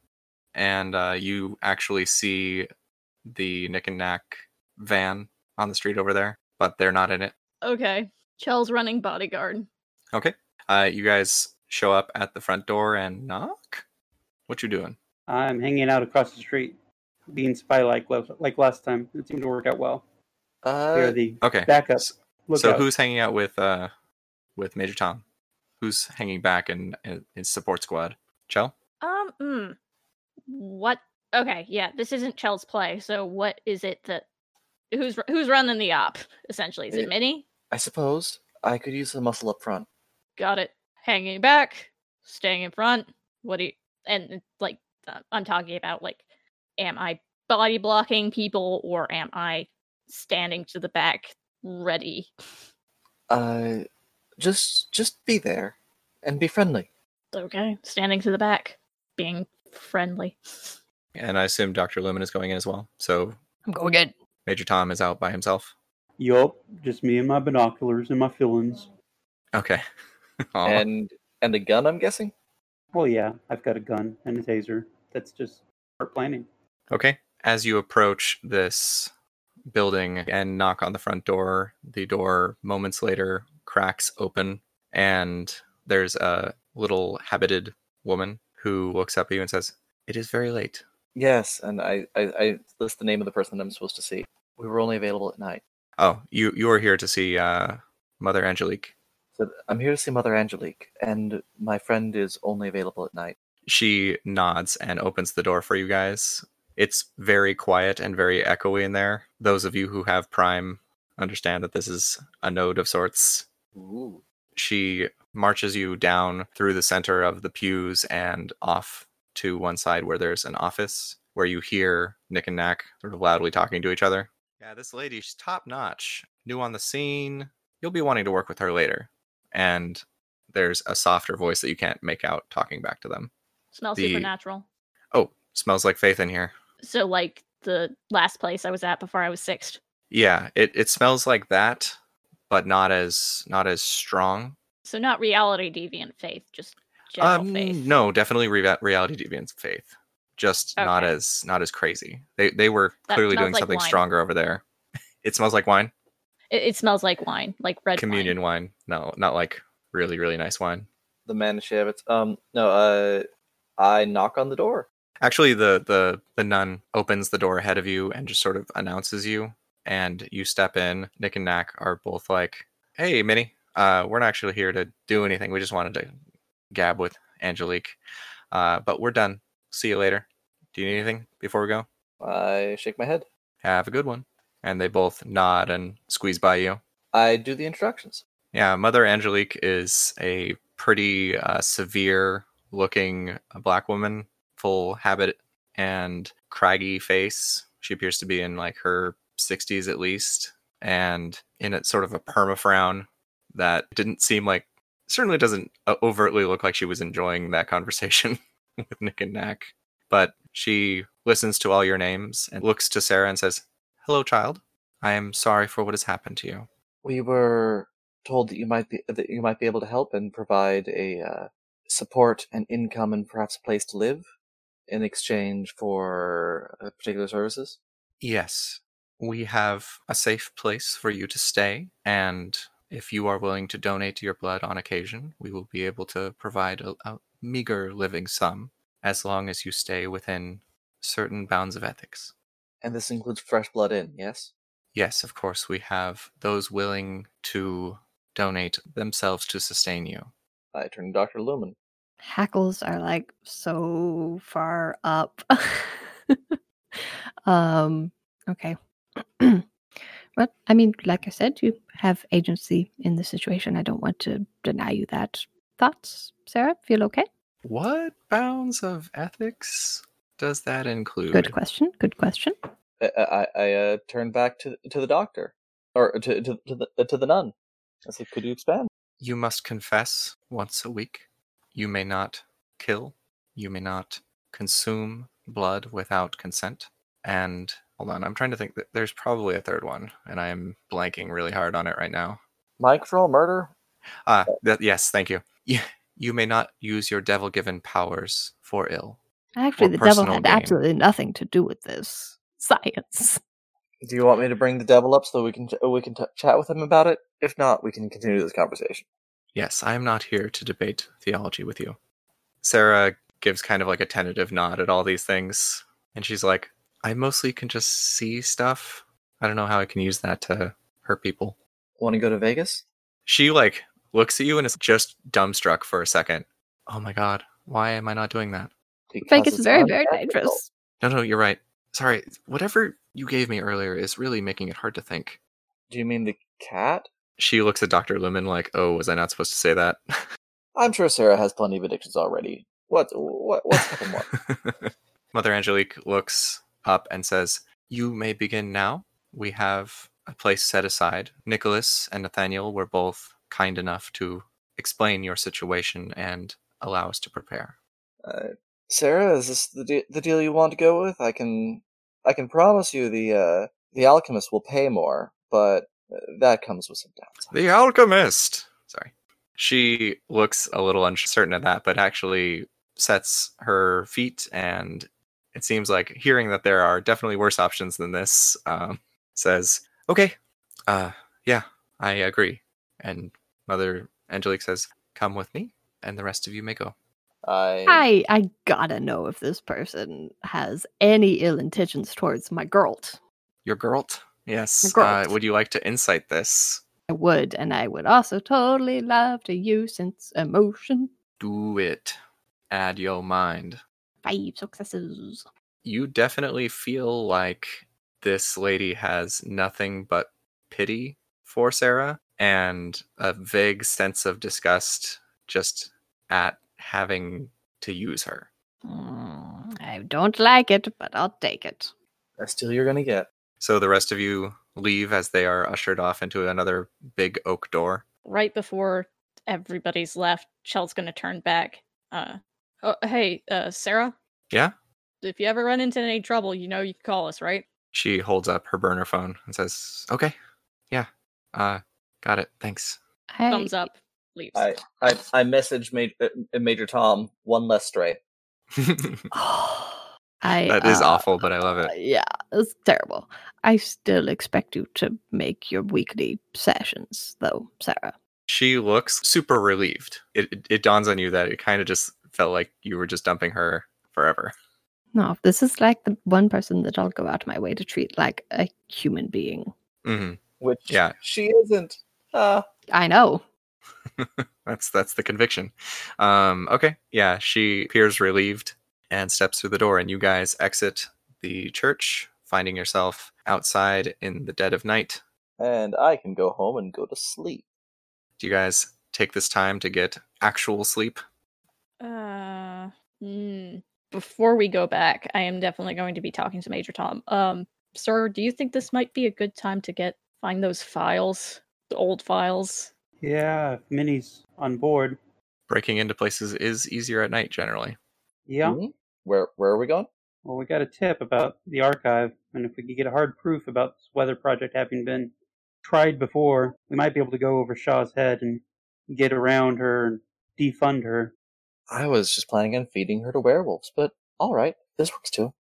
And uh, you actually see the Nick and Knack van on the street over there, but they're not in it. Okay. Chell's running bodyguard. Uh, you guys show up at the front door and knock. What you doing? I'm hanging out across the street, being spy like like last time. It seemed to work out well. They're Uh, the Okay. backup. s- Look so out. who's hanging out with uh with Major Tom? Who's hanging back in in, in support squad? Chell? Um, mm, what? Okay, yeah, this isn't Chell's play. So what is it that who's who's running the op? Essentially, is Eh. it Minnie? I suppose I could use the muscle up front. Got it. Hanging back, staying in front. What do you? And it's like, uh, I'm talking about like, am I body blocking people or am I standing to the back, ready? Uh, just, just be there, and be friendly. Okay, standing to the back, being friendly. And I assume Dr. Lumen is going in as well. So I'm going in. Major Tom is out by himself. Yup, just me and my binoculars and my feelings. Okay. Aw. And and a gun, I'm guessing. Well, yeah, I've got a gun and a taser. That's just part planning. Okay. As you approach this building and knock on the front door, the door moments later cracks open, and there's a little habited woman who looks up at you and says, It is very late. Yes, and I, I, I list the name of the person I'm supposed to see. We were only available at night. Oh, you you are here to see uh, Mother Angelique. So I'm here to see Mother Angelique, and my friend is only available at night. She nods and opens the door for you guys. It's very quiet and very echoey in there. Those of you who have Prime understand that this is a node of sorts. Ooh. she marches you down through the center of the pews and off to one side where there's an office where you hear Nick and Knack sort of loudly talking to each other. Yeah, this lady, she's top notch, new on the scene. You'll be wanting to work with her later. And there's a softer voice that you can't make out talking back to them. Smells The- supernatural. Oh, smells like faith in here. So like the last place I was at before I was sixth. Yeah, it, it smells like that, but not as not as strong. So not reality deviant faith, just general faith. Um, No, definitely re- reality deviant faith. Just not Okay. as not as crazy. They they were That clearly smells doing like something wine. stronger over there. It smells like wine, It, it smells like wine, like red communion wine. No, not like really really nice wine. The Manischewitz. Um, no. Uh, I knock on the door. Actually, the the the nun opens the door ahead of you and just sort of announces you, and you step in. Nick and Knack are both like, "Hey, Minnie, uh, we're not actually here to do anything. We just wanted to gab with Angelique, uh, but we're done. See you later. Do you need anything before we go?" I shake my head. have a good one. And they both nod and squeeze by you. I do the introductions. Yeah, Mother Angelique is a pretty uh, severe looking uh, black woman, full habit and craggy face. She appears to be in like her 60s at least, and in a sort of a perma frown that didn't seem like, certainly doesn't uh, overtly look like she was enjoying that conversation with Nick and Knack. But she listens to all your names and looks to Sarah and says, Hello, child. I am sorry for what has happened to you. We were told that you might be that you might be able to help and provide a uh, support and income and perhaps a place to live in exchange for uh, particular services. Yes. We have a safe place for you to stay. And if you are willing to donate your blood on occasion, we will be able to provide a, a meager living sum as long as you stay within certain bounds of ethics. And this includes fresh blood in, yes? Yes, of course, we have those willing to donate themselves to sustain you. I turn to Dr. Lumen. hackles are like so far up. um, okay. but I mean, like I said, you have agency in this situation. I don't want to deny you that. Thoughts, Sarah? Feel okay? What bounds of ethics does that include? Good question. Good question. I, I, I uh, turn back to to the doctor, or to to to the, to the nun. I said, "Could you expand?" You must confess once a week. You may not kill. You may not consume blood without consent. And hold on, I'm trying to think. That there's probably a third one, and I'm blanking really hard on it right now. Mike for all murder. Ah, that, yes, thank you. You, you may not use your devil given powers for ill. Actually, Or the devil personal had gain. absolutely nothing to do with this. Science. Do you want me to bring the devil up so we can we can t- chat with him about it? If not, we can continue this conversation. Yes, I am not here to debate theology with you. Sarah gives kind of like a tentative nod at all these things, and she's like, I mostly can just see stuff. I don't know how I can use that to hurt people. Want to go to Vegas? She like looks at you and is just dumbstruck for a second. Oh my god, why am I not doing that? Because Fake is it's very, very unethical. dangerous. No, no, you're right. Sorry, whatever you gave me earlier is really making it hard to think. Do you mean the cat? She looks at Dr. Lumen like, oh, was I not supposed to say that? I'm sure Sarah has plenty of addictions already. What? What? What's a couple more? Mother Angelique looks up and says, You may begin now. We have a place set aside. Nicholas and Nathaniel were both kind enough to explain your situation and allow us to prepare. Uh, Sarah, is this the de- the deal you want to go with? I can I can promise you the uh, the alchemist will pay more, but uh, that comes with some downside. The alchemist! Sorry. She looks a little uncertain of that, but actually sets her feet and it seems like hearing that there are definitely worse options than this um, says okay uh, yeah i agree and mother angelique says come with me and the rest of you may go I, I I gotta know if this person has any ill intentions towards my girl. your girl yes Your Uh, girlt. would you like to insight this I would, and I would also totally love to use sense emotion. do it add your mind Five successes. you definitely feel like this lady has nothing but pity for Sarah and a vague sense of disgust just at having to use her. Mm, I don't like it, but I'll take it. that's still you're gonna get. So the rest of you leave as they are ushered off into another big oak door. Right before everybody's left, Chell's gonna turn back. Uh, oh, hey, uh, Sarah. Yeah? If you ever run into any trouble, you know you can call us, right? She holds up her burner phone and says, "Okay. Yeah. Uh got it. Thanks." I, Thumbs up. Leaves. I I, I message Major, Major Tom one less stray. that I, is uh, awful, but I love uh, it. yeah, it's terrible. I still expect you to make your weekly sessions, though, Sarah. she looks super relieved. It it, it dawns on you that it kind of just felt like you were just dumping her forever. No, this is like the one person that I'll go out of my way to treat like a human being. hmm Which Yeah. she isn't. Uh, I know. That's that's the conviction. Um, okay, yeah, she appears relieved and steps through the door, and you guys exit the church, finding yourself outside in the dead of night. and I can go home and go to sleep. Do you guys take this time to get actual sleep? Uh, hmm. Before we go back, I am definitely going to be talking to Major Tom. Um, sir, do you think this might be a good time to get find those files, the old files? Yeah, if Minnie's on board. Breaking into places is easier at night generally. Yeah. Mhm. Where Where are we going? Well, we got a tip about the archive, and if we could get a hard proof about this weather project having been tried before, we might be able to go over Shaw's head and get around her and defund her. I was just planning on feeding her to werewolves, but all right, this works too.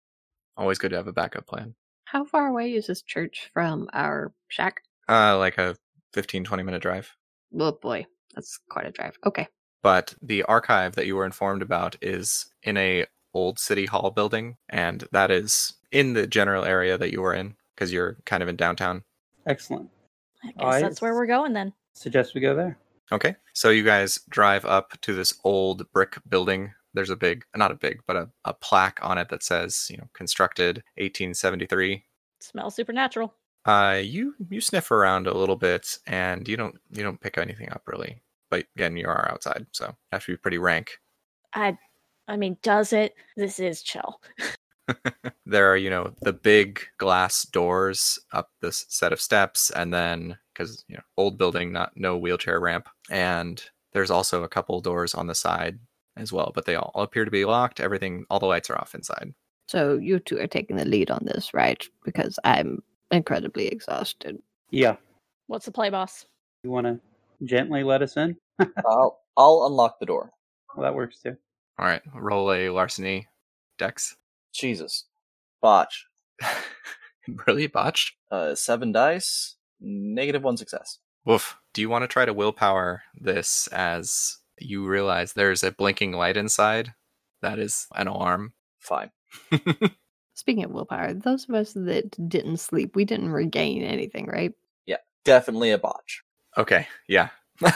Always good to have a backup plan. How far away is this church from our shack? Uh, like a 15, 20 minute drive. Oh boy, that's quite a drive. Okay. but the archive that you were informed about is in a old city hall building, and that is in the general area that you were in because you're kind of in downtown. Excellent. I guess I- that's where we're going then. Suggest we go there. Okay. So you guys drive up to this old brick building. There's a big, not a big, but a, a plaque on it that says, you know, constructed 1873. Smells supernatural. Uh, you you sniff around a little bit, and you don't you don't pick anything up really. But again, you are outside, so you have to be pretty rank. I, I mean, does it? This is chill. There are you know the big glass doors up this set of steps, and then because you know old building, not no wheelchair ramp, and there's also a couple doors on the side as well, but they all appear to be locked. Everything, all the lights are off inside. So you two are taking the lead on this, right? Because I'm incredibly exhausted. Yeah. What's the play, boss? You want to gently let us in? I'll I'll unlock the door. Well, that works too. All right, roll a larceny, dex. Jesus, botch. really botched. Uh, seven dice, negative one success. Woof. Do you want to try to willpower this as you realize there's a blinking light inside? That is an alarm. Fine. Speaking of willpower, those of us that didn't sleep, we didn't regain anything, right? Definitely a botch. okay, yeah.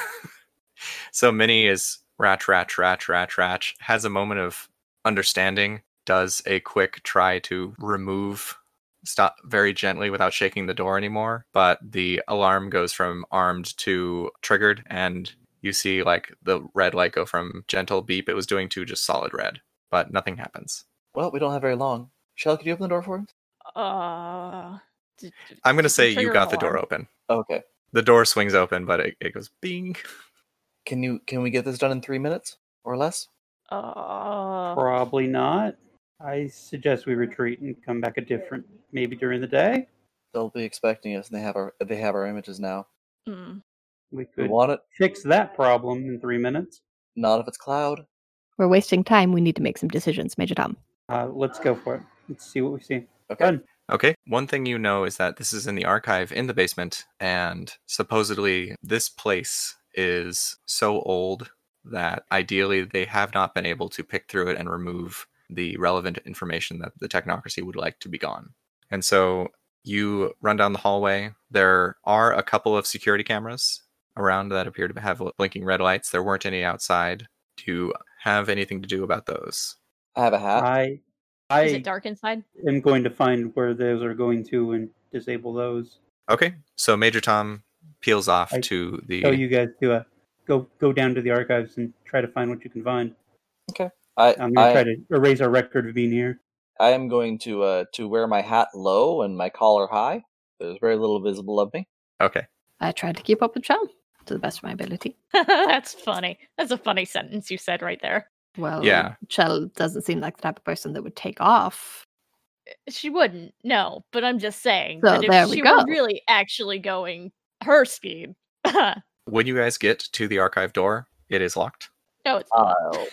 so Minnie is ratch, ratch, ratch, ratch, ratch, has a moment of understanding, does a quick try to remove, stop very gently without shaking the door anymore, but the alarm goes from armed to triggered, and you see like the red light go from gentle beep it was doing to just solid red, but nothing happens. Well, we don't have very long. Shell, could you open the door for us? Uh, d- d- I'm d- gonna say you trigger got an the door alarm. open. Okay. The door swings open, but it, it goes bing. Can you can we get this done in three minutes or less? Uh, Probably not. I suggest we retreat and come back a different, maybe during the day. They'll be expecting us, and they have our they have our images now. hmm. We We could want it, fix that problem in three minutes. not if it's cloud. We're wasting time. We need to make some decisions, Major Tom. Uh, let's go for it. Let's see what we see. Okay. Run. Okay. One thing you know is that this is in the archive in the basement, and supposedly this place is so old that ideally they have not been able to pick through it and remove the relevant information that the technocracy would like to be gone. And so you run down the hallway. There are a couple of security cameras around that appear to have blinking red lights. There weren't any outside. Do you have anything to do about those? I have a hat. I, Is it I dark inside? am going to find where those are going to and disable those. Okay, so Major Tom peels off I to the. Tell you guys to uh, go go down to the archives and try to find what you can find. I I'm I, gonna try to erase our record of being here. I am going to uh to wear my hat low and my collar high. There's very little visible of me. Okay, I tried to keep up with Tom to the best of my ability. That's funny. That's a funny sentence you said right there. Well, Yeah. Chell doesn't seem like the type of person that would take off. She wouldn't, no, but I'm just saying So that if there we she go. were really actually going her speed, no, when you guys get to the archive door, it is locked. it's not. I'll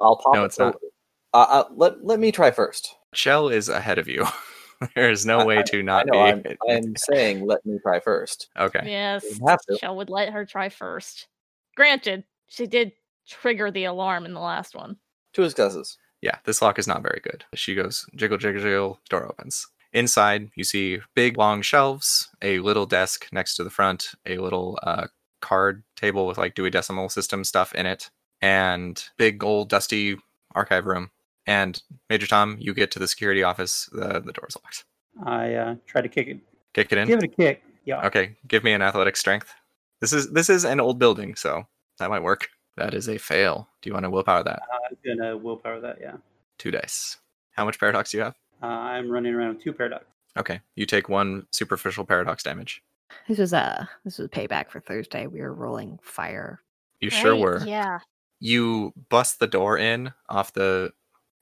I'll pop. No, it it's not. open. Uh, uh, let let me try first. Shell is ahead of you. there is no I- way to I not know I'm, be. I'm saying let me try first. okay, yes, You have to. Shell would let her try first. Granted, she did trigger the alarm in the last one. Two successes. yeah, this lock is not very good. She goes jiggle, jiggle, jiggle. Door opens. Inside, you see big, long shelves, a little desk next to the front, a little uh, card table with like Dewey Decimal System stuff in it, and big old dusty archive room. And Major Tom, you get to the security office. The the door's locked. I uh, try to kick it. Kick it in. Give it a kick. Yeah. Okay, give me an athletic strength. This is this is an old building, so that might work. That is a fail. Do you want to willpower that? I'm gonna willpower that. Yeah. Two dice. How much paradox do you have? Uh, I'm running around with two paradox. Okay, you take one superficial paradox damage. This was uh this was payback for Thursday. We were rolling fire. You sure Right? were. Yeah. You bust the door in off the,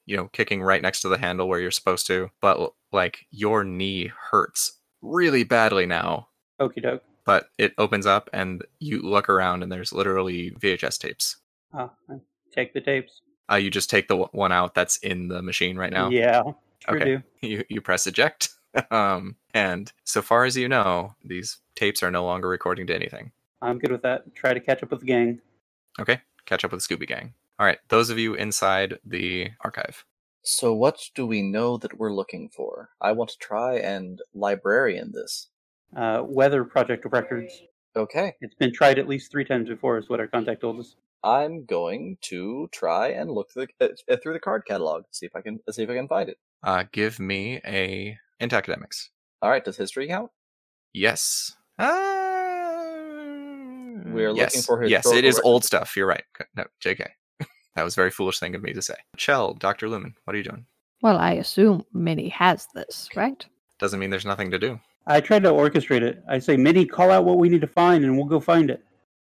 you know, kicking right next to the handle where you're supposed to, but like your knee hurts really badly now. Okie doke. But it opens up and you look around and there's literally VHS tapes. Uh, I take the tapes. Uh, you just take the w- one out that's in the machine right now. Yeah. Sure Okay. do. you you press eject um and so far as you know these tapes are no longer recording to anything I'm good with that. Try to catch up with the gang. okay catch up with scooby gang all right those of you inside the archive So what do we know that we're looking for? I want to try and librarian this. Uh, weather project records. Okay. It's been tried at least three times before, is what our contact told us. I'm going to try and look through the, uh, through the card catalog, see if I can see if I can find it. Uh, give me a into academics. All right, does history count? Yes. Ah, We're yes. looking for Yes, it historical is old records. stuff. You're right. C- No, JK. that was a very foolish thing of me to say. Chell, Dr. Lumen, what are you doing? Well, I assume Minnie has this, right? Doesn't mean there's nothing to do. I tried to orchestrate it. I say, Minnie, call out what we need to find, and we'll go find it.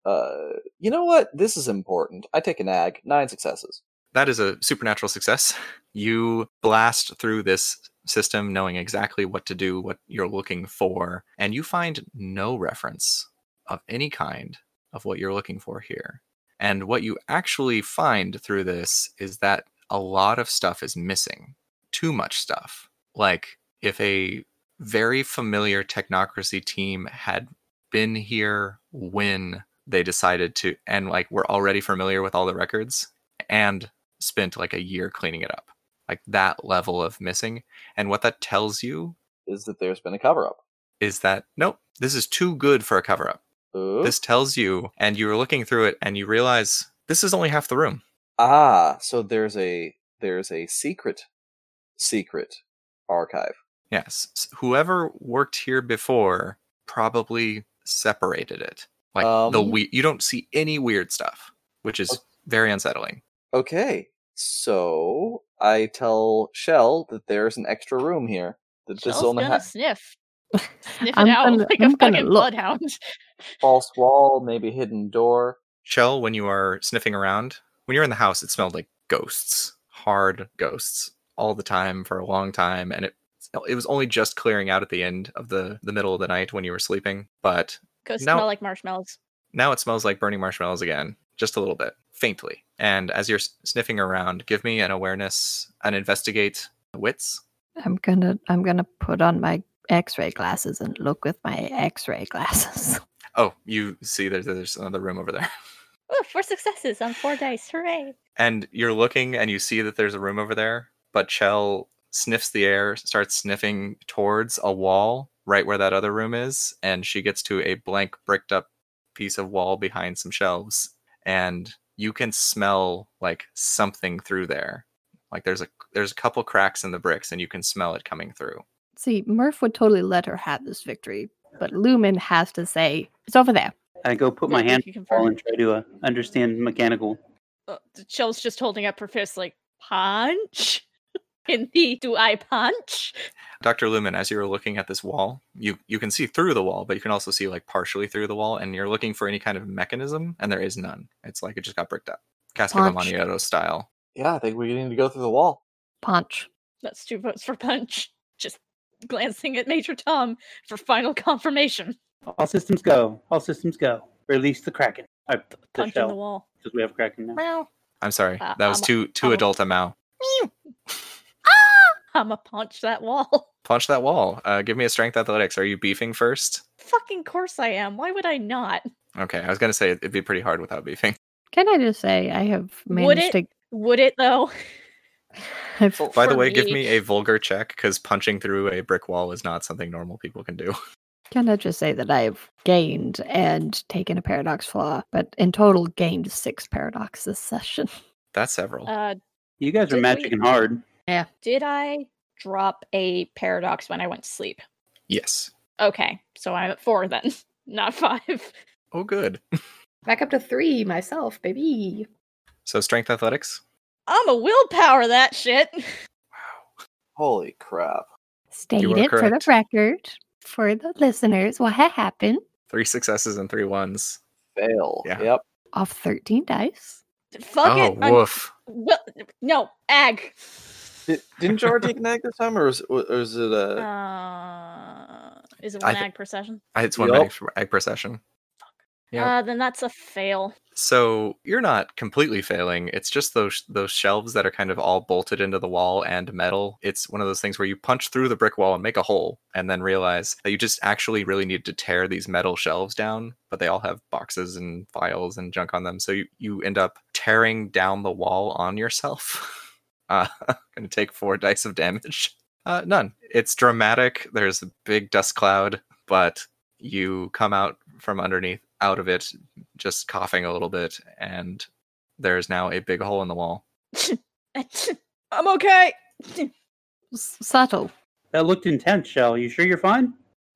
Uh, you know what? This is important. I take an ag, nine successes. That is a supernatural success. You blast through this system knowing exactly what to do, what you're looking for, and you find no reference of any kind of what you're looking for here. And what you actually find through this is that a lot of stuff is missing. Too much stuff. Like if a very familiar technocracy team had been here when they decided to and like were already familiar with all the records and spent like a year cleaning it up. Like that level of missing. And what that tells you Is that there's been a cover up? is that nope, this is too good for a cover up. This tells you, and you were looking through it and you realize this is only half the room. Ah, so there's a there's a secret secret archive. Yes. s- Whoever worked here before probably separated it. Like the Um. we- you don't see any weird stuff, which is very unsettling. Okay. So I tell Shell that there's an extra room here. That this Shell's only gonna ha- sniff. Sniff it I'm out gonna- like I'm a gonna fucking look. bloodhound. false wall, maybe hidden door. Shell, when you are sniffing around, when you're in the house, it smelled like ghosts, hard ghosts, all the time for a long time, and it it was only just clearing out at the end of the the middle of the night when you were sleeping, but Ghosts No. smell like marshmallows. now it smells like burning marshmallows again, just a little bit, faintly. And as you're s- sniffing around, give me an awareness, an investigate wits. I'm gonna I'm gonna put on my X-ray glasses and look with my X-ray glasses. Oh, you see there's there's another room over there. Oh, four successes on four dice. Hooray. and you're looking and you see that there's a room over there but chell sniffs the air starts sniffing towards a wall right where that other room is and she gets to a blank bricked up piece of wall behind some shelves and you can smell like something through there like there's a there's a couple cracks in the bricks and you can smell it coming through See, Murph would totally let her have this victory, but Lumen has to say it's over there. I go put my Look, hand you on can the wall find and try to uh, understand mechanical. Uh, Shell's just holding up her fist like, punch? In the do I punch? Dr. Lumen, as you're looking at this wall, you you can see through the wall, but you can also see like partially through the wall, and you're looking for any kind of mechanism, and there is none. It's like it just got bricked up. Cask of Punch. Amaniato style. Yeah, I think we need to go through the wall. Punch. That's two votes for punch. Just glancing at Major Tom for final confirmation. All systems go. All systems go. Release the Kraken. I the Punch in the shell wall. because we have Kraken now. Meow. I'm sorry. Uh, that was um, too too um. adult a mow. I'ma punch that wall. Punch that wall. Uh, give me a strength athletics. Are you beefing first? Fucking course I am. Why would I not? Okay, I was gonna say it'd be pretty hard without beefing. Can I just say I have Would managed to Would it though? I've, By the For way, give me. me a vulgar check because punching through a brick wall is not something normal people can do. can I just say that I've gained and taken a paradox flaw, but in total gained six paradox this session. That's several. Uh, You guys are Did magic we- and hard. did I drop a paradox when I went to sleep? yes. Okay, so I'm at four then, not five. Oh, good. Back up to three myself, baby. So strength athletics. I'm a willpower that shit. Holy crap. Stated are for the correct. record for the listeners what had happened Three successes and three ones. Fail. Yeah. Yep. off 13 dice. Fuck oh, it. I'm- woof. well, no, ag. Did, didn't you already take an ag this time, or is, or is it a? Uh, is it Uh, I one thi- ag per session? I- It's one Yup. bag, egg per session. Yep. Uh, then that's a fail. So you're not completely failing. It's just those those shelves that are kind of all bolted into the wall and metal. It's one of those things where you punch through the brick wall and make a hole, and then realize that you just actually really need to tear these metal shelves down. But they all have boxes and files and junk on them, so you you end up tearing down the wall on yourself. Uh, gonna take four dice of damage. Uh, none. It's dramatic. There's a big dust cloud, but you come out from underneath, out of it, just coughing a little bit, and there is now a big hole in the wall. I'm okay. S- subtle. That looked intense, Shell. You sure you're fine?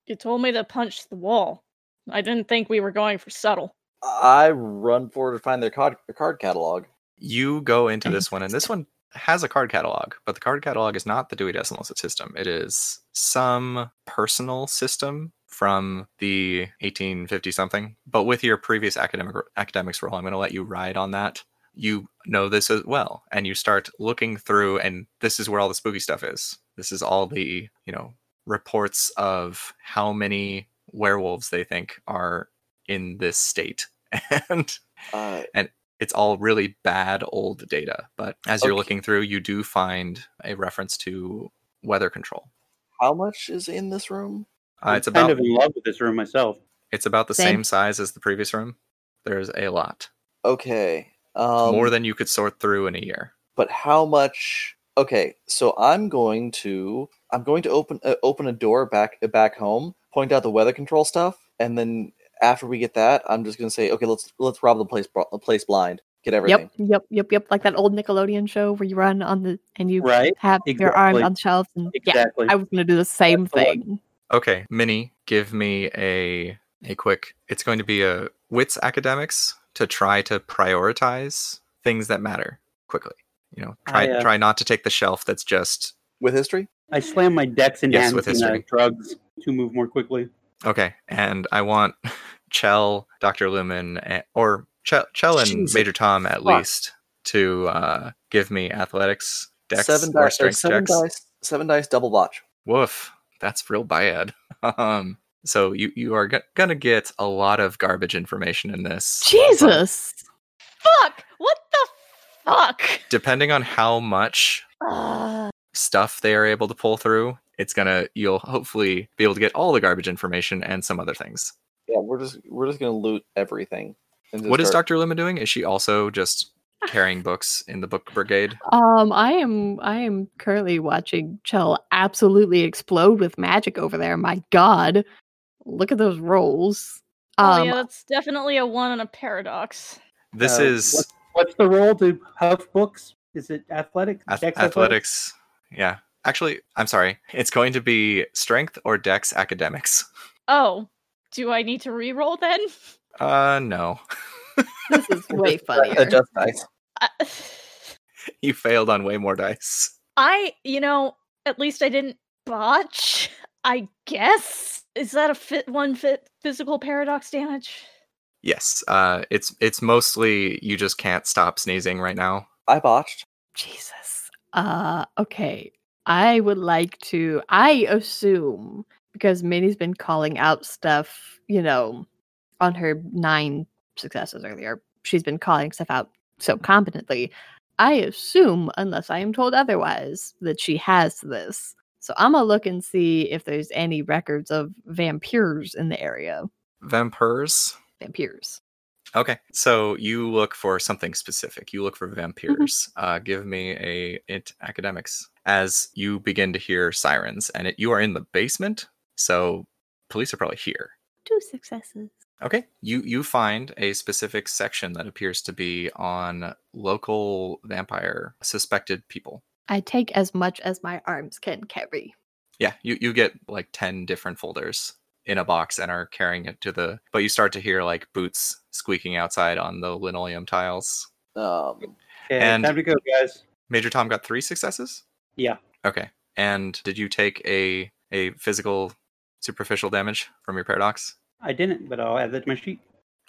You told me to punch the wall. I didn't think we were going for subtle. I run forward to find their card, their card catalog. You go into this one, and this one has a card catalog, but the card catalog is not the Dewey Decimal System. It is some personal system from the 1850 something. But with your previous academic academics role, I'm going to let you ride on that. You know this as well, and you start looking through, and this is where all the spooky stuff is. This is all the you know reports of how many werewolves they think are in this state, and Uh, it's all really bad old data. But as you're Okay. looking through, you do find a reference to weather control. how much is in this room? Uh, it's I'm about kind of in love with this room myself. it's about the same Same. size as the previous room. There's a lot Okay. Um, more than you could sort through in a year. but how much okay so i'm going to i'm going to open uh, open a door back uh, back home point out the weather control stuff and then after we get that i'm just going to say okay let's let's rob the place bro- the place blind get everything Yep, yep, yep, yep. Like that old Nickelodeon show where you run on the and you Right? have your arms exactly. on shelves. And Exactly. yeah, I was gonna do the same That's the one. thing. Okay, Minnie, give me a a quick. It's going to be a wits academics to try to prioritize things that matter quickly. You know, try I, uh, try not to take the shelf that's just with history I slam my decks and Yes, hands with in uh, history. drugs to move more quickly. okay. And I want Chell, Doctor Lumen, a- or Chell, Chell and Jesus Major Tom at fuck. least to uh, give me athletics decks seven, or dice, strength seven checks. dice seven dice double botch Woof, that's real bad. um, so you you are g- gonna get a lot of garbage information in this. but Jesus. Fuck! What the fuck? Depending on how much Ah. Uh, stuff they are able to pull through, it's gonna you'll hopefully be able to get all the garbage information and some other things. yeah we're just we're just going to loot everything and just What is start- Dr. Lima doing? Is she also just Ah. carrying books in the book brigade? Um, I am I am currently watching Chell absolutely explode with magic over there. My God, look at those rolls. oh Um, yeah, that's definitely a one and a paradox. This Uh, is What's the role to huff books? Is it athletic? ath- Dex athletics. Yeah. Actually, I'm sorry. It's going to be strength or dex academics. Oh, do I need to re-roll then? Uh no. this is way funnier. adjust dice I, you failed on way more dice. I, you know, at least I didn't botch. I guess is that a fit one fit physical paradox damage? Yes. Uh it's it's mostly you just can't stop sneezing right now. i botched Jesus. Uh, okay. I would like to. I assume because Minnie's been calling out stuff, you know, on her nine successes earlier. She's been calling stuff out so competently. I assume, unless I am told otherwise, that she has this. So I'm gonna look and see if there's any records of vampires in the area. Vampires. Vampires. Okay, so you look for something specific. You look for vampires. Uh, give me a it academics as you begin to hear sirens, and it, you are in the basement, so police are probably here. Two successes. Okay, you you find a specific section that appears to be on local vampire suspected people. I take as much as my arms can carry. Yeah, you you get like ten different folders in a box and are carrying it to the. But you start to hear like boots squeaking outside on the linoleum tiles. um Okay, And- time to go, guys. Major Tom got three successes. Yeah. Okay. And did you take a a physical superficial damage from your paradox? I didn't, but I'll add that to my sheet.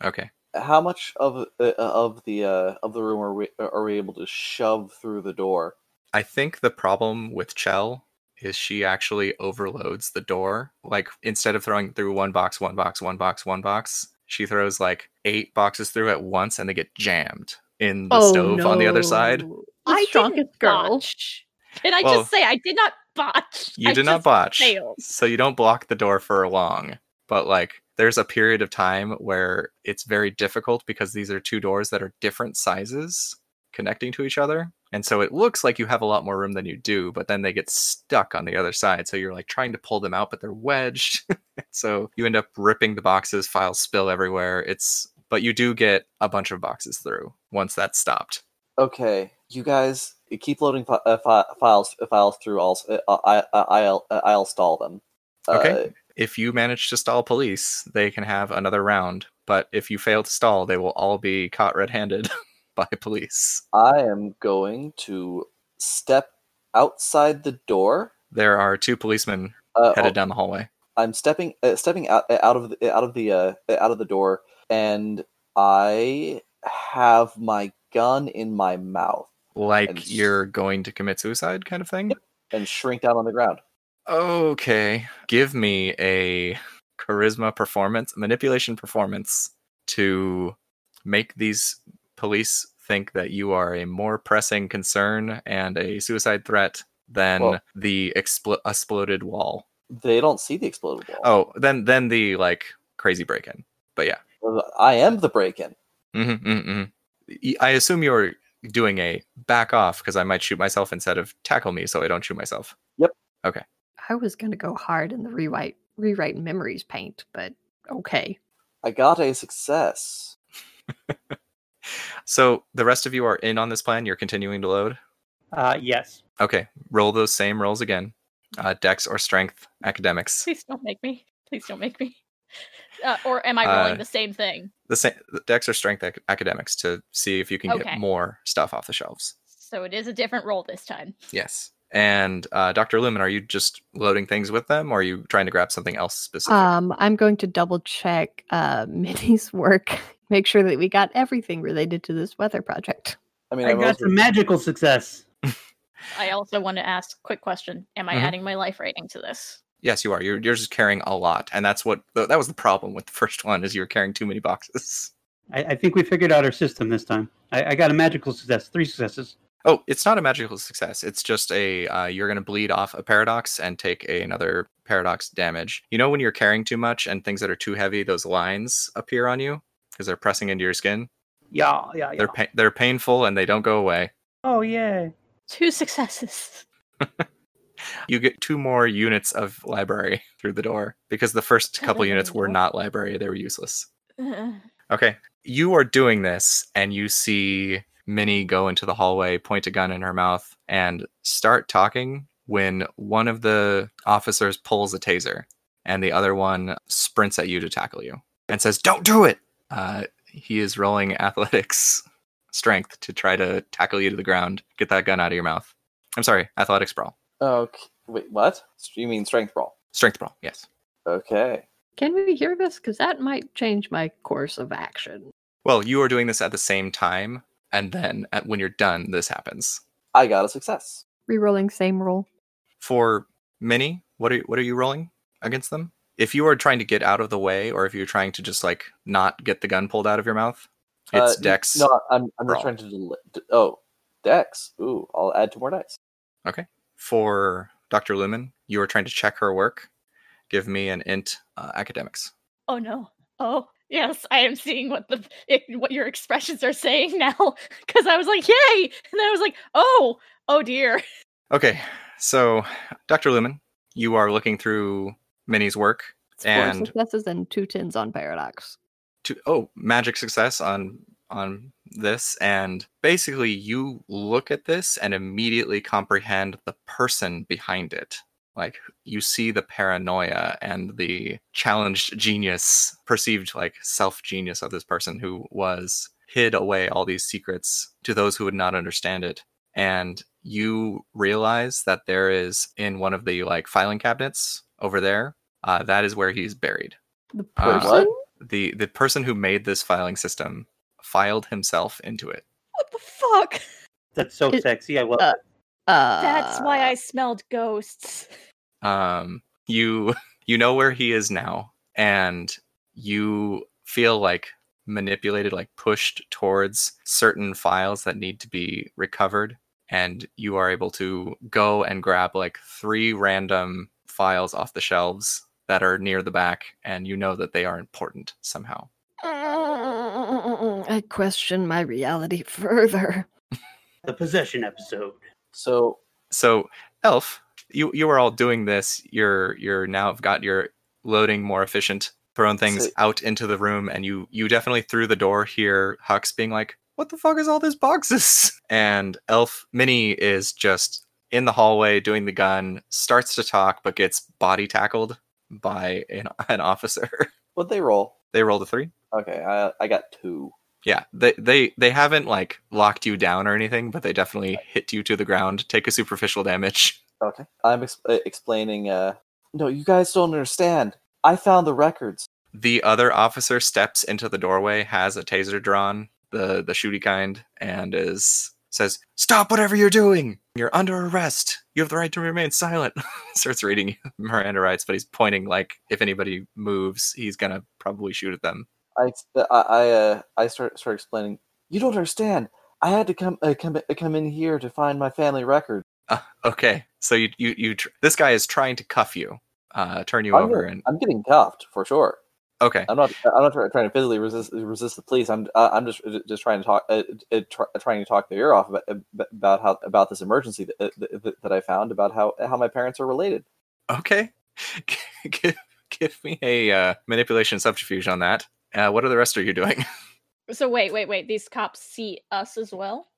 Okay. how much of uh, of the uh, of the room are we are we able to shove through the door I think the problem with Chell is she actually overloads the door. Like instead of throwing through one box, one box, one box, one box, she throws like eight boxes through at once and they get jammed in the stove on the other side. Oh, no. The I strongest didn't girl. botch. Can I Well, just say I did not botch? You I did not just botch. failed. So you don't block the door for long. But like there's a period of time where it's very difficult because these are two doors that are different sizes connecting to each other. And so it looks like you have a lot more room than you do, but then they get stuck on the other side. So you're like trying to pull them out, but they're wedged. so you end up ripping the boxes, files spill everywhere. It's, but you do get a bunch of boxes through once that's stopped. Okay, you guys keep loading fi- uh, fi- files files through. I'll s- uh, I, I, I'll uh, I'll stall them. Okay. If you manage to stall police, they can have another round. But if you fail to stall, they will all be caught red handed by police. Uh, I am going to step outside the door. There are two policemen Uh, headed down the hallway. I'm stepping uh, stepping out out of the, out of the uh, out of the door, and I have my gun in my mouth Like s- you're going to commit suicide, kind of thing. and shrink down on the ground. Okay. Give me a charisma performance, manipulation performance to make these police think that you are a more pressing concern and a suicide threat than Well- the expl- exploded wall. They don't see the exploded wall. Oh, then then the like crazy break-in. But yeah. I am the break-in. Mhm, mhm, mhm. Y- I assume you're doing a back off because I might shoot myself instead of tackle me so I don't shoot myself. I was gonna go hard in the rewrite rewrite memories paint, but okay. I got a success. So the rest of you are in on this plan. You're continuing to load. Uh, yes. Okay, roll those same rolls again. Uh, Dex or Strength, Academics. Please don't make me. Please don't make me. Uh, or am I rolling Uh, the same thing? The same Dex or Strength, ac- Academics to see if you can Okay. get more stuff off the shelves. So it is a different roll this time. Yes. And uh, Dr. Lumen, are you just loading things with them, or are you trying to grab something else specific? Um, I'm going to double check uh Minnie's work, make sure that we got everything related to this weather project. I mean, I I'm got also- some magical success. I also want to ask quick question. Am I Mhm. adding my life rating to this? yes, you are. You're, you're just carrying a lot, and that's what th- that was the problem with the first one is you were carrying too many boxes. I, I think we figured out our system this time. I, I got a magical success, three successes. Oh, it's not a magical success. It's just a uh, you're going to bleed off a paradox and take a, another paradox damage. You know when you're carrying too much and things that are too heavy, those lines appear on you because they're pressing into your skin. Yeah, yeah, yeah. They're pa- they're painful and they don't go away. oh, yeah. Two successes. You get two more units of library through the door because the first couple units were not library; they were useless. Uh, Okay. You are doing this, and you see Minnie go into the hallway, point a gun in her mouth, and start talking when one of the officers pulls a taser and the other one sprints at you to tackle you and says, Don't do it! Uh, he is rolling athletics strength to try to tackle you to the ground. Get that gun out of your mouth. I'm sorry, athletics brawl. Okay. Wait, what? You mean strength brawl? Strength brawl, yes. Okay. Can we hear this? Because that might change my course of action. Well, you are doing this at the same time, and then at, when you're done, this happens. I got a success. Rerolling same roll. for mini what are what are you rolling against them if you are trying to get out of the way or if you're trying to just like not get the gun pulled out of your mouth Uh, it's n- dex No, I'm, I'm brawl. just trying to. Del- d- oh, dex. Ooh, I'll add two more dice. for dr lumen you are trying to check her work give me an int uh, academics oh no. Oh yes, I am seeing what the it, what your expressions are saying now. Because I was like, yay, and then I was like, oh, oh dear. okay so dr lumen you are looking through minnie's work It's four And- successes and two tins on paradox. to oh magic success on on this and basically you look at this and immediately comprehend the person behind it like you see the paranoia and the challenged genius perceived like self genius of this person who was hid away all these secrets to those who would not understand it and you realize that there is in one of the like filing cabinets over there uh, that is where he's buried The Uh, person. the the person who made this filing system filed himself into it. What the fuck? That's so It- sexy. I love uh, it. Uh, That's why I smelled ghosts. Um, you you know where he is now, and you feel like manipulated, like pushed towards certain files that need to be recovered, and you are able to go and grab like three random files off the shelves that are near the back, and you know that they are important somehow. I question my reality further. the possession episode. So So, Elf, you you are all doing this. You're you're now have got your loading more efficient, throwing things So- out into the room, and you you definitely through the door hear Hux being like, "What the fuck is all these boxes?" And Elf Minnie is just in the hallway doing the gun, starts to talk, but gets body tackled by an, an officer. what they roll? they rolled a three. Okay, I I got two. Yeah, they they they haven't like locked you down or anything, but they definitely hit you to the ground, take a superficial damage. Okay. I'm ex- uh, explaining. Uh, no, you guys don't understand. I found the records. the other officer steps into the doorway, has a taser drawn, the the shooty kind, and is says, "Stop whatever you're doing. You're under arrest. You have the right to remain silent." Starts reading Miranda rights, but he's pointing like if anybody moves, he's gonna probably shoot at them. I ex- I I, uh, I start start explaining. You don't understand. I had to come uh, come uh, come in here to find my family record. Uh, okay, so you you you tr- this guy is trying to cuff you, uh, turn you I'm over, getting- and I'm getting cuffed for sure. okay, I'm not. I'm not try- trying to physically resist resist the police. I'm. Uh, I'm just just trying to talk. Uh, uh, try, trying to talk their ear off about, uh, about how about this emergency that, uh, that, that I found about how how my parents are related. okay, give give me a uh, manipulation subterfuge on that. Uh, what are the rest of you doing? So wait, wait, wait. These cops see us as well.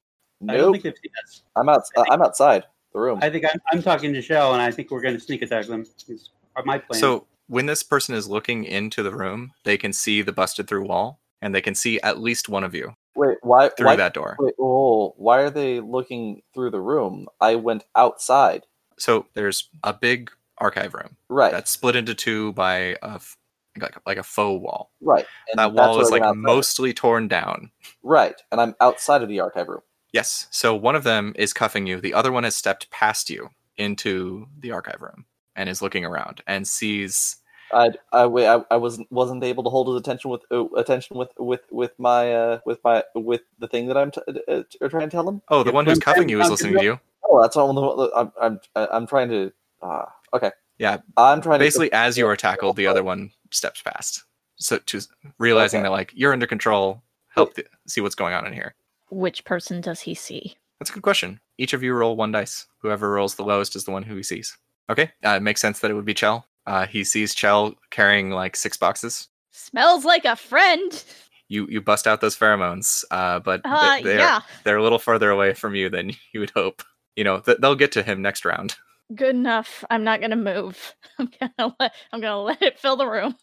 I don't Nope. think they've seen us. I'm out. I think- I'm outside the room. I think I'm, I'm talking to Shell, and I think we're going to sneak attack them. Is my plan. So when this person is looking into the room, they can see the busted through wall, and they can see at least one of you Wait. Why? through why that door. Wait, oh, why are they looking through the room? I went outside. So there's a big archive room Right, that's split into two by a f- like, like a faux wall. right. And that that's wall what is I went like outside. mostly torn down. right, and I'm outside of the archive room. Yes. So one of them is cuffing you. The other one has stepped past you into the archive room and is looking around and sees I I wait. I, I wasn't wasn't able to hold his attention with uh, attention with with with my uh, with my with the thing that I'm t- uh, uh, trying to tell him. oh the Yeah, one who's one cuffing friend you is found listening him. to you. Oh, that's all. the- I'm I'm I'm trying to. Uh, okay. Yeah, I'm trying basically to as you are tackled the other one steps past so to realizing Okay. that like you're under control help th- see what's going on in here Which person does he see? that's a good question each of you roll one dice whoever rolls the lowest is the one who he sees okay uh, it makes sense that it would be chell uh, he sees chell carrying like six boxes Smells like a friend. you you bust out those pheromones uh, but they- Uh, they're, yeah. they're a little further away from you than you would hope you know th- they'll get to him next round Good enough. I'm not gonna move. I'm gonna let. I'm gonna let it fill the room.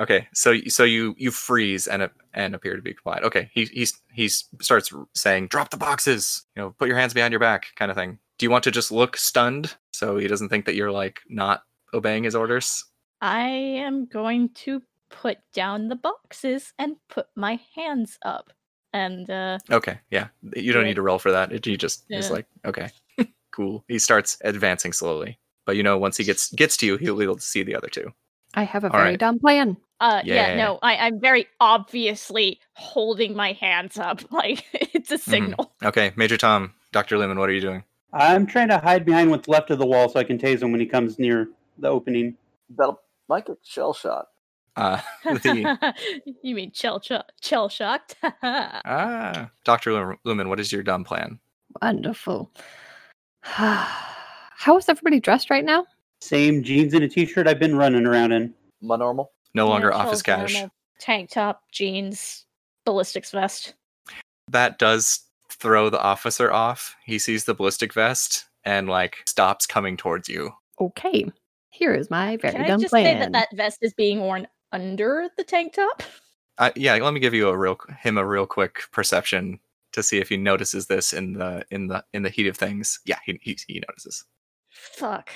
Okay, so y- so you you freeze and a- and appear to be compliant. Okay, he he's he starts r- saying, "Drop the boxes," you know, put your hands behind your back, kind of thing. Do you want to just look stunned so he doesn't think that you're like not obeying his orders? I am going to put down the boxes and put my hands up. And uh, Okay, yeah, you don't need to roll for that. It, he just is Yeah. like, okay, cool. He starts advancing slowly, but you know, once he gets gets to you, he'll be able to see the other two. I have a All very right. dumb plan. uh, yeah, Yeah. no, I, I'm very obviously holding my hands up. Like it's a Mm-hmm. signal. Okay, Major Tom, Doctor Lumen, what are you doing? I'm trying to hide behind what's left of the wall so I can tase him when he comes near the opening. that'll might get shell shot. Uh, the, you mean shell, cho- shell shocked? ah, Doctor Lumen, what is your dumb plan? Wonderful. How is everybody dressed right now? Same jeans and a t-shirt I've been running around in. My normal. No longer Natural office cash. normal Tank top, jeans, ballistics vest. that does throw the officer off. He sees the ballistic vest and like stops coming towards you. Okay. Here is my very Can I dumb just plan. say that that vest is being worn under the tank top? Uh, yeah, let me give you a real him a real quick perception to see if he notices this in the in the in the heat of things. Yeah, he he, he notices. Fuck.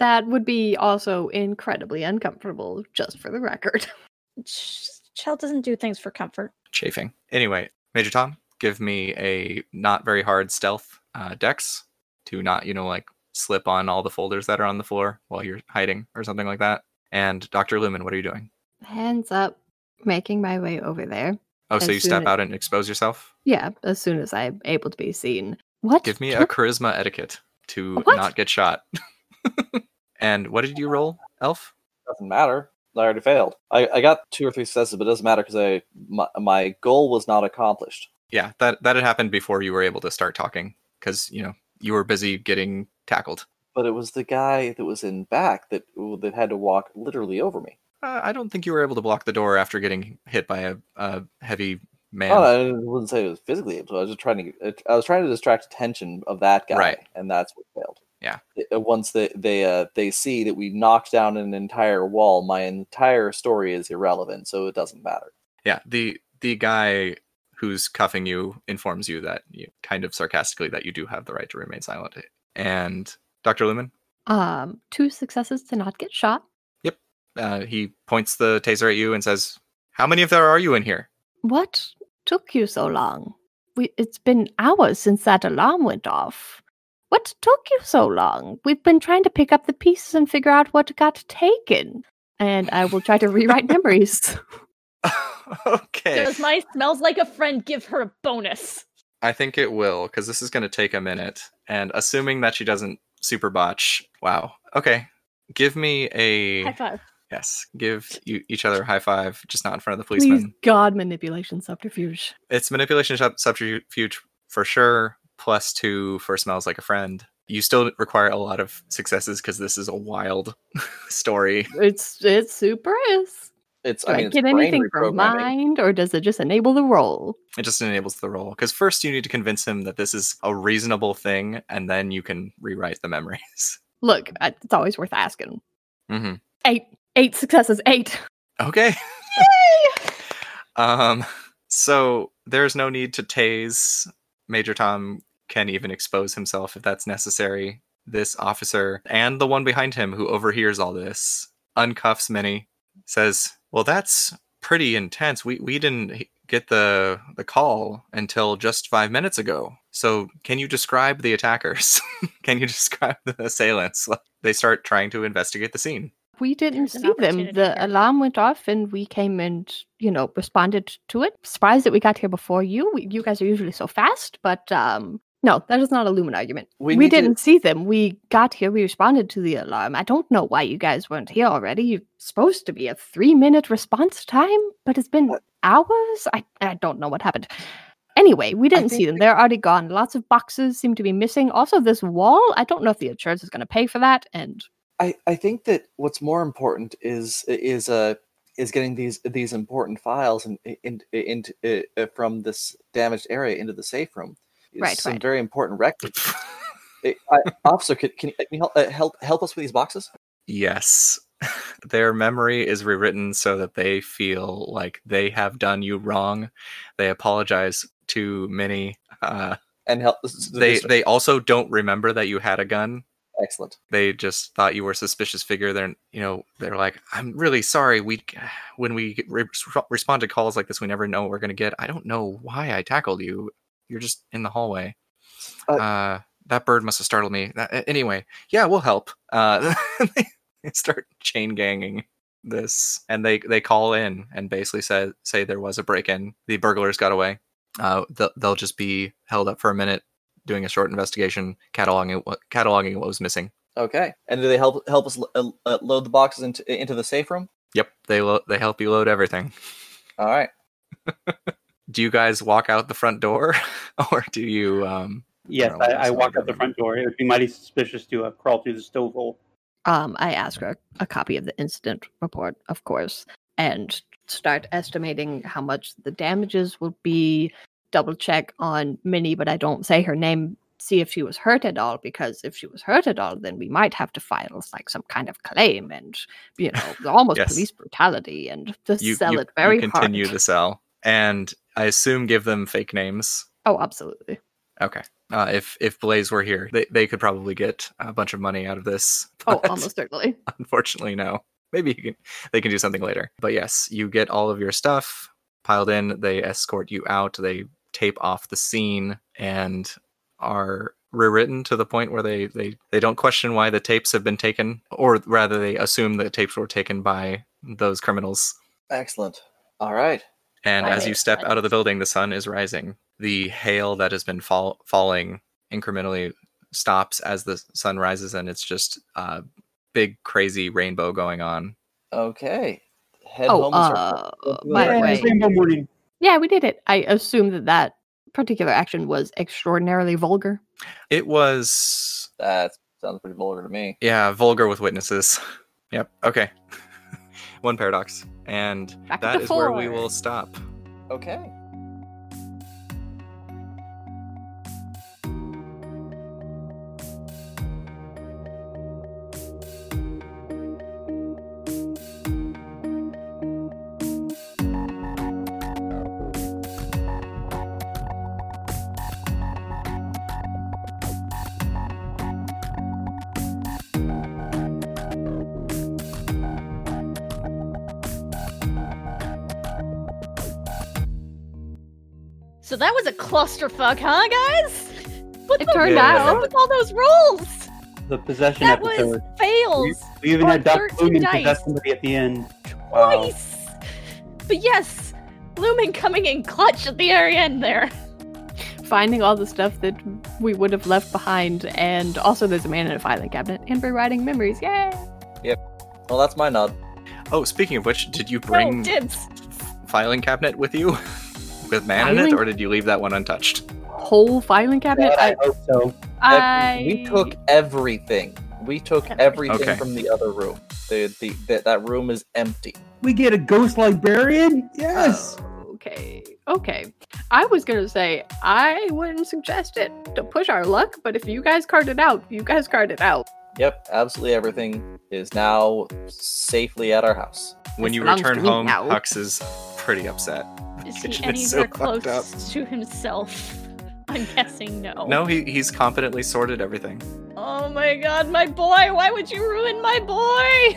That would be also incredibly uncomfortable, just for the record. Ch- Chell doesn't do things for comfort. Chafing. Anyway, Major Tom, give me a not very hard stealth uh, dex to not you know like slip on all the folders that are on the floor while you're hiding or something like that. And Doctor Lumen, what are you doing? Hands up, making my way over there. Oh, so As you soon step a- out and expose yourself. Yeah, as soon as I'm able to be seen. What? Give me Can a charisma etiquette to What? not get shot. and what did you roll, Elf? Doesn't matter. I already failed. I, I got two or three successes, but it doesn't matter because I my, my goal was not accomplished. yeah, that that had happened before you were able to start talking because you know you were busy getting tackled. But it was the guy that was in back that that had to walk literally over me. Uh, I don't think you were able to block the door after getting hit by a, a heavy man. Oh, I wouldn't say it was physically able. to. I was just trying to. I was trying to distract attention of that guy, Right. and that's what failed. Yeah. Uh, Once they they uh, they see that we knocked down an entire wall, my entire story is irrelevant, so it doesn't matter. yeah, the the guy who's cuffing you informs you that you, kind of sarcastically that you do have the right to remain silent. And Dr. Lumen, Um, two successes to not get shot. uh, he points the taser at you and says, "How many of there are you in here?" What took you so long? We, it's been hours since that alarm went off. What took you so long? We've been trying to pick up the pieces and figure out what got taken. And I will try to rewrite memories. okay. Does my smells like a friend give her a bonus? I think it will because this is going to take a minute. And assuming that she doesn't super botch, wow. Okay, give me a High five. yes. Give you, each other a high five, just not in front of the Please, policeman. God, manipulation subterfuge. It's manipulation sub- subterfuge for sure. Plus two for smells like a friend. You still require a lot of successes because this is a wild story. It's it super is. It's I Do I, mean, it's get brain anything from reprogramming. mind, or does it just enable the roll? It just enables the role because first you need to convince him that this is a reasonable thing, and then you can rewrite the memories. Look, I- it's always worth asking. hmm Eight, eight successes, eight. Okay. Um, so there's no need to tase. Major Tom can even expose himself if that's necessary. This officer and the one behind him who overhears all this uncuffs Minnie, says, "Well, that's pretty intense. We we didn't h- get the the call until just five minutes ago. So can you describe the attackers? can you describe the assailants?" They start trying to investigate the scene. We didn't There's an see them. opportunity The here. alarm went off, and we came and you know responded to it. Surprised that we got here before you. We, you guys are usually so fast, but um, no, that is not a Lumen argument. We We, need to- didn't see them. We got here. We responded to the alarm. I don't know why you guys weren't here already. You're supposed to be a three-minute response time, but it's been hours. I I don't know what happened. Anyway, we didn't see think them. They're already gone. Lots of boxes seem to be missing. Also, this wall. I don't know if the insurance is going to pay for that. And I, I think that what's more important is is uh is getting these these important files and in, in, in, uh, from this damaged area into the safe room. Right, Some right. very important records. Eh, I- officer, can, can you can you help, uh, help help us with these boxes? Yes. Their memory is rewritten so that they feel like they have done you wrong. They apologize to Minnie. Uh, And help. they they also don't remember that you had a gun. excellent. They just thought you were a suspicious figure. They're you know they're like I'm really sorry. We when we get re- respond to calls like this, we never know what we're gonna get. I don't know why I tackled you. You're just in the hallway. Uh, Uh, that bird must have startled me. That- a- anyway, yeah, we'll help. Uh, they start chain ganging this, and they they call in and basically say say there was a break in. The burglars got away. Uh, they'll, they'll just be held up for a minute, doing a short investigation, cataloging what cataloging what was missing. Okay. And do they help help us lo- uh, uh, load the boxes into into the safe room? Yep, they lo- they help you load everything. All right. Do you guys walk out the front door, or do you? Um, Yes, No, I, that's I not walk good out the memory. front door. It would be mighty suspicious to uh, crawl through the stove hole. Um, I ask her a copy of the incident report, of course, and start estimating how much the damages will be. Double check on Minnie, but I don't say her name. See if she was hurt at all, because if she was hurt at all, then we might have to file like some kind of claim and you know almost Yes. police brutality and just you sell you- it very you continue hard. to sell, and I assume give them fake names. Oh, absolutely. Okay. Uh, if if Blaze were here, they, they could probably get a bunch of money out of this. Oh, but almost certainly. Unfortunately, no. Maybe you can, they can do something later. But yes, you get all of your stuff piled in. They escort you out. They tape off the scene and are rewritten to the point where they they they don't question why the tapes have been taken, or rather, they assume the tapes were taken by those criminals. Excellent. All right. And Right. as you step out of the building, the sun is rising. The hail that has been fall- falling incrementally stops as the sun rises, and it's just a big, crazy rainbow going on. Okay. Head Oh, home and start- uh, into the by the Yeah, way, it's rainbow morning. Yeah, we did it. I assume that that particular action was extraordinarily vulgar. It was, That sounds pretty vulgar to me. yeah, vulgar with witnesses. Yep. Okay. One paradox. And Back up that to is where we four. will stop. Okay. So that was a clusterfuck, huh, guys? What It the turned fuck out- up with all those rolls? The possession That was episode. fails We even on had Doc 13 Blumen dice. possess somebody at the end. Wow. twice. But yes, Lumen coming in clutch at the very end there. Finding all the stuff that we would have left behind, and also there's a man in a filing cabinet, and rewriting memories. Yay! Well, that's my nod. Oh, speaking of which, did you No bring dibs. filing cabinet with you? with man in it, Filing- or did you leave that one untouched? Whole filing cabinet. God, I hope so. I, We took everything. We took everything Okay. from the other room. The, the, that that room is empty. We get a ghost librarian? Yes. Okay. Okay. I was gonna say I wouldn't suggest it to push our luck, but if you guys card it out, you guys card it out. Yep, absolutely everything is now safely at our house. When It you belongs to return me home, now. Hux is pretty upset. Is Kitchen he is anywhere so fucked up. close to himself? I'm guessing no. Oh. No, he, he's competently sorted everything. Oh my god, my boy! Why would you ruin my boy?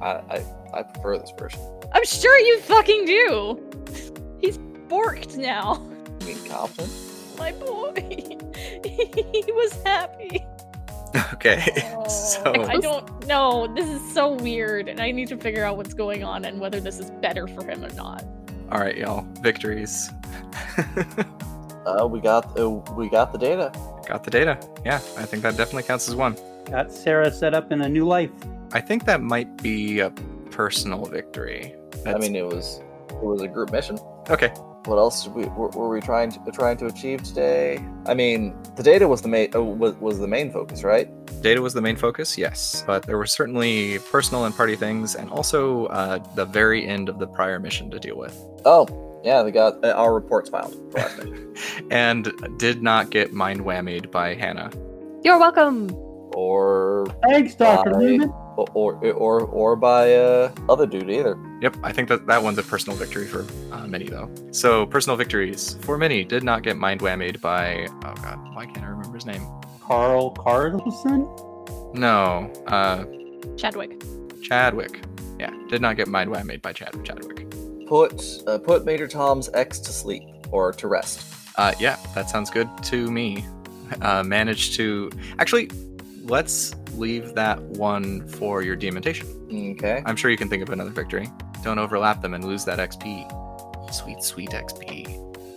I, I, I prefer this version. I'm sure you fucking do. He's borked now. You mean confident? My boy. he was happy. Okay. Oh, so I don't know. This is so weird, and I need to figure out what's going on and whether this is better for him or not. All right, y'all. Victories. Uh, we got uh, we got the data. Got the data. Yeah, I think that definitely counts as one. Got Sarah set up in a new life. I think that might be a personal victory. I That's- mean, it was it was a group mission. okay. What else did we, were, were we trying to trying to achieve today? I mean, the data was the main uh, was, was the main focus, right? Data was the main focus, yes, but there were certainly personal and party things, and also uh, the very end of the prior mission to deal with. Oh, yeah, they got uh, our reports filed. for last night. and did not get mind whammied by Hannah. You're welcome. or Thanks, Dr. Bye. Newman. or or or by uh, other dude either. Yep, I think that that one's a personal victory for uh, Minnie, though. So, personal victories for Minnie did not get mind whammied by, oh god, why can't I remember his name? Carl Carlson? No, uh, Chadwick. Chadwick. Yeah, did not get mind whammied by Chad- Chadwick. Put uh, put Major Tom's ex to sleep or to rest. Uh, yeah, that sounds good to me. Uh, managed to actually. Let's leave that one for your demontation. Okay. I'm sure you can think of another victory. Don't overlap them and lose that XP. Sweet, sweet XP.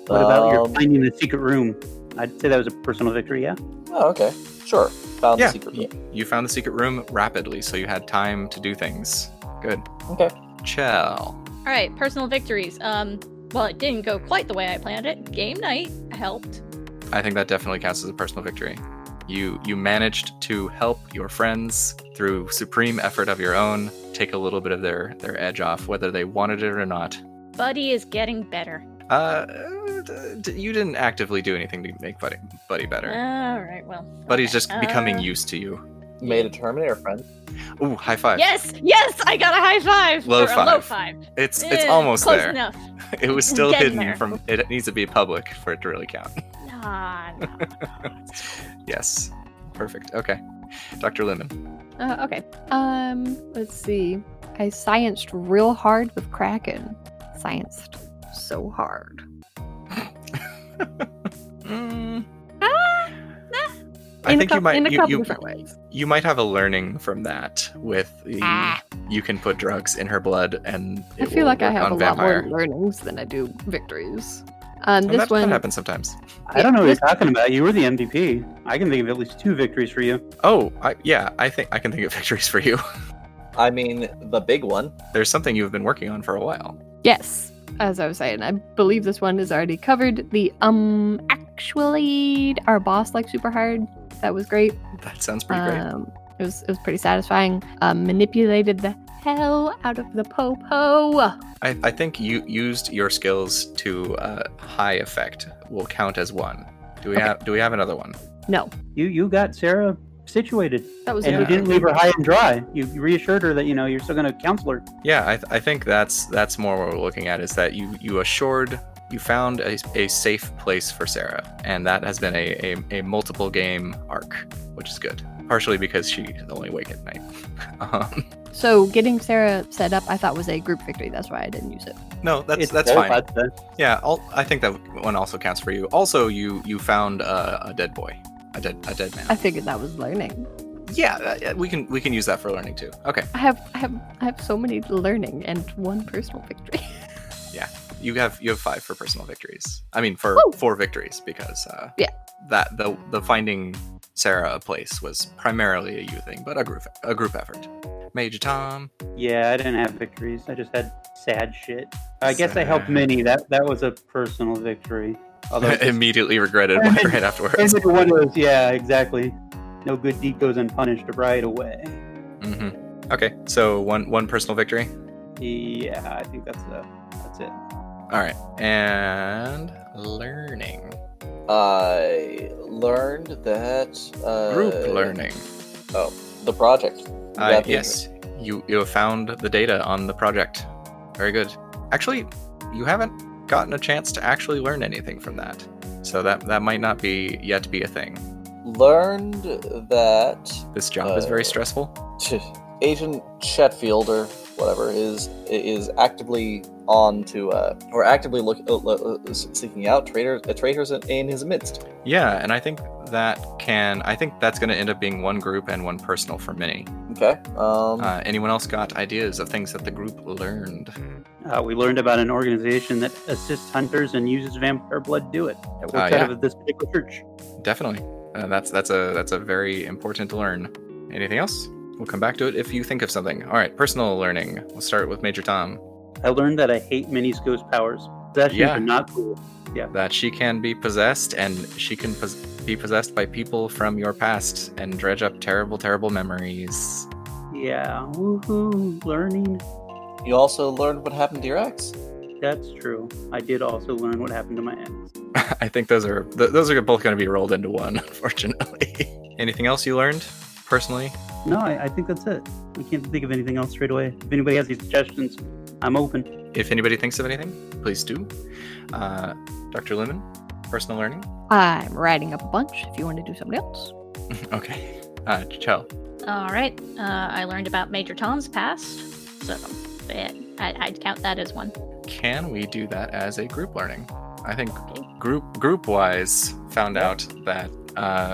What about your Um, finding the secret room? I'd say that was a personal victory, yeah? Oh, okay. Sure. Found Yeah. the secret. room. You found the secret room rapidly, so you had time to do things. Good. Okay. Chell. All right, personal victories. Um, well, it didn't go quite the way I planned it. Game night helped. I think that definitely counts as a personal victory. You you managed to help your friends through supreme effort of your own, take a little bit of their their edge off, whether they wanted it or not. Buddy is getting better. Uh, d- d- you didn't actively do anything to make Buddy Buddy better. All right, well. Buddy's just okay. becoming Uh, used to you. Made a Terminator friend. Ooh, high five! Yes, yes, I got a high five. Low or A low five. five. It's it's Eh, almost close there. enough. It was It's still getting hidden there. from. It needs to be public for it to really count. Nah, nah, nah. Yes, perfect. Okay, Dr. Lemon. Uh, okay. Um, let's see. I scienced real hard with Kraken. Scienced so hard. Mm, Ah, I in think a couple, you might in a you- couple you- different ways. you might have a learning from that with the Ah. you can put drugs in her blood and I it feel will like I work have a on lot vampire. Oh, more learnings than I do victories. Um, And this that, that one, happens sometimes. I don't know what this- you're talking about. You were the MVP. I can think of at least two victories for you. Oh, I, yeah, I think I can think of victories for you. I mean, the big one. There's something you've been working on for a while. Yes, as I was saying, I believe this one is already covered. The um act actually our boss like super hard. That was great. That sounds pretty great. Um, it was it was pretty satisfying. Um, manipulated the hell out of the popo. I, I think you used your skills to uh, high effect will count as one. Do we Okay. have Do we have another one? No, You you got Sarah situated, that was and Yeah. you it. didn't leave her high and dry. You reassured her that you know you're still going to counsel her. Yeah, I, th- I think that's that's more what we're looking at is that you you assured you found a, a safe place for Sarah, and that has been a, a, a multiple game arc, which is good. Partially because she's only awake at night. um, So getting Sarah set up, I thought was a group victory. That's why I didn't use it. no, that's It's that's fine. qualified then. Yeah, i I think that one also counts for you. Also, you you found uh, a dead boy, a dead a dead man. I figured that was learning. yeah, uh, yeah, we can we can use that for learning too. Okay, I have I have I have so many learning and one personal victory. you have you have five for personal victories. I mean, for Woo! four victories because uh, Yeah. that the the finding Sarah a place was primarily a you thing, but a group a group effort. Major Tom, Yeah, I didn't have victories. I just had sad shit. I guess I helped Sad. Minnie. That that was a personal victory. Although it just- immediately regretted right, right afterwards. every one of those, yeah, exactly. No good deed goes unpunished right away. hmm Okay, so one one personal victory. Yeah, I think that's the that's it. All right, and learning I learned that uh, group learning. Oh, the project. Uh, That being- yes, you you have found the data on the project. Very good. Actually, you haven't gotten a chance to actually learn anything from that, so that that might not be yet to be a thing. Learned that This job is very Uh, stressful. t- Agent Chetfield or whatever is is actively on to uh, or actively look uh, lo- uh, seeking out traitors uh, traitors in, in his midst. Yeah, and I think that can I think that's going to end up being one group and one personal for many. Okay. Um, Uh, anyone else got ideas of things that the group learned? Uh, we learned about an organization that assists hunters and uses vampire blood to do it. That works Ah, out of this particular church. Definitely, uh, that's that's a that's a very important learn. Anything else? We'll come back to it if you think of something. All right, personal learning. We'll start with Major Tom. I learned that I hate Minnie's ghost powers. Possessions Yeah. are not cool. that she can be possessed and she can pos- be possessed by people from your past and dredge up terrible terrible memories Yeah, woohoo, learning. you also learned what happened to your ex. That's true. I did also learn what happened to my ex. i think those are th- those are both going to be rolled into one unfortunately anything else you learned personally No, I, I think that's it. I can't think of anything else straight away. If anybody has any suggestions, I'm open. if anybody thinks of anything please do uh, dr lumen personal learning I'm writing up a bunch. If you want to do something else, okay uh chell All right. Uh, I learned about Major Tom's past, so eh, I, I'd count that as one. can we do that as a group learning i think Okay. group group wise found out that uh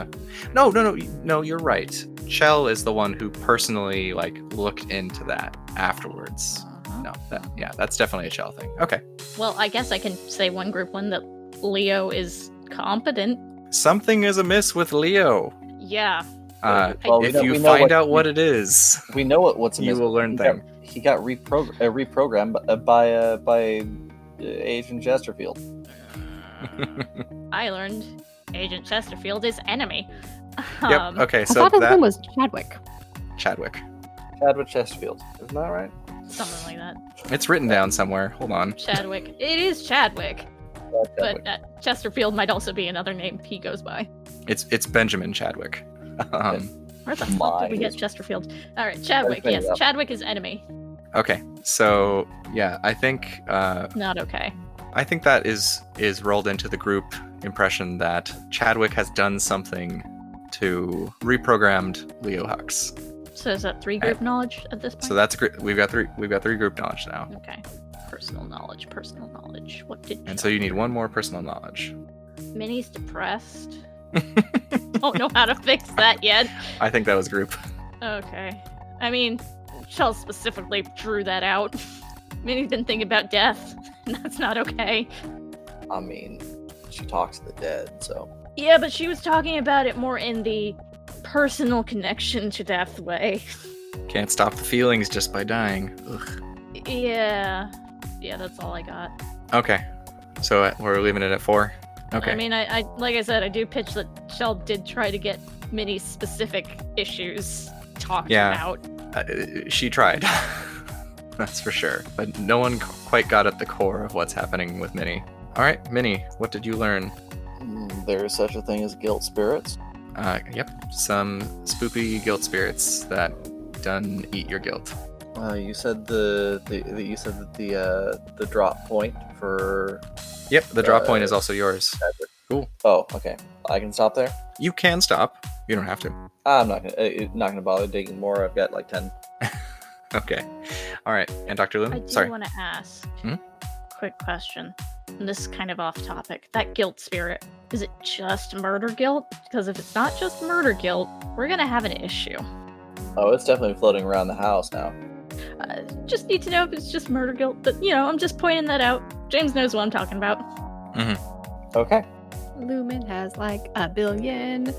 no no no no you're right shell is the one who personally like looked into that afterwards Uh-huh. no that, yeah that's definitely a shell thing okay Well, I guess I can say one group one that Leo is competent. something is amiss with leo Yeah. uh Well, we if know- you we know find what- out what it is We know what what's you amiss. will learn he them got, he got reprog- uh, reprogrammed by- uh, by uh, by uh, Agent Chesterfield. I learned Agent Chesterfield is enemy. Um, yep okay Um, so I thought his that name was Chadwick. chadwick Chadwick Chesterfield. Isn't that right? Something like that. it's written down somewhere hold on Chadwick. it is Chadwick, Yeah, Chadwick. but uh, Chesterfield might also be another name he goes by. it's it's benjamin chadwick um Where the fuck did we Mine get is- Chesterfield? All right, Chadwick. bring it Yes, up. Chadwick is enemy. okay so yeah i think uh Not okay. I think that is is rolled into the group impression that Chadwick has done something to reprogrammed Leo Hux. So is that three group knowledge at this point? So that's gr- we've got three we've got three group knowledge now, okay. Personal knowledge. Personal knowledge. What did? and so you need one more personal knowledge. Minnie's depressed. Don't know how to fix that yet. I think that was group. Okay. I mean, Shell specifically drew that out. Minnie's been thinking about death, and that's not okay. I mean, she talks to the dead, so Yeah, but she was talking about it more in the personal connection to death way. Can't stop the feelings just by dying. Ugh. Yeah. Yeah, that's all I got. Okay, so uh, we're leaving it at four. Okay. I mean, I, I like I said, I do pitch that Shell did try to get many specific issues talked Yeah. about. uh, she tried. That's for sure. But no one c- quite got at the core of what's happening with Minnie. All right, Minnie, what did you learn? Mm, There is such a thing as guilt spirits. Uh, yep, some spoopy guilt spirits that done eat your guilt. Uh, you said the, the, the you said that the uh, the drop point for. Yep, the draw Uh, point is also yours. Cool. Oh, okay. I can stop there. You can stop. You don't have to. I'm not gonna uh, uh, not gonna bother digging more. I've got like ten. Okay. All right. And Dr. I Loom, do sorry. want to ask. Hmm? Quick question. And this is kind of off topic. That guilt spirit. Is it just murder guilt? Because if it's not just murder guilt, we're gonna have an issue. Oh, it's definitely floating around the house now. Uh, just need to know if it's just murder guilt. But you know, I'm just pointing that out. James knows what I'm talking about. Okay. Lumen has like a billion.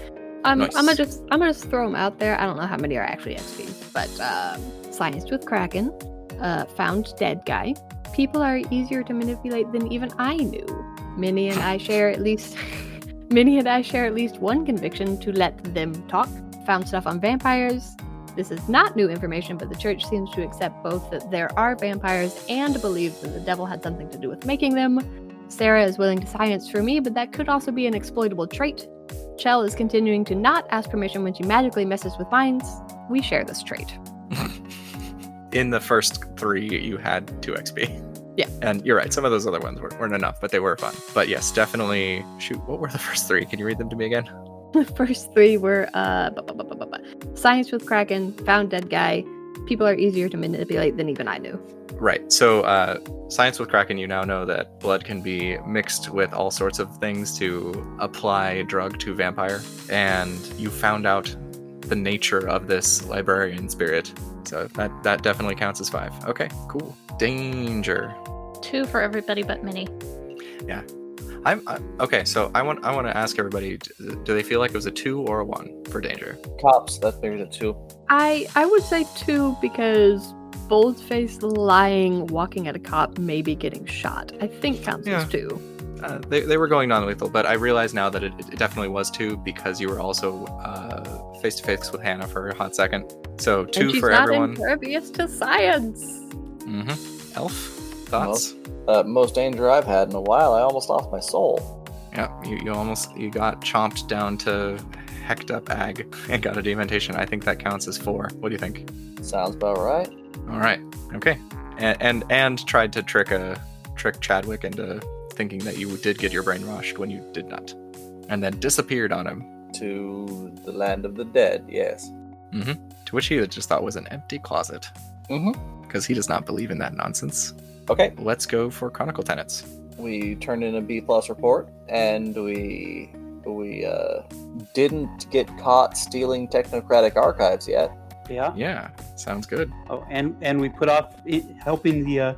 Um, Nice. I'm gonna just I'm gonna just throw them out there. I don't know how many are actually XPs, but um, science with Kraken, uh, found dead guy. People are easier to manipulate than even I knew. Minnie and I share at least Minnie and I share at least one conviction to let them talk. Found stuff on vampires. This is not new information, but the church seems to accept both that there are vampires and believe that the devil had something to do with making them. Sarah is willing to silence for me, but that could also be an exploitable trait. Chell is continuing to not ask permission when she magically messes with mines. We share this trait. In the first three, you had two XP. Yeah. And you're right. Some of those other ones weren't, weren't enough, but they were fun. But yes, definitely. Shoot, what were the first three? Can you read them to me again? The first three were uh, bu- bu- bu- bu- bu- bu- science with Kraken, found dead guy. People are easier to manipulate than even I knew. Right. So, uh, science with Kraken, you now know that blood can be mixed with all sorts of things to apply drug to vampire, and you found out the nature of this librarian spirit. So that that definitely counts as five. Okay, cool. Danger. Two for everybody but Minnie. I'm I, okay. So I want I want to ask everybody: d- Do they feel like it was a two or a one for danger? Cops. That figures it too. I I would say two because bold-faced lying, walking at a cop, maybe getting shot. I think counts Yeah. as two. Uh, they, they were going non-lethal, but I realize now that it, it definitely was two because you were also uh, face to face with Hannah for a hot second. So two and she's for not everyone. impervious to science. Mm-hmm. Elf thoughts. Uh, most danger I've had in a while. I almost lost my soul. Yeah, you, you almost you got chomped down to hecked up ag and got a dementation. I think that counts as four. What do you think? Sounds about right. All right. Okay. And and, and tried to trick a trick Chadwick into thinking that you did get your brain washed when you did not, and then disappeared on him. To the land of the dead. Yes. To which he just thought was an empty closet Mm-hmm. because he does not believe in that nonsense. Okay. Let's go for chronicle tenants. we turned in a B plus report, and we we uh, didn't get caught stealing technocratic archives yet. Yeah. Yeah, sounds good. Oh, and and we put off i helping the uh,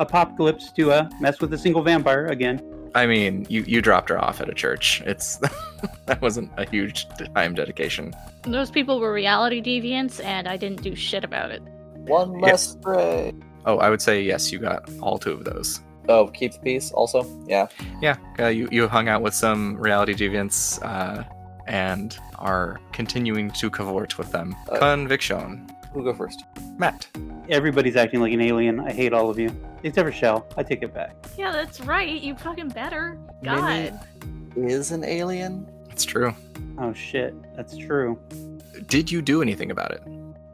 apocalypse to uh, mess with a single vampire again. I mean, you you dropped her off at a church. It's that wasn't a huge time dedication. Those people were reality deviants, and I didn't do shit about it. One Yeah. less stray. Oh, I would say yes, you got all two of those. Oh, keep the peace. Also, yeah. Yeah, uh, you you hung out with some reality deviants uh, and are continuing to cavort with them. Uh, Conviction, Who go first? Matt. Everybody's acting like an alien. I hate all of you. Except for Shell. I take it back. Yeah, that's right. You fucking better. God. Minnie is an alien. It's true. Oh shit. That's true. Did you do anything about it?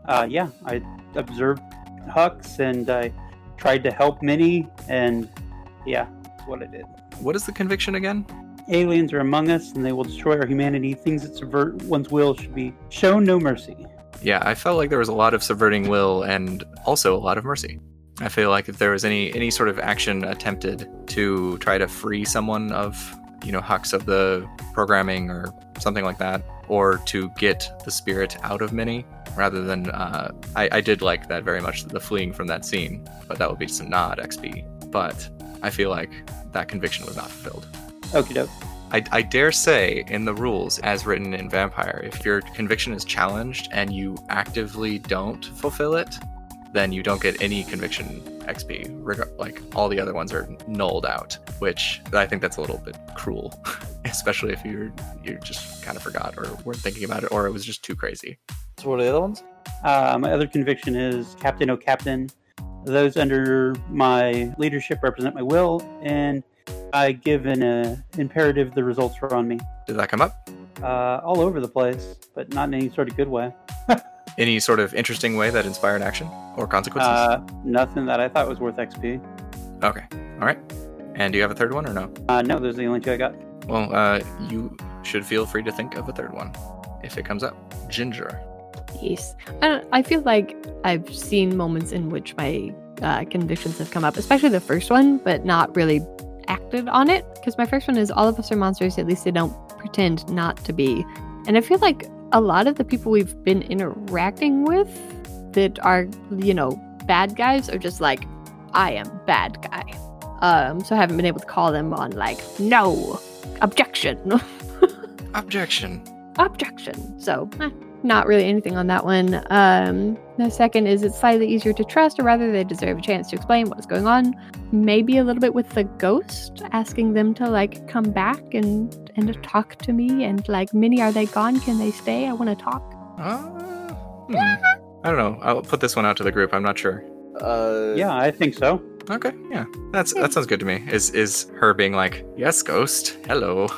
Uh, yeah, I observed Hux and I tried to help Minnie, and yeah, that's what I did. What is the conviction again? Aliens are among us, and they will destroy our humanity. Things that subvert one's will should be shown no mercy. Yeah, I felt like there was a lot of subverting will and also a lot of mercy. I feel like if there was any any sort of action attempted to try to free someone of, you know, hux of the programming or something like that, or to get the spirit out of Minnie, rather than uh, I, I did like that very much the fleeing from that scene, but that would be some nod XP. But I feel like that conviction was not fulfilled. Okie doke. I, I dare say, in the rules as written in Vampire, if your conviction is challenged and you actively don't fulfill it, then you don't get any conviction XP. Reg- like all the other ones are nulled out, which I think that's a little bit cruel, especially if you you just kind of forgot or weren't thinking about it or it was just too crazy. So what are the other ones? Uh, my other conviction is Captain O Captain. Those under my leadership represent my will, and I give an uh, imperative the results are on me. Did that come up? Uh, all over the place, but not in any sort of good way. Any sort of interesting way that inspired action or consequences? Uh, nothing that I thought was worth XP. okay, all right. And do you have a third one or no? Uh, no, those are the only two I got. Well, uh, you should feel free to think of a third one if it comes up. Ginger. Yes. I, don't, I feel like I've seen moments in which my uh, convictions have come up, especially the first one, but not really acted on it. Because my first one is all of us are monsters, at least they don't pretend not to be. And I feel like a lot of the people we've been interacting with that are, you know, bad guys are just like, I am bad guy. Um, so I haven't been able to call them on like, no, objection. Objection. objection. So, eh, not really anything on that one. Um, the second is it's slightly easier to trust, or rather, they deserve a chance to explain what's going on. Maybe a little bit with the ghost, asking them to like come back and and talk to me, and like, Minnie, are they gone? Can they stay? I want to talk. Uh, hmm. I don't know. I'll put this one out to the group. I'm not sure. Uh, Yeah, I think so. Okay, yeah, that's that sounds good to me. Is is her being like, yes, ghost, hello?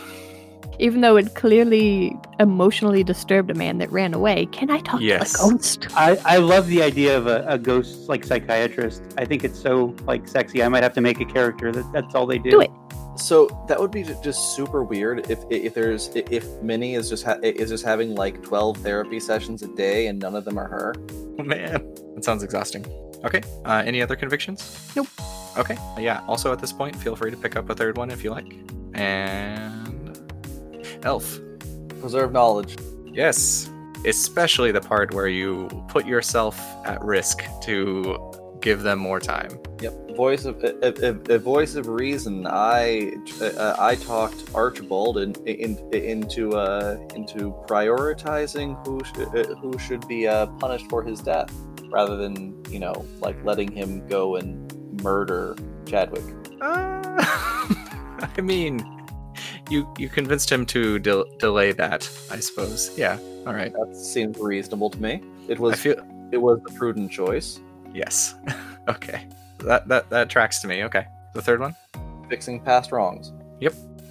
Even though it clearly emotionally disturbed a man that ran away, can I talk Yes. to a ghost? I, I love the idea of a, a ghost like psychiatrist. I think it's so like sexy. I might have to make a character that that's all they do. Do it. So that would be ju- just super weird if if there's if Minnie is just ha- is just having like twelve therapy sessions a day and none of them are her. Man, that sounds exhausting. Okay, uh, any other convictions? Nope. Okay, yeah. Also, at this point, feel free to pick up a third one if you like. And elf. Preserve knowledge. Yes, especially the part where you put yourself at risk to give them more time. Yep. Voice of a, a, a voice of reason. I uh, I talked Archibald in, in, into uh, into prioritizing who sh- uh, who should be uh, punished for his death rather than you know like letting him go and murder Chadwick. Uh, Ah, I mean, you you convinced him to del- delay that, I suppose. Yeah. All right. That seems reasonable to me. It I was feel it was the prudent choice. Yes. okay. That that that tracks to me. Okay. The third one, Fixing past wrongs.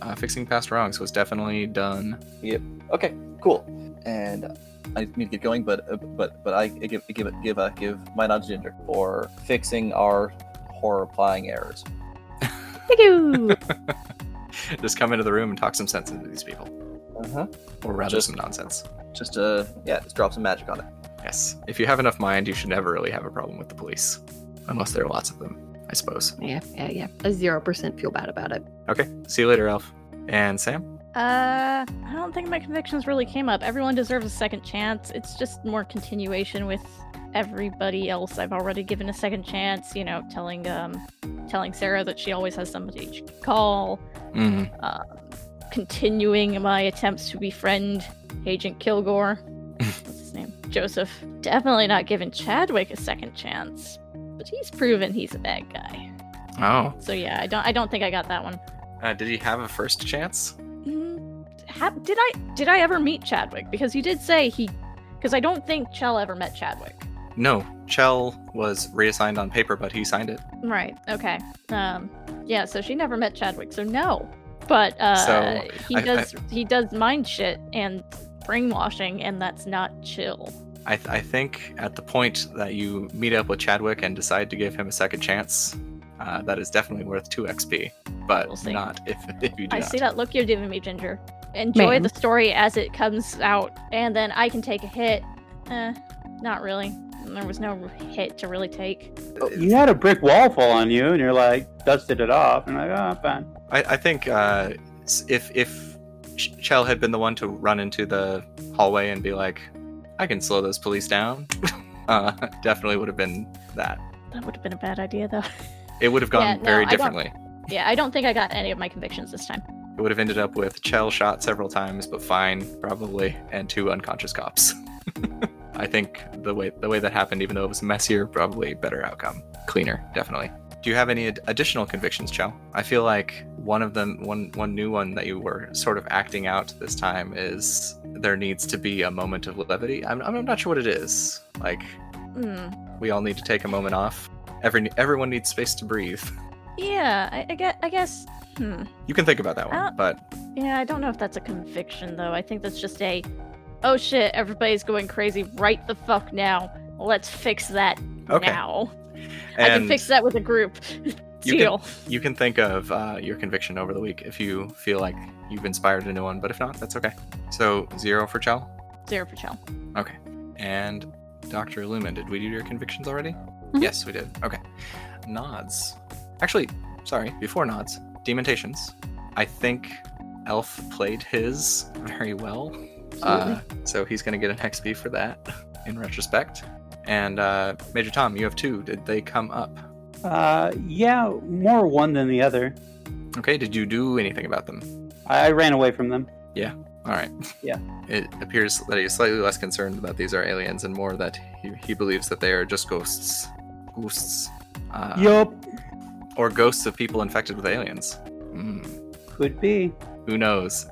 uh, fixing past wrongs, was definitely done. Okay, cool. And I need to get going, but uh, but but I give give it give uh, give my nod to Ginger for fixing our horror applying errors. Thank you. Just come into the room and talk some sense into these people, Uh-huh. or rather, Just- some nonsense. Just uh yeah, just drop some magic on it. Yes. If you have enough mind, you should never really have a problem with the police, unless there are lots of them, I suppose. yeah, yeah, yeah. A zero percent feel bad about it. Okay. See you later, Elf. And Sam. Uh, I don't think my convictions really came up. Everyone deserves a second chance. It's just more continuation with everybody else I've already given a second chance. You know, telling um, telling Sarah that she always has somebody she can call. Mm. Continuing my attempts to befriend Agent Kilgore. What's his name? Joseph. Definitely not giving Chadwick a second chance, but he's proven he's a bad guy. Oh. So yeah, I don't I don't think I got that one. Uh, did he have a first chance? Mm, ha- did I did I ever meet Chadwick? Because you did say he, because I don't think Chell ever met Chadwick. No. Chell was reassigned on paper, but he signed it. Right. Okay. Um. Yeah. So she never met Chadwick. So no. But uh, So, he I- I- does he does mind shit and brainwashing, and that's not chill. I, th- I think at the point that you meet up with Chadwick and decide to give him a second chance, uh, that is definitely worth two XP, but We'll see. not if, if you do I not. see that look you're giving me, Ginger. Enjoy Ma'am. the story as it comes out, and then I can take a hit. Eh, not really. There was no hit to really take. You had a brick wall fall on you, and you're like dusted it off, and like oh, fine. I, I think uh, s- if if Ch- Chell had been the one to run into the hallway and be like, "I can slow those police down," uh, definitely would have been that. That would have been a bad idea, though. It would have gone Yeah, no, very I don't- differently. Yeah, I don't think I got any of my convictions this time. It would have ended up with Chell shot several times, but fine probably, and two unconscious cops. I think the way the way that happened, even though it was messier, probably better outcome. cleaner, definitely. Do you have any ad- additional convictions, Chell? I feel like one of them, one one new one that you were sort of acting out this time is there needs to be a moment of levity. I'm I'm not sure what it is. Like Hmm. we all need to take a moment off. Every everyone needs space to breathe. Yeah, I, I guess. I guess. Hmm. You can think about that Ah. one, but Yeah, I don't know if that's a conviction though. I think that's just a oh shit, everybody's going crazy right the fuck now. Let's fix that okay. now. And I can fix that with a group. You can- Deal. you can think of uh, your conviction over the week if you feel like you've inspired a new one. But if not, that's okay. So zero for Chell Zero for Chell. and Doctor Lumen. Did we do your convictions already? Mhm. Yes, we did. Okay. Nods. Actually, sorry. Before nods, dementations. I think Elf played his very well. Uh, so he's going to get an XP for that in retrospect. And uh, Major Tom, you have two. Did they come up? Uh, yeah, more one than the other. Okay, did you do anything about them? I I ran away from them. All right. Yeah. It appears that he is slightly less concerned that these are aliens and more that he, he believes that they are just ghosts. Ghosts. Uh, yup, Or ghosts of people infected with aliens. Mm, could be. who knows?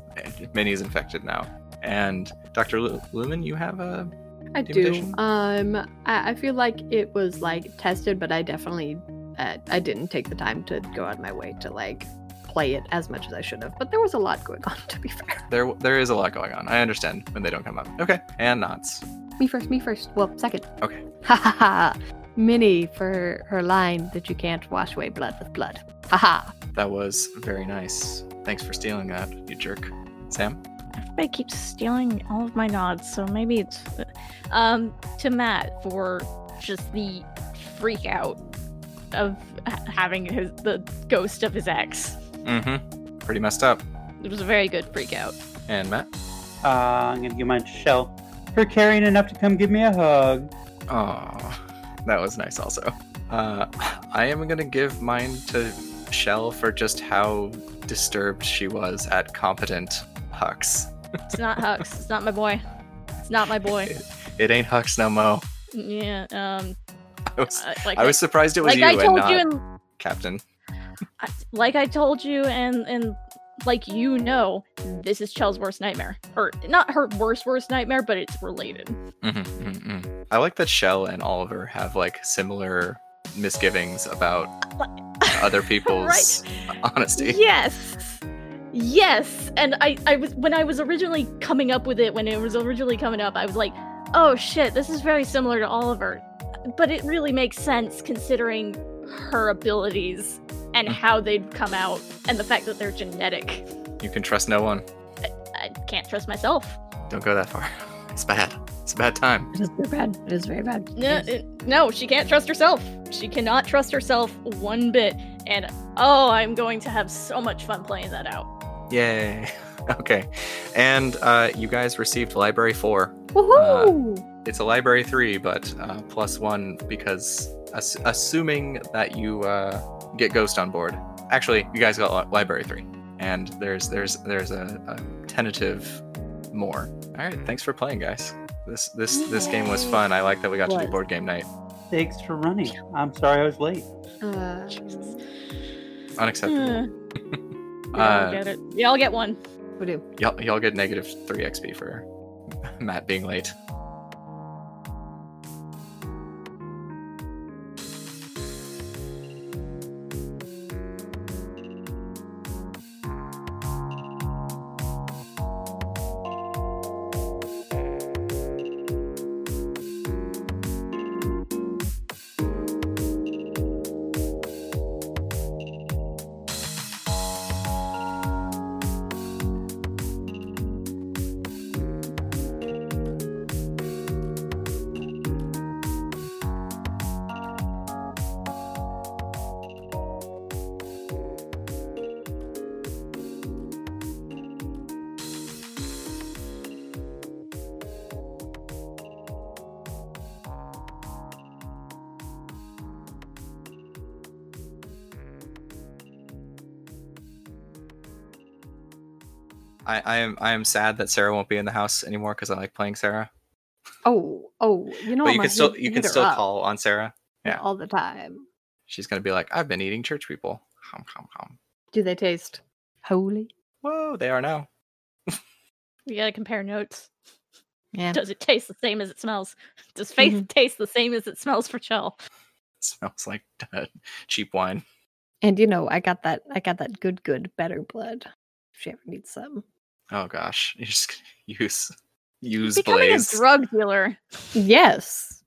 Minnie's infected now. And Dr. Lu- Lumen, you have a. I Intimidation? do. Um, I, I feel like it was like tested, but I definitely uh, I didn't take the time to go out of my way to like play it as much as I should have. But there was a lot going on, to be fair. There, there is a lot going on. I understand when they don't come up. Okay. And knots. Me first, me first. Well, second. Okay. Ha ha ha. Minnie for her line that you can't wash away blood with blood. Haha. That was very nice. Thanks for stealing that, you jerk. Sam? Everybody keeps stealing all of my nods, so maybe it's um to Matt for just the freak out of ha- having his the ghost of his ex. Mm hmm. Pretty messed up. It was a very good freak out. And Matt? Uh, I'm gonna give mine to Shell. Her carrying enough to come give me a hug. Oh, that was nice. Also, uh, I am gonna give mine to Shell for just how disturbed she was at competent Hux. It's not Hux. it's not my boy. It's not my boy. It, it ain't Hux no mo. Yeah. Um. I was, uh, Like I was surprised it was like you I and told not you, and Captain. I- like I told you, and and like you know, this is Chell's worst nightmare, or not her worst worst nightmare, but it's related. Mhm, mhm, mhm. I like that Shell and Oliver have like similar misgivings about other people's honesty. Yes. Yes. And I, I was when I was originally coming up with it, when it was originally coming up, I was like, oh shit, this is very similar to Oliver. But it really makes sense considering her abilities and Mm. how they'd come out and the fact that they're genetic. You can trust no one. I can't trust myself. Don't go that far. It's bad. It's a bad time. It is very bad. It is very bad. No, it- no, she can't trust herself. She cannot trust herself one bit. And oh, I'm going to have so much fun playing that out. Yay. Okay. And uh, you guys received Library 4. Woohoo! It's a Library 3, but uh, plus 1 because ass- assuming that you uh, get Ghost on board. Actually, you guys got li- Library 3. And there's there's there's a, a tentative more. All right, thanks for playing, guys. This this this game was Yay. fun. I like that we got to Was. do board game night. Thanks for running. I'm sorry I was late. Uh, Jesus. Unacceptable. Uh, we all Uh, get it. We all get one. We do. y'all, y'all get negative three XP for Matt being late. I, I am I am sad that Sarah won't be in the house anymore because I like playing Sarah. oh, oh, you know but what? you my can still hit- you can hitter still up call on Sarah. yeah. all the time. She's gonna be like, I've been eating church people. Hum, hum, hum. Do they taste? Holy. Whoa, they are now. You gotta compare notes. Yeah. Does it taste the same as it smells? Does faith taste the same as it smells for Chell? smells like uh, cheap wine. And you know, I got that I got that good, good, better blood. If she ever needs some. Oh gosh, you're just gonna use use Becoming blaze. a drug dealer. Yes.